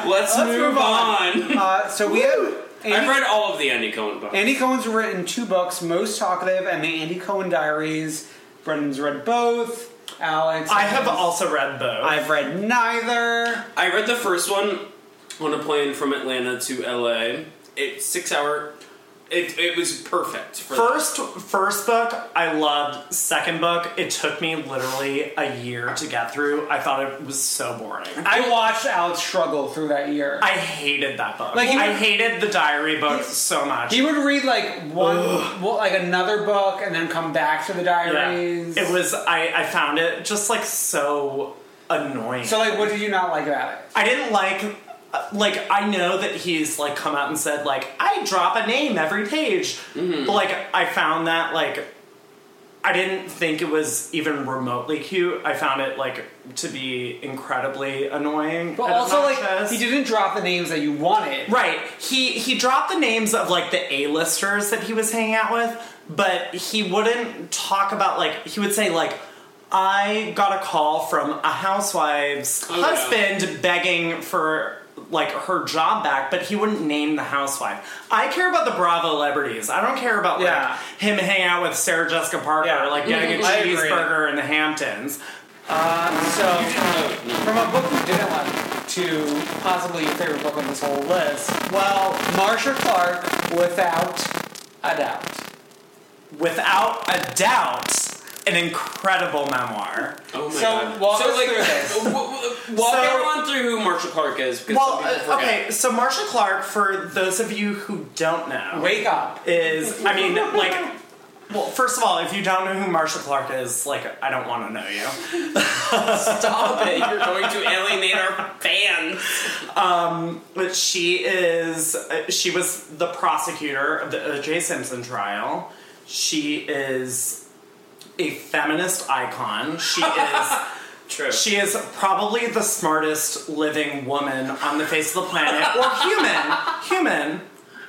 Speaker 2: Let's, move, on.
Speaker 3: Uh, so we have
Speaker 2: <laughs> I've
Speaker 3: Andy,
Speaker 2: read all of the Andy Cohen books.
Speaker 3: Andy Cohen's written two books, Most Talkative and The Andy Cohen Diaries. Brendan's read both. Alex,
Speaker 4: I have also read both.
Speaker 3: I've read neither.
Speaker 2: I read the first one on a plane from Atlanta to LA. It's six hour. It, it was perfect. For
Speaker 4: First, first book I loved. Second book, it took me literally a year to get through. I thought it was so boring.
Speaker 3: I watched Alex struggle through that year.
Speaker 4: I hated that book.
Speaker 3: Like,
Speaker 4: Like
Speaker 3: he-
Speaker 4: I hated the diary book so much.
Speaker 3: He would read like one, well, like another book, and then come back to the
Speaker 4: Yeah.
Speaker 3: diaries.
Speaker 4: It was. I, I found it just like so annoying.
Speaker 3: so. Like, what did you not like about it?
Speaker 4: I didn't like. uh, Like I know that he's like come out and said like I drop a name every page.
Speaker 3: Mm-hmm.
Speaker 4: But, like I found that like I didn't think it was even remotely cute. I found it like to be incredibly annoying.
Speaker 3: But
Speaker 4: and
Speaker 3: also, like,
Speaker 4: obnoxious.
Speaker 3: he didn't drop the names that you wanted.
Speaker 4: Right. He he dropped the names of like the A-listers that he was hanging out with, but he wouldn't talk about like he would say like I got a call from a housewife's
Speaker 2: Oh, yeah.
Speaker 4: husband begging for like her job back, but he wouldn't name the housewife. I care about the Bravo celebrities. I don't care about like
Speaker 3: Yeah.
Speaker 4: him hanging out with Sarah Jessica Parker,
Speaker 3: Yeah.
Speaker 4: like getting
Speaker 3: <laughs>
Speaker 4: a
Speaker 3: I agree.
Speaker 4: cheeseburger in the Hamptons.
Speaker 3: So, from a book you didn't like to possibly your favorite book on this whole list, well, Marsha Clark, without a doubt.
Speaker 4: Without a doubt, an incredible memoir.
Speaker 2: Oh my
Speaker 3: So,
Speaker 2: god.
Speaker 3: walk
Speaker 2: so
Speaker 3: us
Speaker 2: like,
Speaker 3: through this.
Speaker 2: <laughs> w- w- walk
Speaker 4: So-
Speaker 2: everyone through who Marshall Clark is. Because
Speaker 4: Well,
Speaker 2: some people
Speaker 4: uh,
Speaker 2: forget.
Speaker 4: okay, so Marsha Clark, for those of you who don't know,
Speaker 3: Wake up.
Speaker 4: is I mean like well first of all if you don't know who Marsha Clark is like I don't want to know you
Speaker 2: Stop it! You're going to alienate our fans.
Speaker 4: but she is uh, she was the prosecutor of the O.J. Simpson trial she is a feminist icon she <laughs> is
Speaker 2: True.
Speaker 4: She is probably the smartest living woman on the face of the planet, or human, human,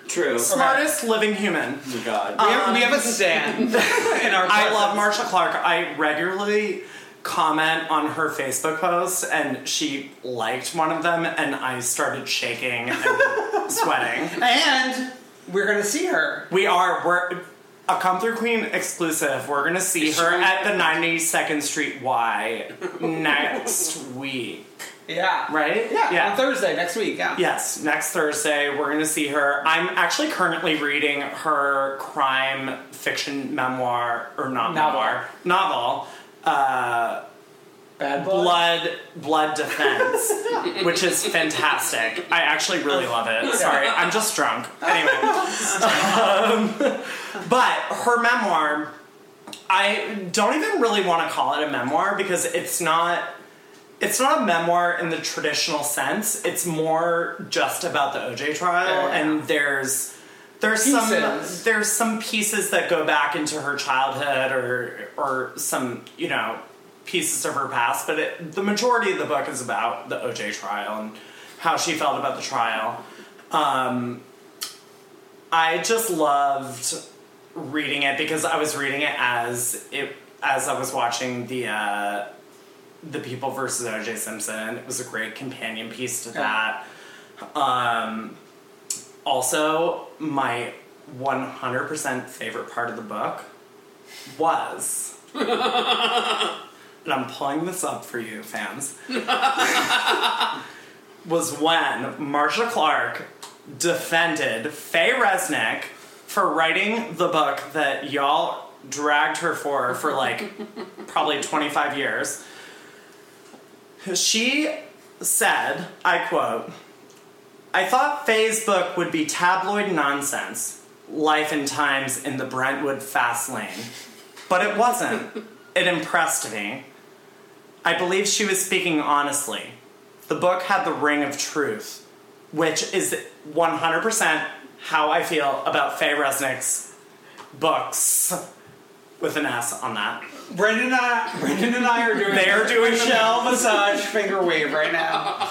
Speaker 2: True. Oh
Speaker 4: smartest living human.
Speaker 2: my god.
Speaker 4: Um,
Speaker 3: We have, we have
Speaker 4: <laughs>
Speaker 3: a stand in our
Speaker 4: I love Marsha Clark. I regularly comment on her Facebook posts, and she liked one of them, and I started shaking and sweating.
Speaker 3: And we're going to see her.
Speaker 4: We are we're a come through queen exclusive. We're gonna see her at the 92nd Street Y next week,
Speaker 3: Yeah.
Speaker 4: right?
Speaker 3: Yeah, on Thursday next week. Yeah.
Speaker 4: Yes, next Thursday we're going to see her. I'm actually currently reading her crime fiction memoir or not
Speaker 3: Novel.
Speaker 4: memoir novel,
Speaker 3: Bad boy.
Speaker 4: Blood Blood Defense, which is fantastic. I actually really love it. Sorry, I'm just drunk. Anyway, Um, but her memoir, I don't even really want to call it a memoir because it's not. It's not a memoir in the traditional sense. It's more just about the OJ trial,
Speaker 3: Yeah.
Speaker 4: and there's there's
Speaker 3: Pieces.
Speaker 4: some there's some pieces that go back into her childhood or or some you know pieces of her past, but it, the majority of the book is about the OJ trial and how she felt about the trial. Um, I just loved reading it because I was reading it as it as I was watching the uh, the People versus O.J. Simpson. It was a great companion piece to that. Um, also, my one hundred percent favorite part of the book was. And I'm pulling this up for you, fans. <laughs> was when Marsha Clark defended Faye Resnick for writing the book that y'all dragged her for for like probably 25 years. She said, I quote, I thought Faye's book would be tabloid nonsense, life and times in the Brentwood fast lane, but it wasn't. It impressed me. I believe she was speaking honestly. The book had the ring of truth, which is 100% how I feel about Faye Resnick's books, with an S on that.
Speaker 3: Brendan and I, Brendan and I are doing
Speaker 4: <laughs> They're doing
Speaker 3: shell massage finger wave right now.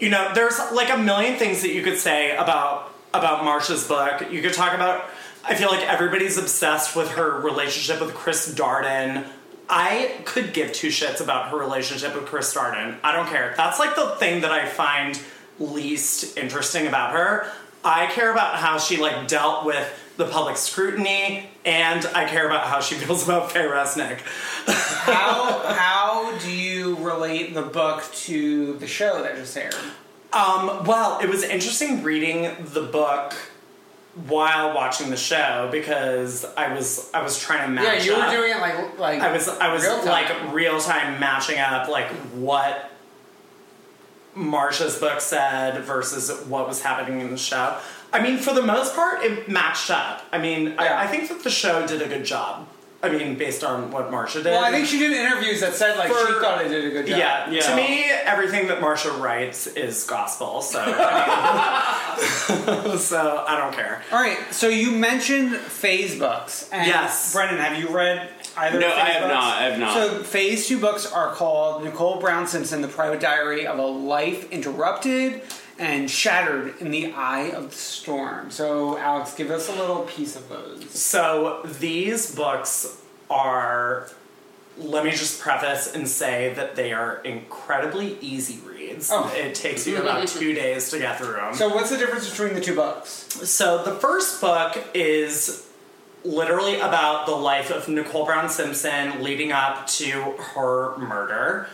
Speaker 4: you know there's like a million things that you could say about about marsha's book you could talk about i feel like everybody's obsessed with her relationship with chris darden i could give two shits about her relationship with chris darden i don't care that's like the thing that i find least interesting about her i care about how she like dealt with the public scrutiny and i care about how she <laughs> feels about faye resnick
Speaker 3: How how do you relate the book to the show that just aired?
Speaker 4: Um, well, it was interesting reading the book while watching the show because I was I was trying to
Speaker 3: Yeah,
Speaker 4: match.
Speaker 3: you
Speaker 4: up.
Speaker 3: were doing it like like
Speaker 4: I was I was
Speaker 3: real time.
Speaker 4: like real time matching up like what Marsha's book said versus what was happening in the show. I mean, for the most part, it matched up. I mean,
Speaker 3: Yeah.
Speaker 4: I, I think that the show did a good job. I mean, based on what Marsha did.
Speaker 3: Well, I think she did interviews that said like she
Speaker 4: For-
Speaker 3: thought I did a good job.
Speaker 4: Yeah,
Speaker 2: Yeah.
Speaker 4: to me, everything that Marsha writes is gospel. So, I mean, <laughs> so I don't care.
Speaker 3: All right. So you mentioned Faye's books. And
Speaker 4: Yes.
Speaker 3: Brendan, have you read either?
Speaker 2: No,
Speaker 3: of Faye's
Speaker 2: I have
Speaker 3: books?
Speaker 2: not, I have not.
Speaker 3: So Faye's two books are called Nicole Brown Simpson: The Private Diary of a Life Interrupted and Shattered in the Eye of the Storm. So Alex, give us a little piece of those.
Speaker 4: So these books are let me just preface and say that they are incredibly easy reads.
Speaker 3: Oh.
Speaker 4: It takes you about two days to get through them.
Speaker 3: So what's the difference between the two books?
Speaker 4: So the first book is literally about the life of Nicole Brown Simpson leading up to her murder,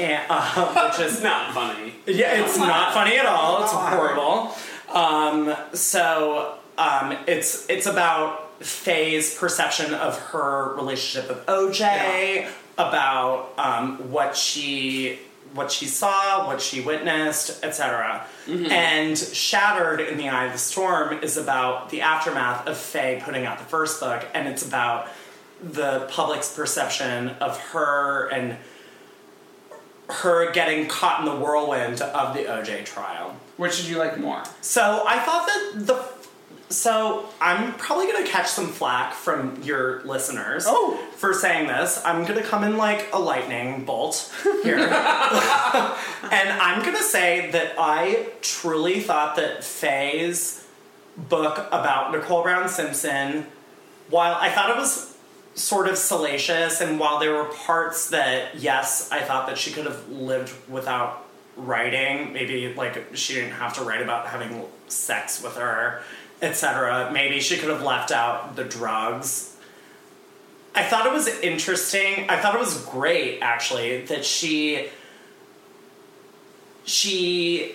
Speaker 4: and, uh, which
Speaker 2: <laughs>
Speaker 4: is
Speaker 2: Not funny.
Speaker 4: yeah, it's not funny at all. It's horrible. Um, so um, it's it's about Faye's perception of her relationship with OJ, about um, what she what she saw, what she witnessed, etc. And Shattered in the Eye of the Storm is about the aftermath of Faye putting out the first book, and it's about the public's perception of her and her getting caught in the whirlwind of the OJ trial.
Speaker 3: Which did you like more?
Speaker 4: So I thought that the so I'm probably gonna catch some flack from your listeners
Speaker 3: Oh.
Speaker 4: for saying this. I'm gonna come in like a lightning bolt here, and I'm gonna say that I truly thought that Faye's book about Nicole Brown Simpson, while I thought it was sort of salacious, and while there were parts that, yes, I thought that she could have lived without writing, maybe like she didn't have to write about having sex with her, etc. Maybe she could have left out the drugs. I thought it was interesting. I thought it was great, actually, that she. She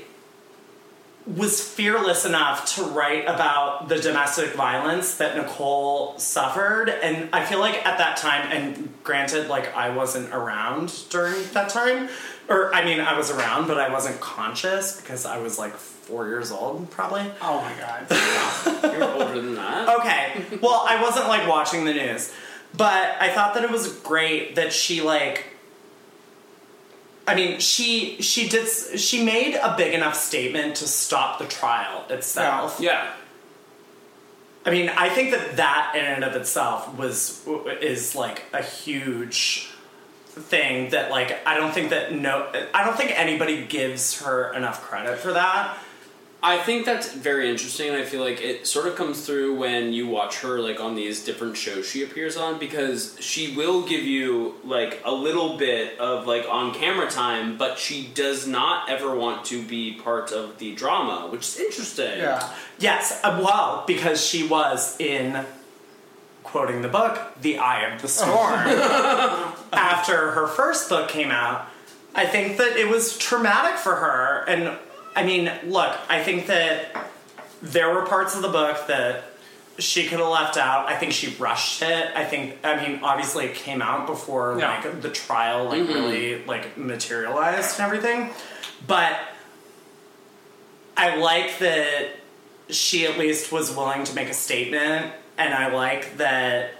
Speaker 4: was fearless enough to write about the domestic violence that Nicole suffered. And I feel like at that time, and granted, like I wasn't around during that time, or I mean, I was around, but I wasn't conscious because I was like four years old, probably.
Speaker 3: Oh my god.
Speaker 2: You're older than that.
Speaker 4: Okay. Well, I wasn't like watching the news, but I thought that it was great that she like. I mean, she she did s- she made a big enough statement to stop the trial itself.
Speaker 2: Yeah.
Speaker 4: I mean, I think that that in and of itself was is like a huge thing that like I don't think that no I don't think anybody gives her enough credit for that.
Speaker 2: I think that's very interesting, and I feel like it sort of comes through when you watch her like on these different shows she appears on because she will give you like a little bit of like on camera time, but she does not ever want to be part of the drama, which is interesting.
Speaker 3: Yeah.
Speaker 4: Yes, uh, well, because she was in quoting the book, The Eye of the Storm. <laughs> After her first book came out, I think that it was traumatic for her and I mean, look, I think that there were parts of the book that she could have left out. I think she rushed it. I think I mean, obviously it came out before
Speaker 3: Yeah.
Speaker 4: like the trial like
Speaker 2: Mm-hmm.
Speaker 4: really like materialized and everything. But I like that she at least was willing to make a statement, and I like that.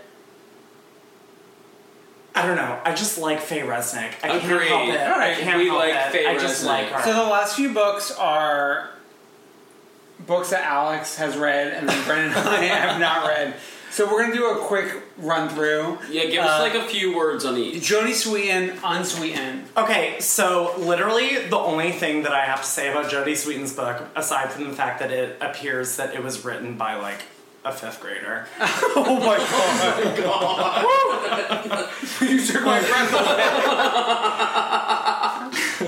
Speaker 4: I don't know. I just like Faye Resnick. I
Speaker 2: Agreed.
Speaker 4: can't help it.
Speaker 2: All
Speaker 4: I
Speaker 3: right.
Speaker 4: can't
Speaker 2: We
Speaker 4: help
Speaker 2: like
Speaker 4: it.
Speaker 2: Faye
Speaker 4: I just
Speaker 2: Resnick.
Speaker 4: like her.
Speaker 3: So the last few books are books that Alex has read and then Brennan and I have not read. So we're gonna do a quick run through.
Speaker 2: Yeah, give
Speaker 4: Uh,
Speaker 2: us like a few words on each.
Speaker 3: Joni Sweetin, Unsweetened.
Speaker 4: Okay, so literally the only thing that I have to say about Jodie Sweetin's book, aside from the fact that it appears that it was written by like a fifth grader. <laughs> oh my god.
Speaker 3: you took my <laughs> breath away.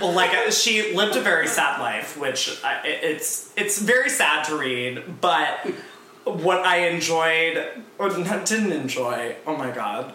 Speaker 4: Well, like uh, she lived a very sad life, which I, it- it's it's very sad to read. But what I enjoyed, or n- didn't enjoy. Oh my god.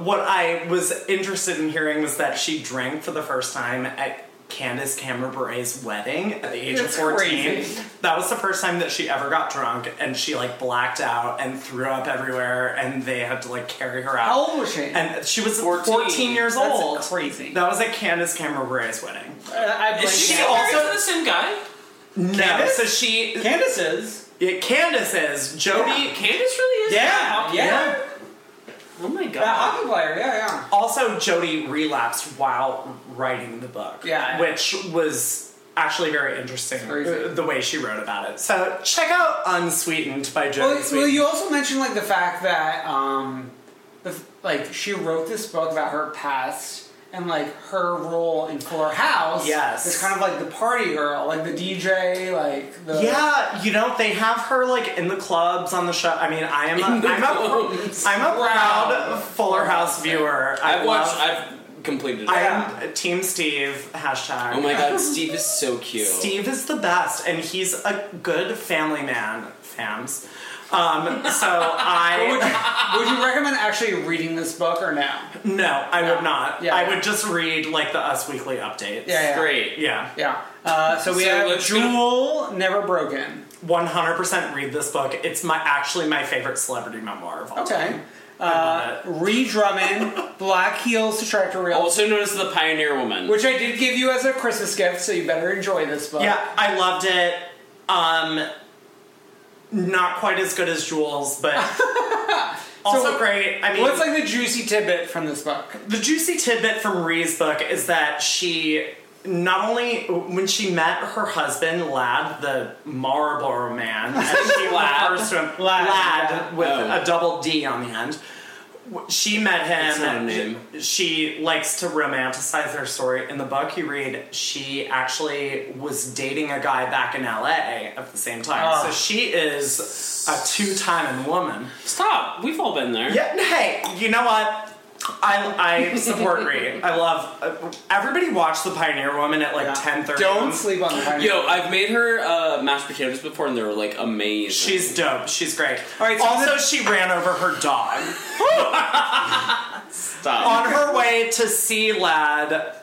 Speaker 4: <laughs> um, what I was interested in hearing was that she drank for the first time at Candace Cameron Bure's wedding at the age
Speaker 3: That's
Speaker 4: of fourteen.
Speaker 3: crazy.
Speaker 4: That was the first time that she ever got drunk, and she like blacked out and threw up everywhere, and they had to like carry her out.
Speaker 3: How old was she?
Speaker 4: And she was 14,
Speaker 2: 14.
Speaker 4: years
Speaker 3: That's
Speaker 4: old.
Speaker 3: crazy. Uh,
Speaker 4: That was at Candace Cameron Bure's wedding.
Speaker 3: I blank
Speaker 2: Is she
Speaker 3: out.
Speaker 2: also
Speaker 4: also-
Speaker 2: the same guy?
Speaker 4: No,
Speaker 3: Candace?
Speaker 4: so she
Speaker 3: Candace's.
Speaker 4: yeah, Candace is Jody.
Speaker 2: Candace really is.
Speaker 3: Yeah, yeah.
Speaker 2: Oh my
Speaker 3: That
Speaker 2: god.
Speaker 3: hockey player, yeah, yeah.
Speaker 4: Also, Jody relapsed while writing the book.
Speaker 3: Yeah.
Speaker 4: which was actually very interesting.
Speaker 3: Crazy.
Speaker 4: uh, The way she wrote about it. So check out Unsweetened by Jody.
Speaker 3: Well, well, you also mentioned like the fact that um, the, f- like she wrote this book about her past and like her role in Fuller House.
Speaker 4: Yes.
Speaker 3: is kind of like the party girl, like the DJ, like the
Speaker 4: Yeah, you know they have her like in the clubs on the show. I mean, I am a,
Speaker 2: the
Speaker 4: I'm a
Speaker 2: clubs.
Speaker 4: I'm a proud Fuller House viewer. I
Speaker 2: I've watched.
Speaker 4: love-
Speaker 2: I've completed. It.
Speaker 4: I am Team Steve hashtag.
Speaker 2: Oh my god, Steve is so cute.
Speaker 4: Steve is the best, and he's a good family man. Fams. Um,
Speaker 3: <laughs>
Speaker 4: so
Speaker 3: Would
Speaker 4: I
Speaker 3: you, would you recommend actually reading this book or no?
Speaker 4: no, I would not.
Speaker 3: Yeah.
Speaker 4: I would just read like the Us Weekly updates.
Speaker 3: Yeah, yeah.
Speaker 2: Great.
Speaker 4: yeah.
Speaker 3: Yeah. Uh, so we
Speaker 2: So
Speaker 3: have
Speaker 2: let's-
Speaker 3: Jewel Never Broken.
Speaker 4: One hundred percent read this book. It's my actually my favorite celebrity memoir of all
Speaker 3: Okay.
Speaker 4: time.
Speaker 3: Uh, Ree Drummond, Black Heels to Tractor Reels,
Speaker 2: Also known as the Pioneer Woman.
Speaker 3: which I did give you as a Christmas gift, so you better enjoy this book.
Speaker 4: Yeah, I loved it. Um, not quite as good as Jules,
Speaker 3: <laughs>
Speaker 4: but also
Speaker 3: So,
Speaker 4: great. I mean,
Speaker 3: What's like the juicy tidbit from this book?
Speaker 4: the juicy tidbit from Ree's book is that she not only when she met her husband Lad, the Marlboro man, as <laughs> she refers to him,
Speaker 3: Lad,
Speaker 4: Lad,
Speaker 3: yeah.
Speaker 4: with
Speaker 2: Oh.
Speaker 4: a double D on the end. w- She met him.
Speaker 2: It's not a name.
Speaker 4: She likes to romanticize her story. In the book you read, she actually was dating a guy back in LA at the same time. So she is a two-time woman.
Speaker 2: Stop. We've all been there.
Speaker 4: Yeah, hey, you know what? I, I support Reed. I love uh, everybody. Watch the Pioneer Woman at like ten thirty.
Speaker 3: Don't sleep on the pioneer.
Speaker 2: Yo, I've made her uh, mashed potatoes before, and they were like amazing.
Speaker 4: She's dope. She's great.
Speaker 3: All right, so
Speaker 4: also,
Speaker 3: the-
Speaker 4: she ran over her dog
Speaker 2: stop.
Speaker 3: <laughs>
Speaker 4: on her way to see Lad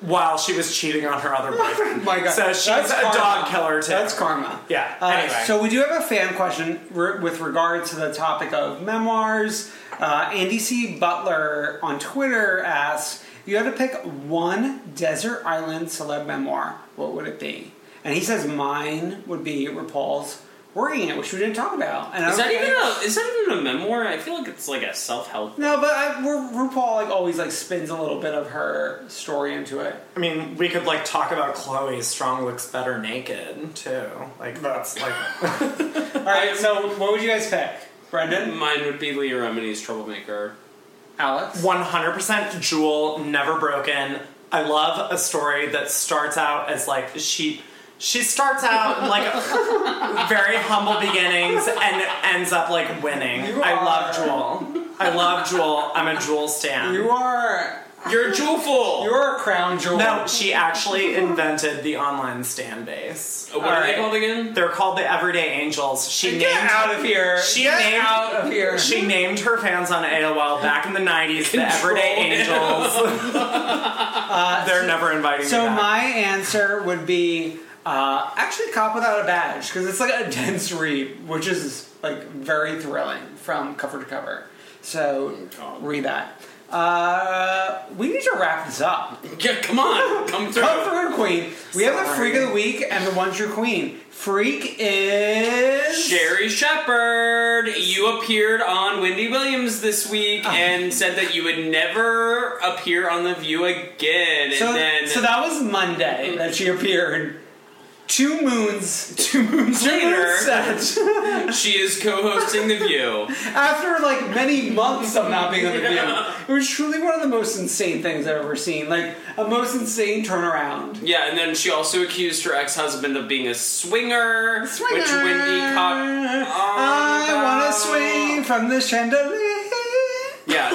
Speaker 4: while she was cheating on her other boyfriend.
Speaker 3: <laughs> my God.
Speaker 4: So she's
Speaker 3: That's
Speaker 4: a
Speaker 3: karma.
Speaker 4: dog killer too.
Speaker 3: That's karma.
Speaker 4: Yeah,
Speaker 3: Uh,
Speaker 4: anyway.
Speaker 3: So we do have a fan question re- with regard to the topic of memoirs. Uh, Andy C. Butler on Twitter asks, "You had to pick one desert island celeb memoir. What would it be?" And he says, "Mine would be RuPaul's Working It," which we didn't talk about. And I
Speaker 2: Is
Speaker 3: don't
Speaker 2: that
Speaker 3: think-
Speaker 2: even a? Is that even a memoir? I feel like it's like a self-help.
Speaker 3: No, but I, Ru- RuPaul like always like spins a little bit of her story into it.
Speaker 4: I mean, we could like talk about Chloe. Strong looks better naked too. Like that's like
Speaker 3: All right, so what would you guys pick, Brendan,
Speaker 2: Mine would be Leah Remini's Troublemaker.
Speaker 3: Alex?
Speaker 4: One hundred percent jewel, never broken. I love a story that starts out as like she she starts out
Speaker 3: <laughs>
Speaker 4: like very humble beginnings and ends up like winning.
Speaker 3: You
Speaker 4: I
Speaker 3: are-
Speaker 4: love Jewel. I love Jewel. I'm a Jewel stan.
Speaker 3: You are
Speaker 2: You're a jewel fool.
Speaker 3: you're a crown jewel.
Speaker 4: no, she actually invented the online stan base.
Speaker 2: what are
Speaker 3: Alright.
Speaker 2: they called again?
Speaker 4: They're called the Everyday Angels. She
Speaker 3: Get
Speaker 4: named
Speaker 3: out of here.
Speaker 4: She
Speaker 3: Get
Speaker 4: named-
Speaker 3: out of here.
Speaker 4: She named her fans on AOL back in the 90s the Everyday
Speaker 3: <laughs>
Speaker 4: Angels. Uh, They're never inviting me
Speaker 3: so
Speaker 4: back.
Speaker 3: my answer would be uh, actually cop without a badge because it's like a <laughs> dense read, which is like very thrilling from cover to cover. So read that. Uh, we need to wrap this
Speaker 2: <laughs>
Speaker 3: up.
Speaker 2: Yeah, come on, come through.
Speaker 3: Come through, Queen. We have the freak of the week and the one true queen. Freak is
Speaker 2: Sherry Shepard, you appeared on Wendy Williams this week and said that you would never appear on The View again.
Speaker 3: So,
Speaker 2: and then
Speaker 3: so that was Monday that she appeared. Two moons, two moons
Speaker 2: later.
Speaker 3: set.
Speaker 2: she is co-hosting The View.
Speaker 3: <laughs> after like many months of not being on the view. It was truly one of the most insane things I've ever seen. Like a most insane turnaround.
Speaker 2: Yeah, and then she also accused her ex-husband of being a swinger,
Speaker 3: Swinger.
Speaker 2: which Wendy Oh, caught.
Speaker 3: I wanna swing from the chandelier.
Speaker 2: Yeah,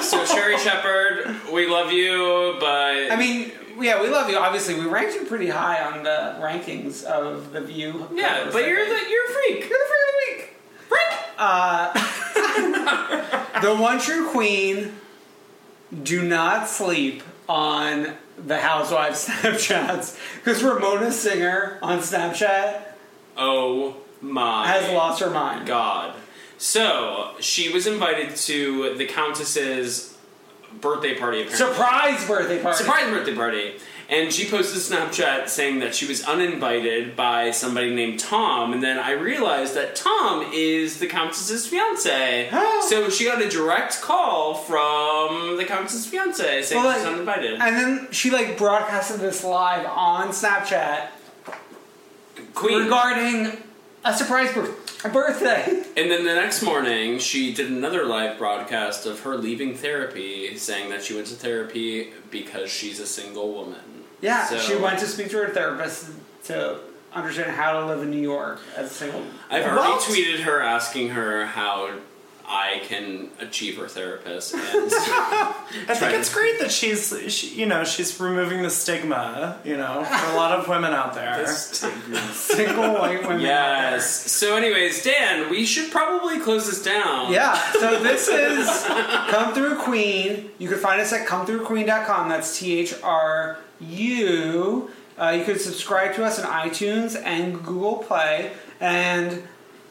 Speaker 3: <laughs>
Speaker 2: so Sherry Shepard, we love you, but
Speaker 3: I mean, yeah, we love you. Obviously, we ranked you pretty high on the rankings of the View.
Speaker 2: yeah, but you're the you're a freak.
Speaker 3: You're the freak of the week. Freak. Uh, <laughs> the one true queen. Do not sleep on the housewives <laughs> Snapchats because Ramona Singer on Snapchat
Speaker 2: Oh my
Speaker 3: has lost her mind.
Speaker 2: God. So she was invited to the Countess's birthday party. Apparently.
Speaker 3: Surprise birthday party.
Speaker 2: surprise birthday party. And she posted a Snapchat saying that she was uninvited by somebody named Tom. And then I realized that Tom is the Countess's
Speaker 3: <gasps>
Speaker 2: fiance. so she got a direct call from the Countess's fiance saying
Speaker 3: Well,
Speaker 2: she's
Speaker 3: like,
Speaker 2: uninvited.
Speaker 3: And then she like broadcasted this live on Snapchat
Speaker 2: Queen. <laughs>
Speaker 3: regarding a surprise bir- a birthday.
Speaker 2: And then the next morning, she did another live broadcast of her leaving therapy, saying that she went to therapy because she's a single woman.
Speaker 3: Yeah,
Speaker 2: So-
Speaker 3: she went to speak to her therapist to understand how to live in New York as a single.
Speaker 2: I've already
Speaker 4: What?
Speaker 2: tweeted her asking her how I can achieve
Speaker 3: <laughs>
Speaker 2: her therapist. And
Speaker 4: I think it's great that she's, she, you know, she's removing the stigma, you know, for a lot of women out there.
Speaker 3: single white women.
Speaker 2: <laughs> yes. So, anyways, Dan, we should probably close this down.
Speaker 3: Yeah, so this is Come Through Queen. You can find us at comethroughqueen.com. That's T H R U. Uh, you can subscribe to us on iTunes and Google Play. And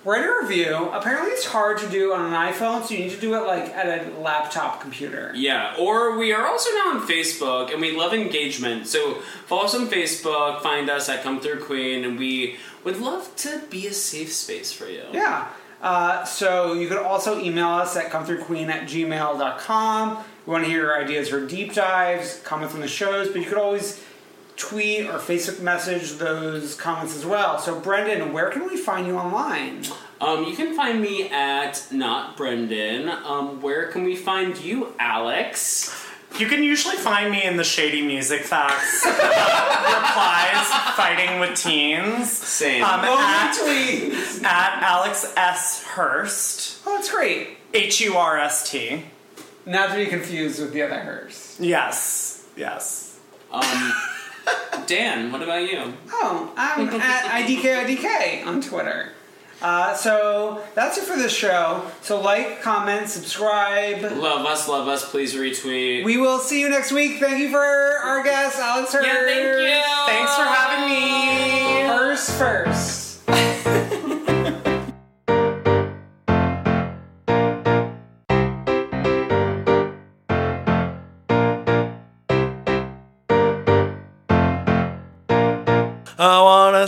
Speaker 3: write a review. Apparently, it's hard to do on an iPhone, so you need to do it like at a laptop computer.
Speaker 2: Yeah, or we are also now on Facebook, and we love engagement. So follow us on Facebook, find us at Come Through Queen, and we would love to be a safe space for you.
Speaker 3: Yeah. Uh, so you could also email us at comethroughqueen at gmail.com. We want to hear your ideas for deep dives, comments on the shows, but you could always tweet or Facebook message those comments as well. So, Brendan, where can we find you online?
Speaker 2: Um, you can find me at not Brendan. Um, where can we find you, Alex?
Speaker 4: You can usually find me in the shady
Speaker 3: <laughs>
Speaker 4: music facts replies, fighting with teens,
Speaker 2: Same.
Speaker 4: um,
Speaker 3: Oh,
Speaker 4: at,
Speaker 3: tweet!
Speaker 4: at Alex S Hurst,
Speaker 3: <laughs> Oh, that's great.
Speaker 4: H U R S T.
Speaker 3: Not to be confused with the other hers.
Speaker 4: Yes, yes.
Speaker 3: <laughs>
Speaker 2: um, Dan, what about you?
Speaker 3: Oh, I'm at IDKIDK on Twitter. Uh, so that's it for this show. So like, comment, subscribe.
Speaker 2: Love us, love us. Please retweet.
Speaker 3: We will see you next week. Thank you for our guest, Alex Hurst.
Speaker 2: yeah, thank you.
Speaker 4: Thanks for having me.
Speaker 3: Hers first.
Speaker 5: I wanna